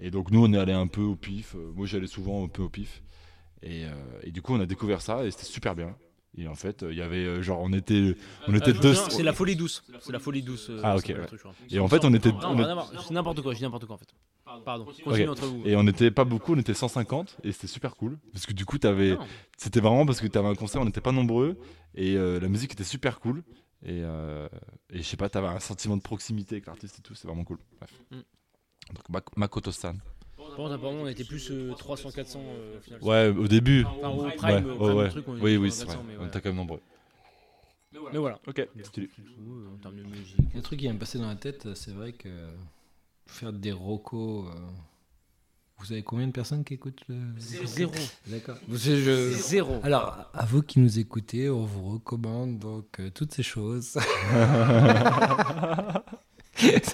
Speaker 2: et donc nous on est allé un peu au pif Euh, moi j'allais souvent un peu au pif et, euh, et du coup on a découvert ça et c'était super bien et en fait euh, il y avait euh, genre on était on était
Speaker 3: Non,
Speaker 2: deux
Speaker 3: non, Ah, C'est la folie douce. C'est la folie douce. euh,
Speaker 2: Ah,
Speaker 3: ça
Speaker 2: ok,
Speaker 3: s'appelle le
Speaker 2: ouais.
Speaker 3: truc, je crois.
Speaker 2: et en fait on était
Speaker 3: Non,
Speaker 2: on est-
Speaker 3: rien à voir. C'est n'importe quoi, je dis n'importe quoi en fait. Pardon, continuez entre vous.
Speaker 2: et on était pas beaucoup on était 150 et c'était super cool parce que du coup t'avais
Speaker 3: Non.
Speaker 2: C'était vraiment parce que tu avais un concert, on n'était pas nombreux, et euh, la musique était super cool. Et, euh, et je sais pas, tu avais un sentiment de proximité avec l'artiste et tout, c'est vraiment cool. Bref.
Speaker 3: Mm.
Speaker 2: Donc Mak- Makoto-san.
Speaker 3: Par contre, apparemment, on était plus 300-400 au final.
Speaker 2: Ouais, au début.
Speaker 3: Enfin, au
Speaker 2: Ouais,
Speaker 3: prime, au
Speaker 2: ouais,
Speaker 3: prime
Speaker 2: ouais.
Speaker 3: du truc, Ah, on était
Speaker 2: Oui, oui,
Speaker 3: 300,
Speaker 2: c'est vrai.
Speaker 3: mais
Speaker 2: On
Speaker 3: voilà.
Speaker 2: était quand même nombreux.
Speaker 3: Mais voilà.
Speaker 2: Ok,
Speaker 3: En termes de musique.
Speaker 4: Un truc qui m'a passé dans la tête, c'est vrai que faire des rocos. euh, Vous savez combien de personnes qui écoutent le.
Speaker 3: Zéro.
Speaker 4: D'accord. Je- je-
Speaker 3: Zéro.
Speaker 4: Alors, à vous qui nous écoutez, on vous recommande donc euh, toutes ces choses.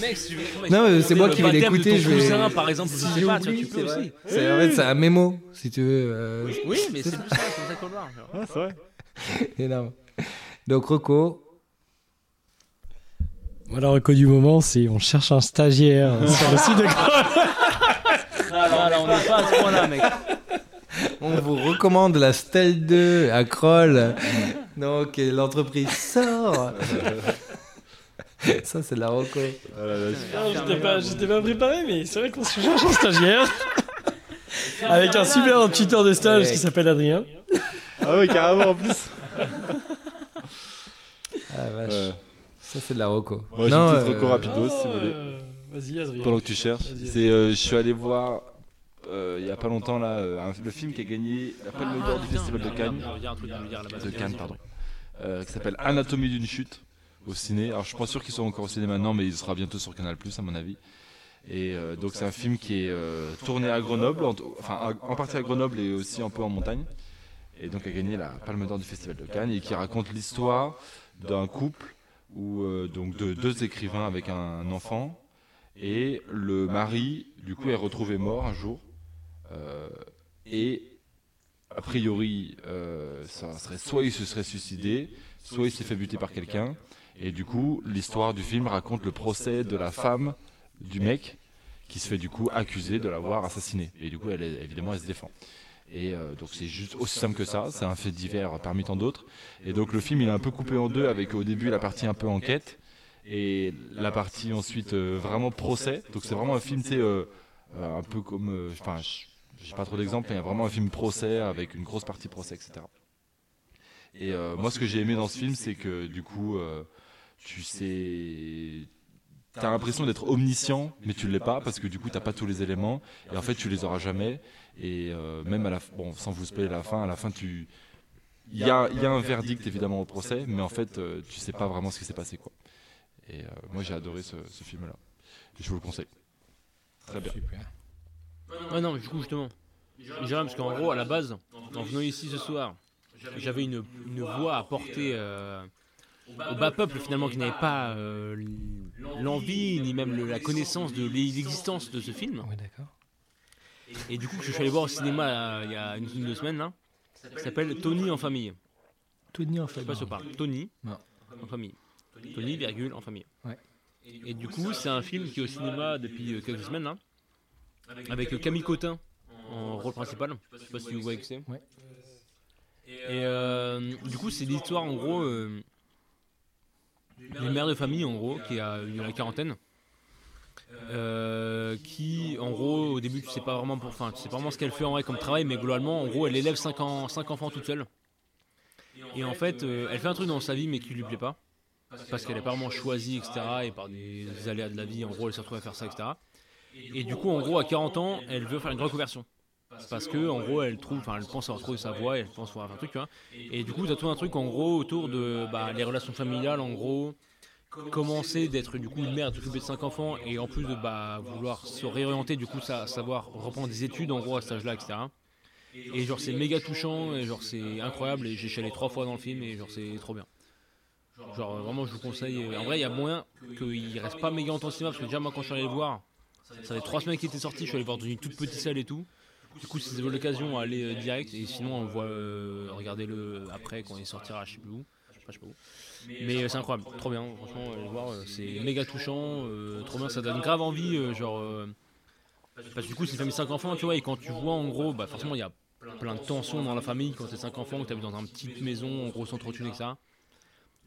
Speaker 3: Mec, si tu veux- mec,
Speaker 4: Non, mais c'est
Speaker 3: le
Speaker 4: moi qui vais
Speaker 3: baptême de
Speaker 4: l'écouter,
Speaker 3: ton
Speaker 4: je vais-
Speaker 3: cousin, par exemple, je sais pas, tu vois, tu peux aussi.
Speaker 4: C'est- en fait, c'est un mémo, si tu veux. euh,
Speaker 3: Oui, mais c'est plus ça, c'est comme ça qu'on le voit.
Speaker 2: Ah,
Speaker 3: genre.
Speaker 4: Énorme. Donc, Rocco.
Speaker 5: Voilà, reco du moment, c'est on cherche un stagiaire euh, sur le site de
Speaker 3: Ah, là, on n'est pas à ce point-là, mec.
Speaker 4: On vous recommande la Stèle 2 à Kroll. Donc, et l'entreprise sort. Ça, c'est de la Rocco.
Speaker 2: Ah
Speaker 5: J'étais pas, j'étais pas préparé, mais c'est vrai qu'on se cherche un stagiaire. Avec un super tuteur de stage
Speaker 4: Ouais.
Speaker 5: qui s'appelle Adrien.
Speaker 2: Ah ouais, carrément en plus.
Speaker 4: Ah, vache.
Speaker 2: Euh,
Speaker 4: Ça, c'est de la Rocco.
Speaker 2: Moi, j'ai
Speaker 4: Non,
Speaker 2: une petite
Speaker 4: euh,
Speaker 2: reco rapido si vous voulez.
Speaker 5: Euh, Vas-y, Adrien.
Speaker 2: Pendant que tu cherches,
Speaker 5: Vas-y, vas-y.
Speaker 2: c'est euh, je suis allé voir euh, il y a pas longtemps là euh, un- le film qui a gagné la Palme
Speaker 3: Ah,
Speaker 2: d'Or du Festival de Cannes.
Speaker 3: Il y a un truc à me dire là-bas.
Speaker 2: de Cannes, pardon, euh, qui s'appelle Anatomie d'une chute au ciné. Alors je suis pas sûr qu'il soit encore au ciné maintenant, mais il sera bientôt sur Canal à mon avis. Et euh, donc c'est un film qui est euh, tourné à Grenoble, en- enfin à- en partie à Grenoble et aussi un peu en montagne. Et donc a gagné la Palme d'Or du Festival de Cannes et qui raconte l'histoire d'un couple où euh, donc de deux écrivains avec un enfant et le mari du coup est retrouvé mort un jour Euh, et a priori, euh, ça serait soit il se serait suicidé, soit il s'est fait buter par quelqu'un. Et du coup, l'histoire du film raconte le procès de la femme du mec qui se fait du coup accuser de l'avoir assassiné. Et du coup, elle, est- évidemment, elle se défend. Et euh, donc c'est juste aussi simple que ça, c'est un fait divers parmi tant d'autres. Et donc le film il est un peu coupé en deux avec au début la partie un peu enquête et la partie ensuite euh, vraiment procès. Donc c'est vraiment un film, tu sais, euh, euh, un peu comme, euh, enfin, je- j'ai pas trop d'exemples, mais il y a vraiment un film procès avec une grosse partie procès, etc. Et euh, moi, ce que j'ai aimé dans ce film, c'est que du coup, euh, tu sais. T'as l'impression d'être omniscient, mais tu l'es pas parce que du coup t'as pas tous les éléments et en fait tu les auras jamais. Et euh, même à la f- bon sans vous spoiler la fin, à la fin tu il y a, il y a un verdict évidemment au procès, mais en fait euh, tu sais pas vraiment ce qui s'est passé quoi. Et euh, moi j'ai adoré ce, ce film là. Je vous le conseille. Très bien.
Speaker 3: Ouais, Ah non, mais du coup, justement. Jérôme, parce qu'en gros, à la base, en venant ici ce soir, j'avais une, une voix à porter euh, au bas peuple, finalement, qui n'avait pas euh, l'envie, ni même le- la connaissance de l'existence de ce film.
Speaker 4: Oui, d'accord.
Speaker 3: Et du coup, que je suis allé voir au cinéma euh, il y a une ou deux semaines, là, ça s'appelle Tony en famille.
Speaker 4: Tony, en
Speaker 3: Je
Speaker 4: fait.
Speaker 3: sais pas si on parle. Tony
Speaker 4: Non.
Speaker 3: en famille. Tony, virgule, en famille.
Speaker 4: Ouais.
Speaker 3: Et du coup, c'est un film qui est au cinéma depuis euh, quelques semaines, là, avec euh, Camille Cotin en rôle principal. Je sais pas si vous voyez que c'est.
Speaker 4: Ouais.
Speaker 3: Et euh, du coup, c'est l'histoire, en gros, euh, d'une mère de famille, en gros, qui a eu la quarantaine. euh, qui en gros au début tu sais pas vraiment pour enfin tu sais pas vraiment ce qu'elle fait en vrai comme travail mais globalement en gros elle élève 5 enfants toute seule et en fait, euh, elle fait un truc dans sa vie mais qui lui plaît pas. Parce qu'elle est pas vraiment choisie, etc. Et par des aléas de la vie, en gros, elle se retrouve à faire ça, etc. Et du coup, en gros, à 40 ans, elle veut faire une reconversion. C'est parce que, en gros, elle trouve, enfin, elle pense avoir trouvé sa voie, elle pense avoir fait un truc, tu vois. Et du coup, t'as tout un truc, en gros, autour de bah, les relations familiales, en gros, commencer d'être du coup une mère à s'occuper de 5 enfants et en plus de bah, vouloir se réorienter, du coup, ça, savoir reprendre des études, en gros, à cet âge-là, etc. Et genre, c'est méga touchant, et genre, c'est incroyable, et j'ai chialé trois fois dans le film, et genre, c'est trop bien. Genre, euh, vraiment, je vous conseille. euh, En vrai, il y a moyen qu'il reste pas méga longtemps au cinéma, parce que déjà, moi, quand je suis allé le voir, ça fait trois semaines qu'il était sorti, je suis allé voir dans une toute petite salle et tout. Du coup, si vous avez l'occasion, allez euh, direct. Et sinon, on voit, euh, regardez-le après quand il sortira, je sais plus où. Enfin, je sais pas où. Mais euh, c'est incroyable, trop bien. Franchement, allez le voir, euh, c'est méga touchant, euh, trop bien. Ça donne grave envie, euh, genre. euh, parce que du coup, c'est une famille 5 enfants, tu vois. Et quand tu vois, en gros, bah forcément, il y a plein de tensions dans la famille quand t'es 5 enfants, que t'habites dans une petite maison, en gros, sans trop thunes, etc.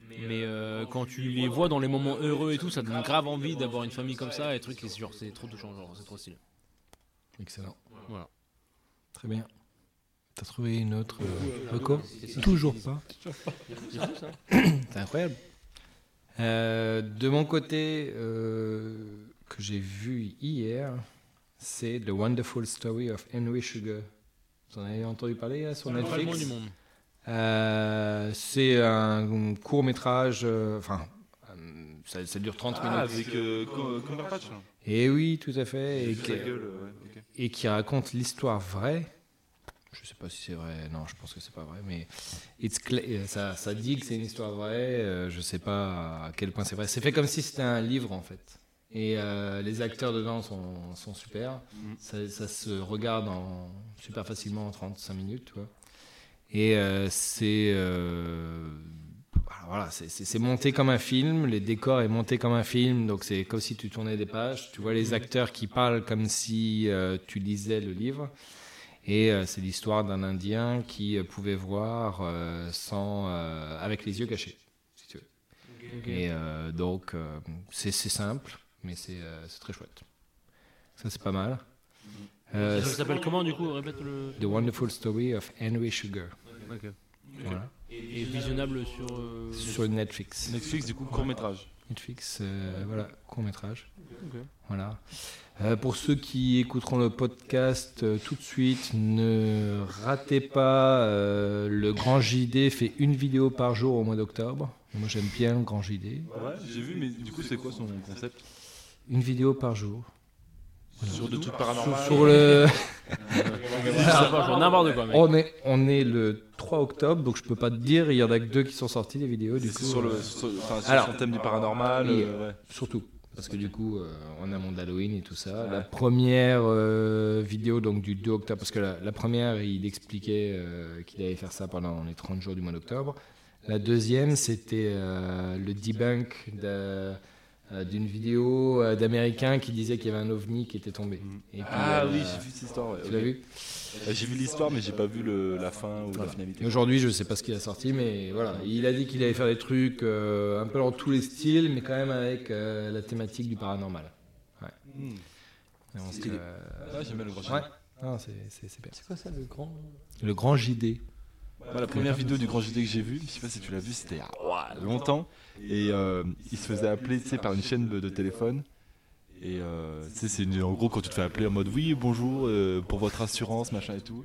Speaker 3: Mais euh, quand tu les vois dans les moments heureux et tout, ça donne grave envie d'avoir une famille comme ça et truc, et c'est genre, c'est trop touchant, genre, c'est trop stylé.
Speaker 4: Excellent.
Speaker 3: Voilà.
Speaker 4: Très bien. T'as trouvé une autre euh, reco Toujours pas.
Speaker 3: hein.
Speaker 4: C'est incroyable. Euh, de mon côté, euh, que j'ai vu hier, c'est The Wonderful Story of Henry Sugar. Vous en avez entendu parler là, sur
Speaker 3: Pas le moins
Speaker 4: Netflix
Speaker 3: du monde.
Speaker 4: Euh, C'est un court métrage, enfin, euh, ça, ça dure 30
Speaker 2: Ah,
Speaker 4: minutes.
Speaker 2: avec euh, Com- Cumberbatch. là.
Speaker 4: Et oui, tout à fait. Et
Speaker 2: Vu
Speaker 4: que-
Speaker 2: sa gueule, euh, ouais, ok.
Speaker 4: et qui raconte l'histoire vraie. Je sais pas si c'est vrai, non, je pense que c'est pas vrai, mais it's cla- euh, ça, ça dit que c'est une histoire vraie, euh, je sais pas à quel point c'est vrai. C'est fait comme si c'était un livre en fait. Et euh, les acteurs dedans sont, sont super. Ça, ça se regarde en, super facilement en 35 minutes, tu vois. Et euh, c'est. euh, alors voilà, c'est- c'est c'est monté comme un film, les décors est monté comme un film, donc c'est comme si tu tournais des pages. Tu vois les acteurs qui parlent comme si euh, tu lisais le livre. Et euh, c'est l'histoire d'un Indien qui euh, pouvait voir euh, sans, euh, avec les yeux cachés, si tu veux. Et euh, donc, euh, c'est c'est simple, mais c'est euh, c'est très chouette. Ça, c'est pas mal. Euh,
Speaker 3: Ça s'appelle comment du coup Répète le.
Speaker 4: The Wonderful Story of Henry Sugar. Voilà.
Speaker 3: Et visionnable sur. euh,
Speaker 4: Sur Netflix.
Speaker 2: Netflix, du coup, court métrage.
Speaker 4: Netflix, euh, voilà, court métrage.
Speaker 3: Ok.
Speaker 4: Voilà. Euh, pour ceux qui écouteront le podcast euh, tout de suite, ne ratez pas. euh, le Grand JD fait une vidéo par jour au mois d'octobre. Moi, j'aime bien le Grand JD.
Speaker 2: Ouais, j'ai vu, mais du coup, c'est quoi son concept
Speaker 4: Une vidéo par jour.
Speaker 2: Sur des trucs paranormaux.
Speaker 4: Sur le.
Speaker 3: Je sais pas, genre n'importe quoi, mec.
Speaker 4: On est, on est le 3 octobre, donc je peux pas te dire. Il y en a que deux qui sont sortis, les vidéos. Du coup,
Speaker 2: C'est sur,
Speaker 4: euh,
Speaker 2: le, sur, enfin, sur
Speaker 4: Alors.
Speaker 2: son thème du paranormal.
Speaker 4: Oui.
Speaker 2: euh, ouais.
Speaker 4: Surtout. Parce que du coup, euh, en amont d'Halloween et tout ça, la première euh, vidéo donc du 2 octobre, parce que la, la première, il expliquait euh, qu'il allait faire ça pendant les 30 jours du mois d'octobre. La deuxième, c'était euh, le debunk d'un- euh, d'une vidéo euh, d'Américain qui disait qu'il y avait un ovni qui était tombé. Et puis,
Speaker 2: Ah
Speaker 4: euh,
Speaker 2: oui, j'ai vu cette histoire. ouais,
Speaker 4: Tu
Speaker 2: ok.
Speaker 4: l'as vu
Speaker 2: Euh, J'ai vu l'histoire, mais j'ai pas vu le- la fin ou la finalité.
Speaker 4: Et Aujourd'hui, je sais pas ce qu'il a sorti, mais voilà. Il a dit qu'il allait faire des trucs euh, un peu dans tous les styles, mais quand même avec euh, la thématique du paranormal. Ouais.
Speaker 2: Hmm.
Speaker 4: Et on se-
Speaker 2: Stylé.
Speaker 4: euh,
Speaker 2: Ah, j'aime bien le prochain.
Speaker 4: Ouais. Non, c'est- c'est c'est bien.
Speaker 5: C'est quoi ça, le grand
Speaker 4: Le grand JD.
Speaker 2: Moi, la première vidéo du grand JD que j'ai vue, je sais pas si tu l'as vu, c'était il y a ouah, longtemps. Et euh, il se faisait appeler tu sais, par une chaîne de, de téléphone. Et euh, tu sais, c'est une- en gros quand tu te fais appeler en mode oui, bonjour, euh, pour votre assurance, machin et tout.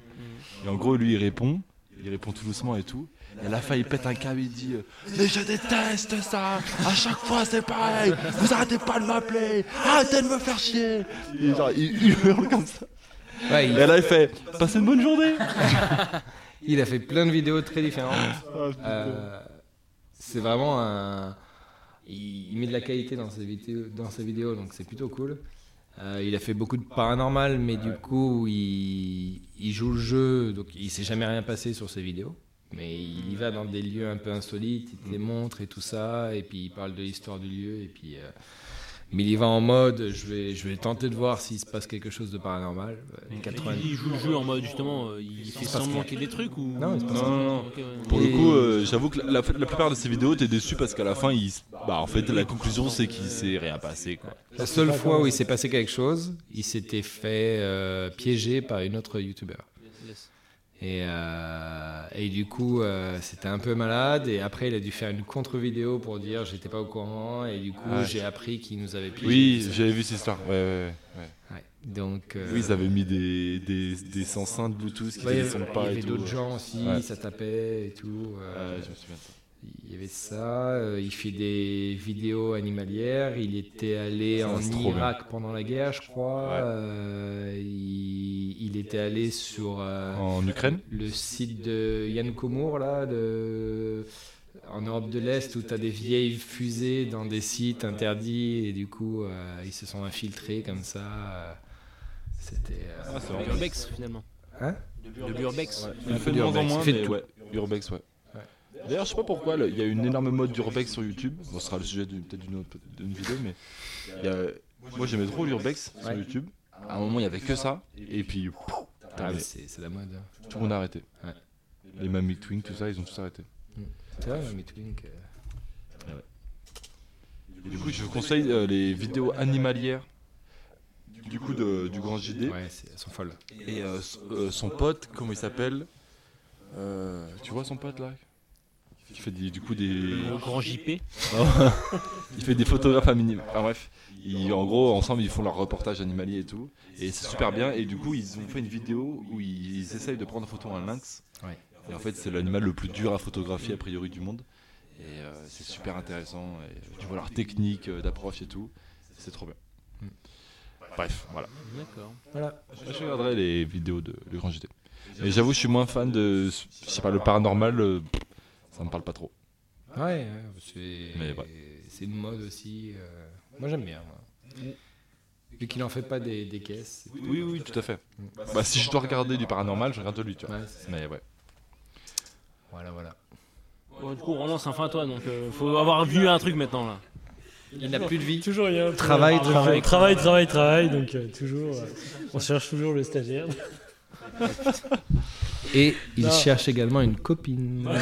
Speaker 2: Et en gros, lui, il répond. Il répond tout doucement et tout. Et à la fin, il pète un câble, il dit euh, Mais je déteste ça À chaque fois, c'est pareil Vous arrêtez pas de m'appeler Arrêtez de me faire chier Et genre, il il hurle comme ça.
Speaker 4: Ouais,
Speaker 2: Et
Speaker 4: il,
Speaker 2: là, il fait Passez une bonne journée
Speaker 4: il a fait plein de vidéos très
Speaker 2: Ah,
Speaker 4: différentes. Euh, c'est vraiment un. Il, il met de la qualité dans ses vidéos, dans ses vidéos donc c'est plutôt cool. Euh, il a fait beaucoup de paranormal, mais du coup, il, il joue le jeu, donc il s'est jamais rien passé sur ses vidéos. Mais il y va dans des lieux un peu insolites, il te les montre et tout ça, et puis il parle de l'histoire du lieu, et puis. euh, mais il y va en mode, je vais, je vais tenter de voir s'il se passe quelque chose de paranormal. Euh,
Speaker 3: Mais
Speaker 4: 90
Speaker 3: Il joue le jeu en mode justement, euh, il fait semblant qu'il y ait des trucs ou.
Speaker 4: Non, il se passe
Speaker 2: rien. Non, non, non.
Speaker 3: Ok, ouais.
Speaker 2: Pour
Speaker 4: Et-
Speaker 2: le coup, euh, j'avoue que la, la plupart de ces vidéos, t'es déçu parce qu'à la fin, il, s- bah, en fait, la conclusion, c'est qu'il s'est rien passé. Quoi.
Speaker 4: La seule fois où il s'est passé quelque chose, il s'était fait euh, piéger par une autre youtubeur.
Speaker 3: Yes.
Speaker 4: Et, euh, et du coup, euh, c'était un peu malade. Et après, il a dû faire une contre-vidéo pour dire j'étais pas au courant. Et du coup,
Speaker 2: Ouais.
Speaker 4: j'ai appris qu'il nous avait pigé.
Speaker 2: Oui, j'avais vu cette histoire. Ouais, ouais, ouais, ouais.
Speaker 4: Ouais. Donc, euh,
Speaker 2: Oui, ils avaient mis des, des, des enceintes Bluetooth qui
Speaker 4: ouais, il y
Speaker 2: ne
Speaker 4: avait,
Speaker 2: sont pas.
Speaker 4: il y
Speaker 2: et
Speaker 4: avait
Speaker 2: tout.
Speaker 4: d'autres gens aussi,
Speaker 2: Ouais.
Speaker 4: ça tapait et tout. euh,
Speaker 2: Ouais, je me souviens de ça.
Speaker 4: Il y avait ça, euh, il fait des vidéos animalières, il était allé
Speaker 2: Ça,
Speaker 4: en
Speaker 2: c'est trop
Speaker 4: Irak pendant la guerre, je crois,
Speaker 2: Ouais.
Speaker 4: euh, il, il était allé sur euh,
Speaker 2: En Ukraine
Speaker 4: le site de Yann Komour, là, de- en Europe de l'Est, où tu as des vieilles fusées dans des sites interdits, et du coup, euh, ils se sont infiltrés comme ça. euh, C'était. euh,
Speaker 2: Ah, c'est
Speaker 7: Le
Speaker 2: vrai.
Speaker 7: Burbex finalement.
Speaker 4: Hein
Speaker 7: Le Burbex.
Speaker 2: Il en fait de moins en moins, mais ouais. Urbex, ouais.
Speaker 4: Ouais.
Speaker 2: D'ailleurs, je sais pas pourquoi, le- il y a une énorme mode d'Urbex sur YouTube. Bon, ce sera le sujet d'une- peut-être d'une autre d'une vidéo, mais il y a- moi j'aimais trop l'Urbex sur
Speaker 4: Ouais.
Speaker 2: YouTube. À un moment, il y avait que ça, et puis pff,
Speaker 4: Ah,
Speaker 2: mais-
Speaker 4: mais c'est c'est la mode. hein.
Speaker 2: tout le monde a arrêté.
Speaker 4: Ouais.
Speaker 2: Les Mamic Twink, tout ça, ils ont tous arrêté.
Speaker 4: C'est vrai, mais Twink, euh,
Speaker 2: Et du coup, je vous conseille euh, les vidéos animalières du coup de- du grand JD.
Speaker 4: ouais, c'est- elles sont folles.
Speaker 2: Et euh, s- euh, son pote, comment il s'appelle Euh, Tu vois son pote là Qui fait des- du coup des.
Speaker 7: Le grand JP.
Speaker 2: Il fait des photographes à minima. Enfin bref, ils- en gros, ensemble, ils font leur reportage animalier et tout. Et c'est super bien. Et du coup, ils ont fait une vidéo où ils, ils essayent de prendre en photo un lynx.
Speaker 4: Ouais.
Speaker 2: Et en fait, c'est l'animal le plus dur à photographier, a priori, du monde. Et euh, c'est super intéressant. Et tu vois leur technique euh, d'approche et tout. C'est trop bien.
Speaker 7: Mm.
Speaker 2: Bref, voilà.
Speaker 7: D'accord.
Speaker 2: Je regarderai les vidéos de Le Grand JT. Mais j'avoue, je suis moins fan de. Je sais pas, le paranormal, euh, ça me parle pas trop.
Speaker 4: Ouais, ouais, c'est
Speaker 2: Mais ouais.
Speaker 4: c'est une mode aussi. euh, Moi j'aime bien. moi. Vu qu'il en fait pas des, des caisses.
Speaker 2: Oui, oui, tout à fait. Bah, si je dois regarder du paranormal, je regarde lui, tu vois.
Speaker 4: Ouais, c'est-
Speaker 2: Mais ouais.
Speaker 4: voilà, voilà.
Speaker 7: Bon, du coup, Roland, c'est un fin à toi, donc euh, faut avoir vu un truc maintenant là.
Speaker 4: Il n'a plus de vie.
Speaker 5: Toujours il y a un-
Speaker 4: Travail,
Speaker 5: travail, travail, travail, travail, donc euh, toujours, euh, on cherche toujours le stagiaire.
Speaker 4: Et il
Speaker 5: Non.
Speaker 4: cherche également une copine.
Speaker 2: Euh,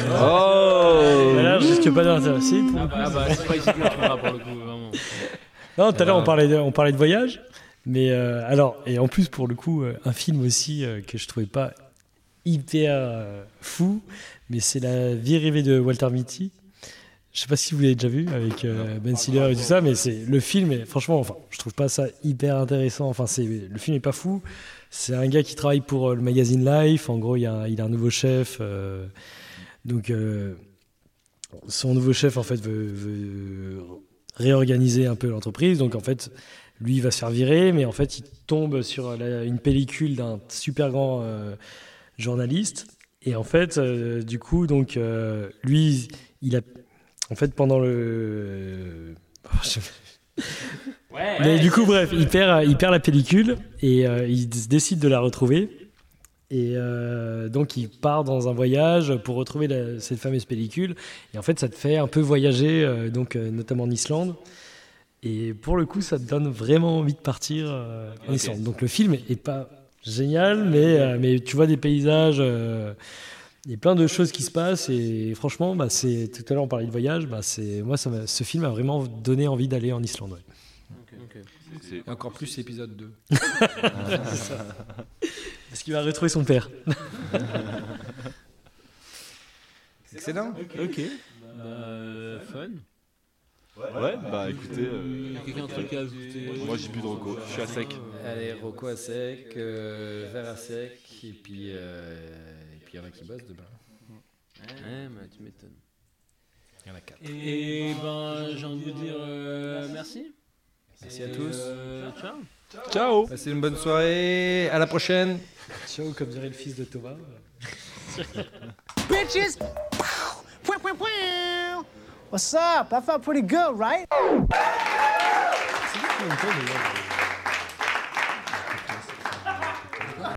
Speaker 2: Oh
Speaker 5: Mais là, risque pas d'intervenir.
Speaker 7: Ah bah, c'est pas ici que l'on trouvera pour le coup, vraiment.
Speaker 5: Non, tout à l'heure on parlait de, on parlait de voyage, mais euh, alors et en plus pour le coup euh, un film aussi euh, que je trouvais pas hyper euh, fou, mais c'est La vie rêvée de Walter Mitty. Je sais pas si vous l'avez déjà vu avec euh, Ben Stiller et tout ça, mais c'est le film. Est, franchement, enfin, je trouve pas ça hyper intéressant. Enfin, c'est le film est pas fou. C'est un gars qui travaille pour euh, le magazine Life. En gros, il, y a un, il a un nouveau chef. euh, donc, euh, son nouveau chef en fait veut- veut réorganiser un peu l'entreprise. Donc en fait, lui, il va se faire virer, mais en fait, il tombe sur la- une pellicule d'un super grand euh, journaliste. Et en fait, euh, du coup, donc euh, lui, il a, en fait, pendant le,
Speaker 3: Ouais,
Speaker 5: mais du coup, bref, il perd, il perd la pellicule et euh, il d- décide de la retrouver. Et euh, donc, il part dans un voyage pour retrouver la- cette fameuse pellicule. Et en fait, ça te fait un peu voyager, euh, donc, euh, notamment en Islande. Et pour le coup, ça te donne vraiment envie de partir euh, en Islande. Donc, le film est pas génial, mais, euh, mais tu vois des paysages. euh, il y a plein de choses qui se passent et franchement, bah, c'est tout à l'heure on parlait de voyage, bah, c'est moi ça m'a- ce film a vraiment donné envie d'aller en Islande. ouais.
Speaker 4: Et encore plus épisode 2.
Speaker 5: Parce qu'il va retrouver son père.
Speaker 4: Excellent.
Speaker 7: Ok. Bah, euh, fun.
Speaker 2: Ouais, bah écoutez, euh,
Speaker 7: Quelqu'un a un truc à ajouter
Speaker 2: moi j'ai plus de recours, je suis à sec.
Speaker 4: Euh, Allez, Rocco à sec, euh, verre à sec, et puis euh, et puis il y en a qui bossent demain.
Speaker 7: Ouais, bah, tu m'étonnes.
Speaker 4: Il y en a quatre.
Speaker 7: Et ben, j'ai envie de dire euh, merci.
Speaker 4: Merci à tous.
Speaker 7: Euh, ciao.
Speaker 2: Ciao
Speaker 4: Passez une bonne soirée. À la prochaine.
Speaker 5: Ciao, comme dirait le fils de Thomas.
Speaker 16: bitches. Pow! Pow, pow, pow. What's up? I felt pretty good, right?
Speaker 4: C'est qui qui monte, les gars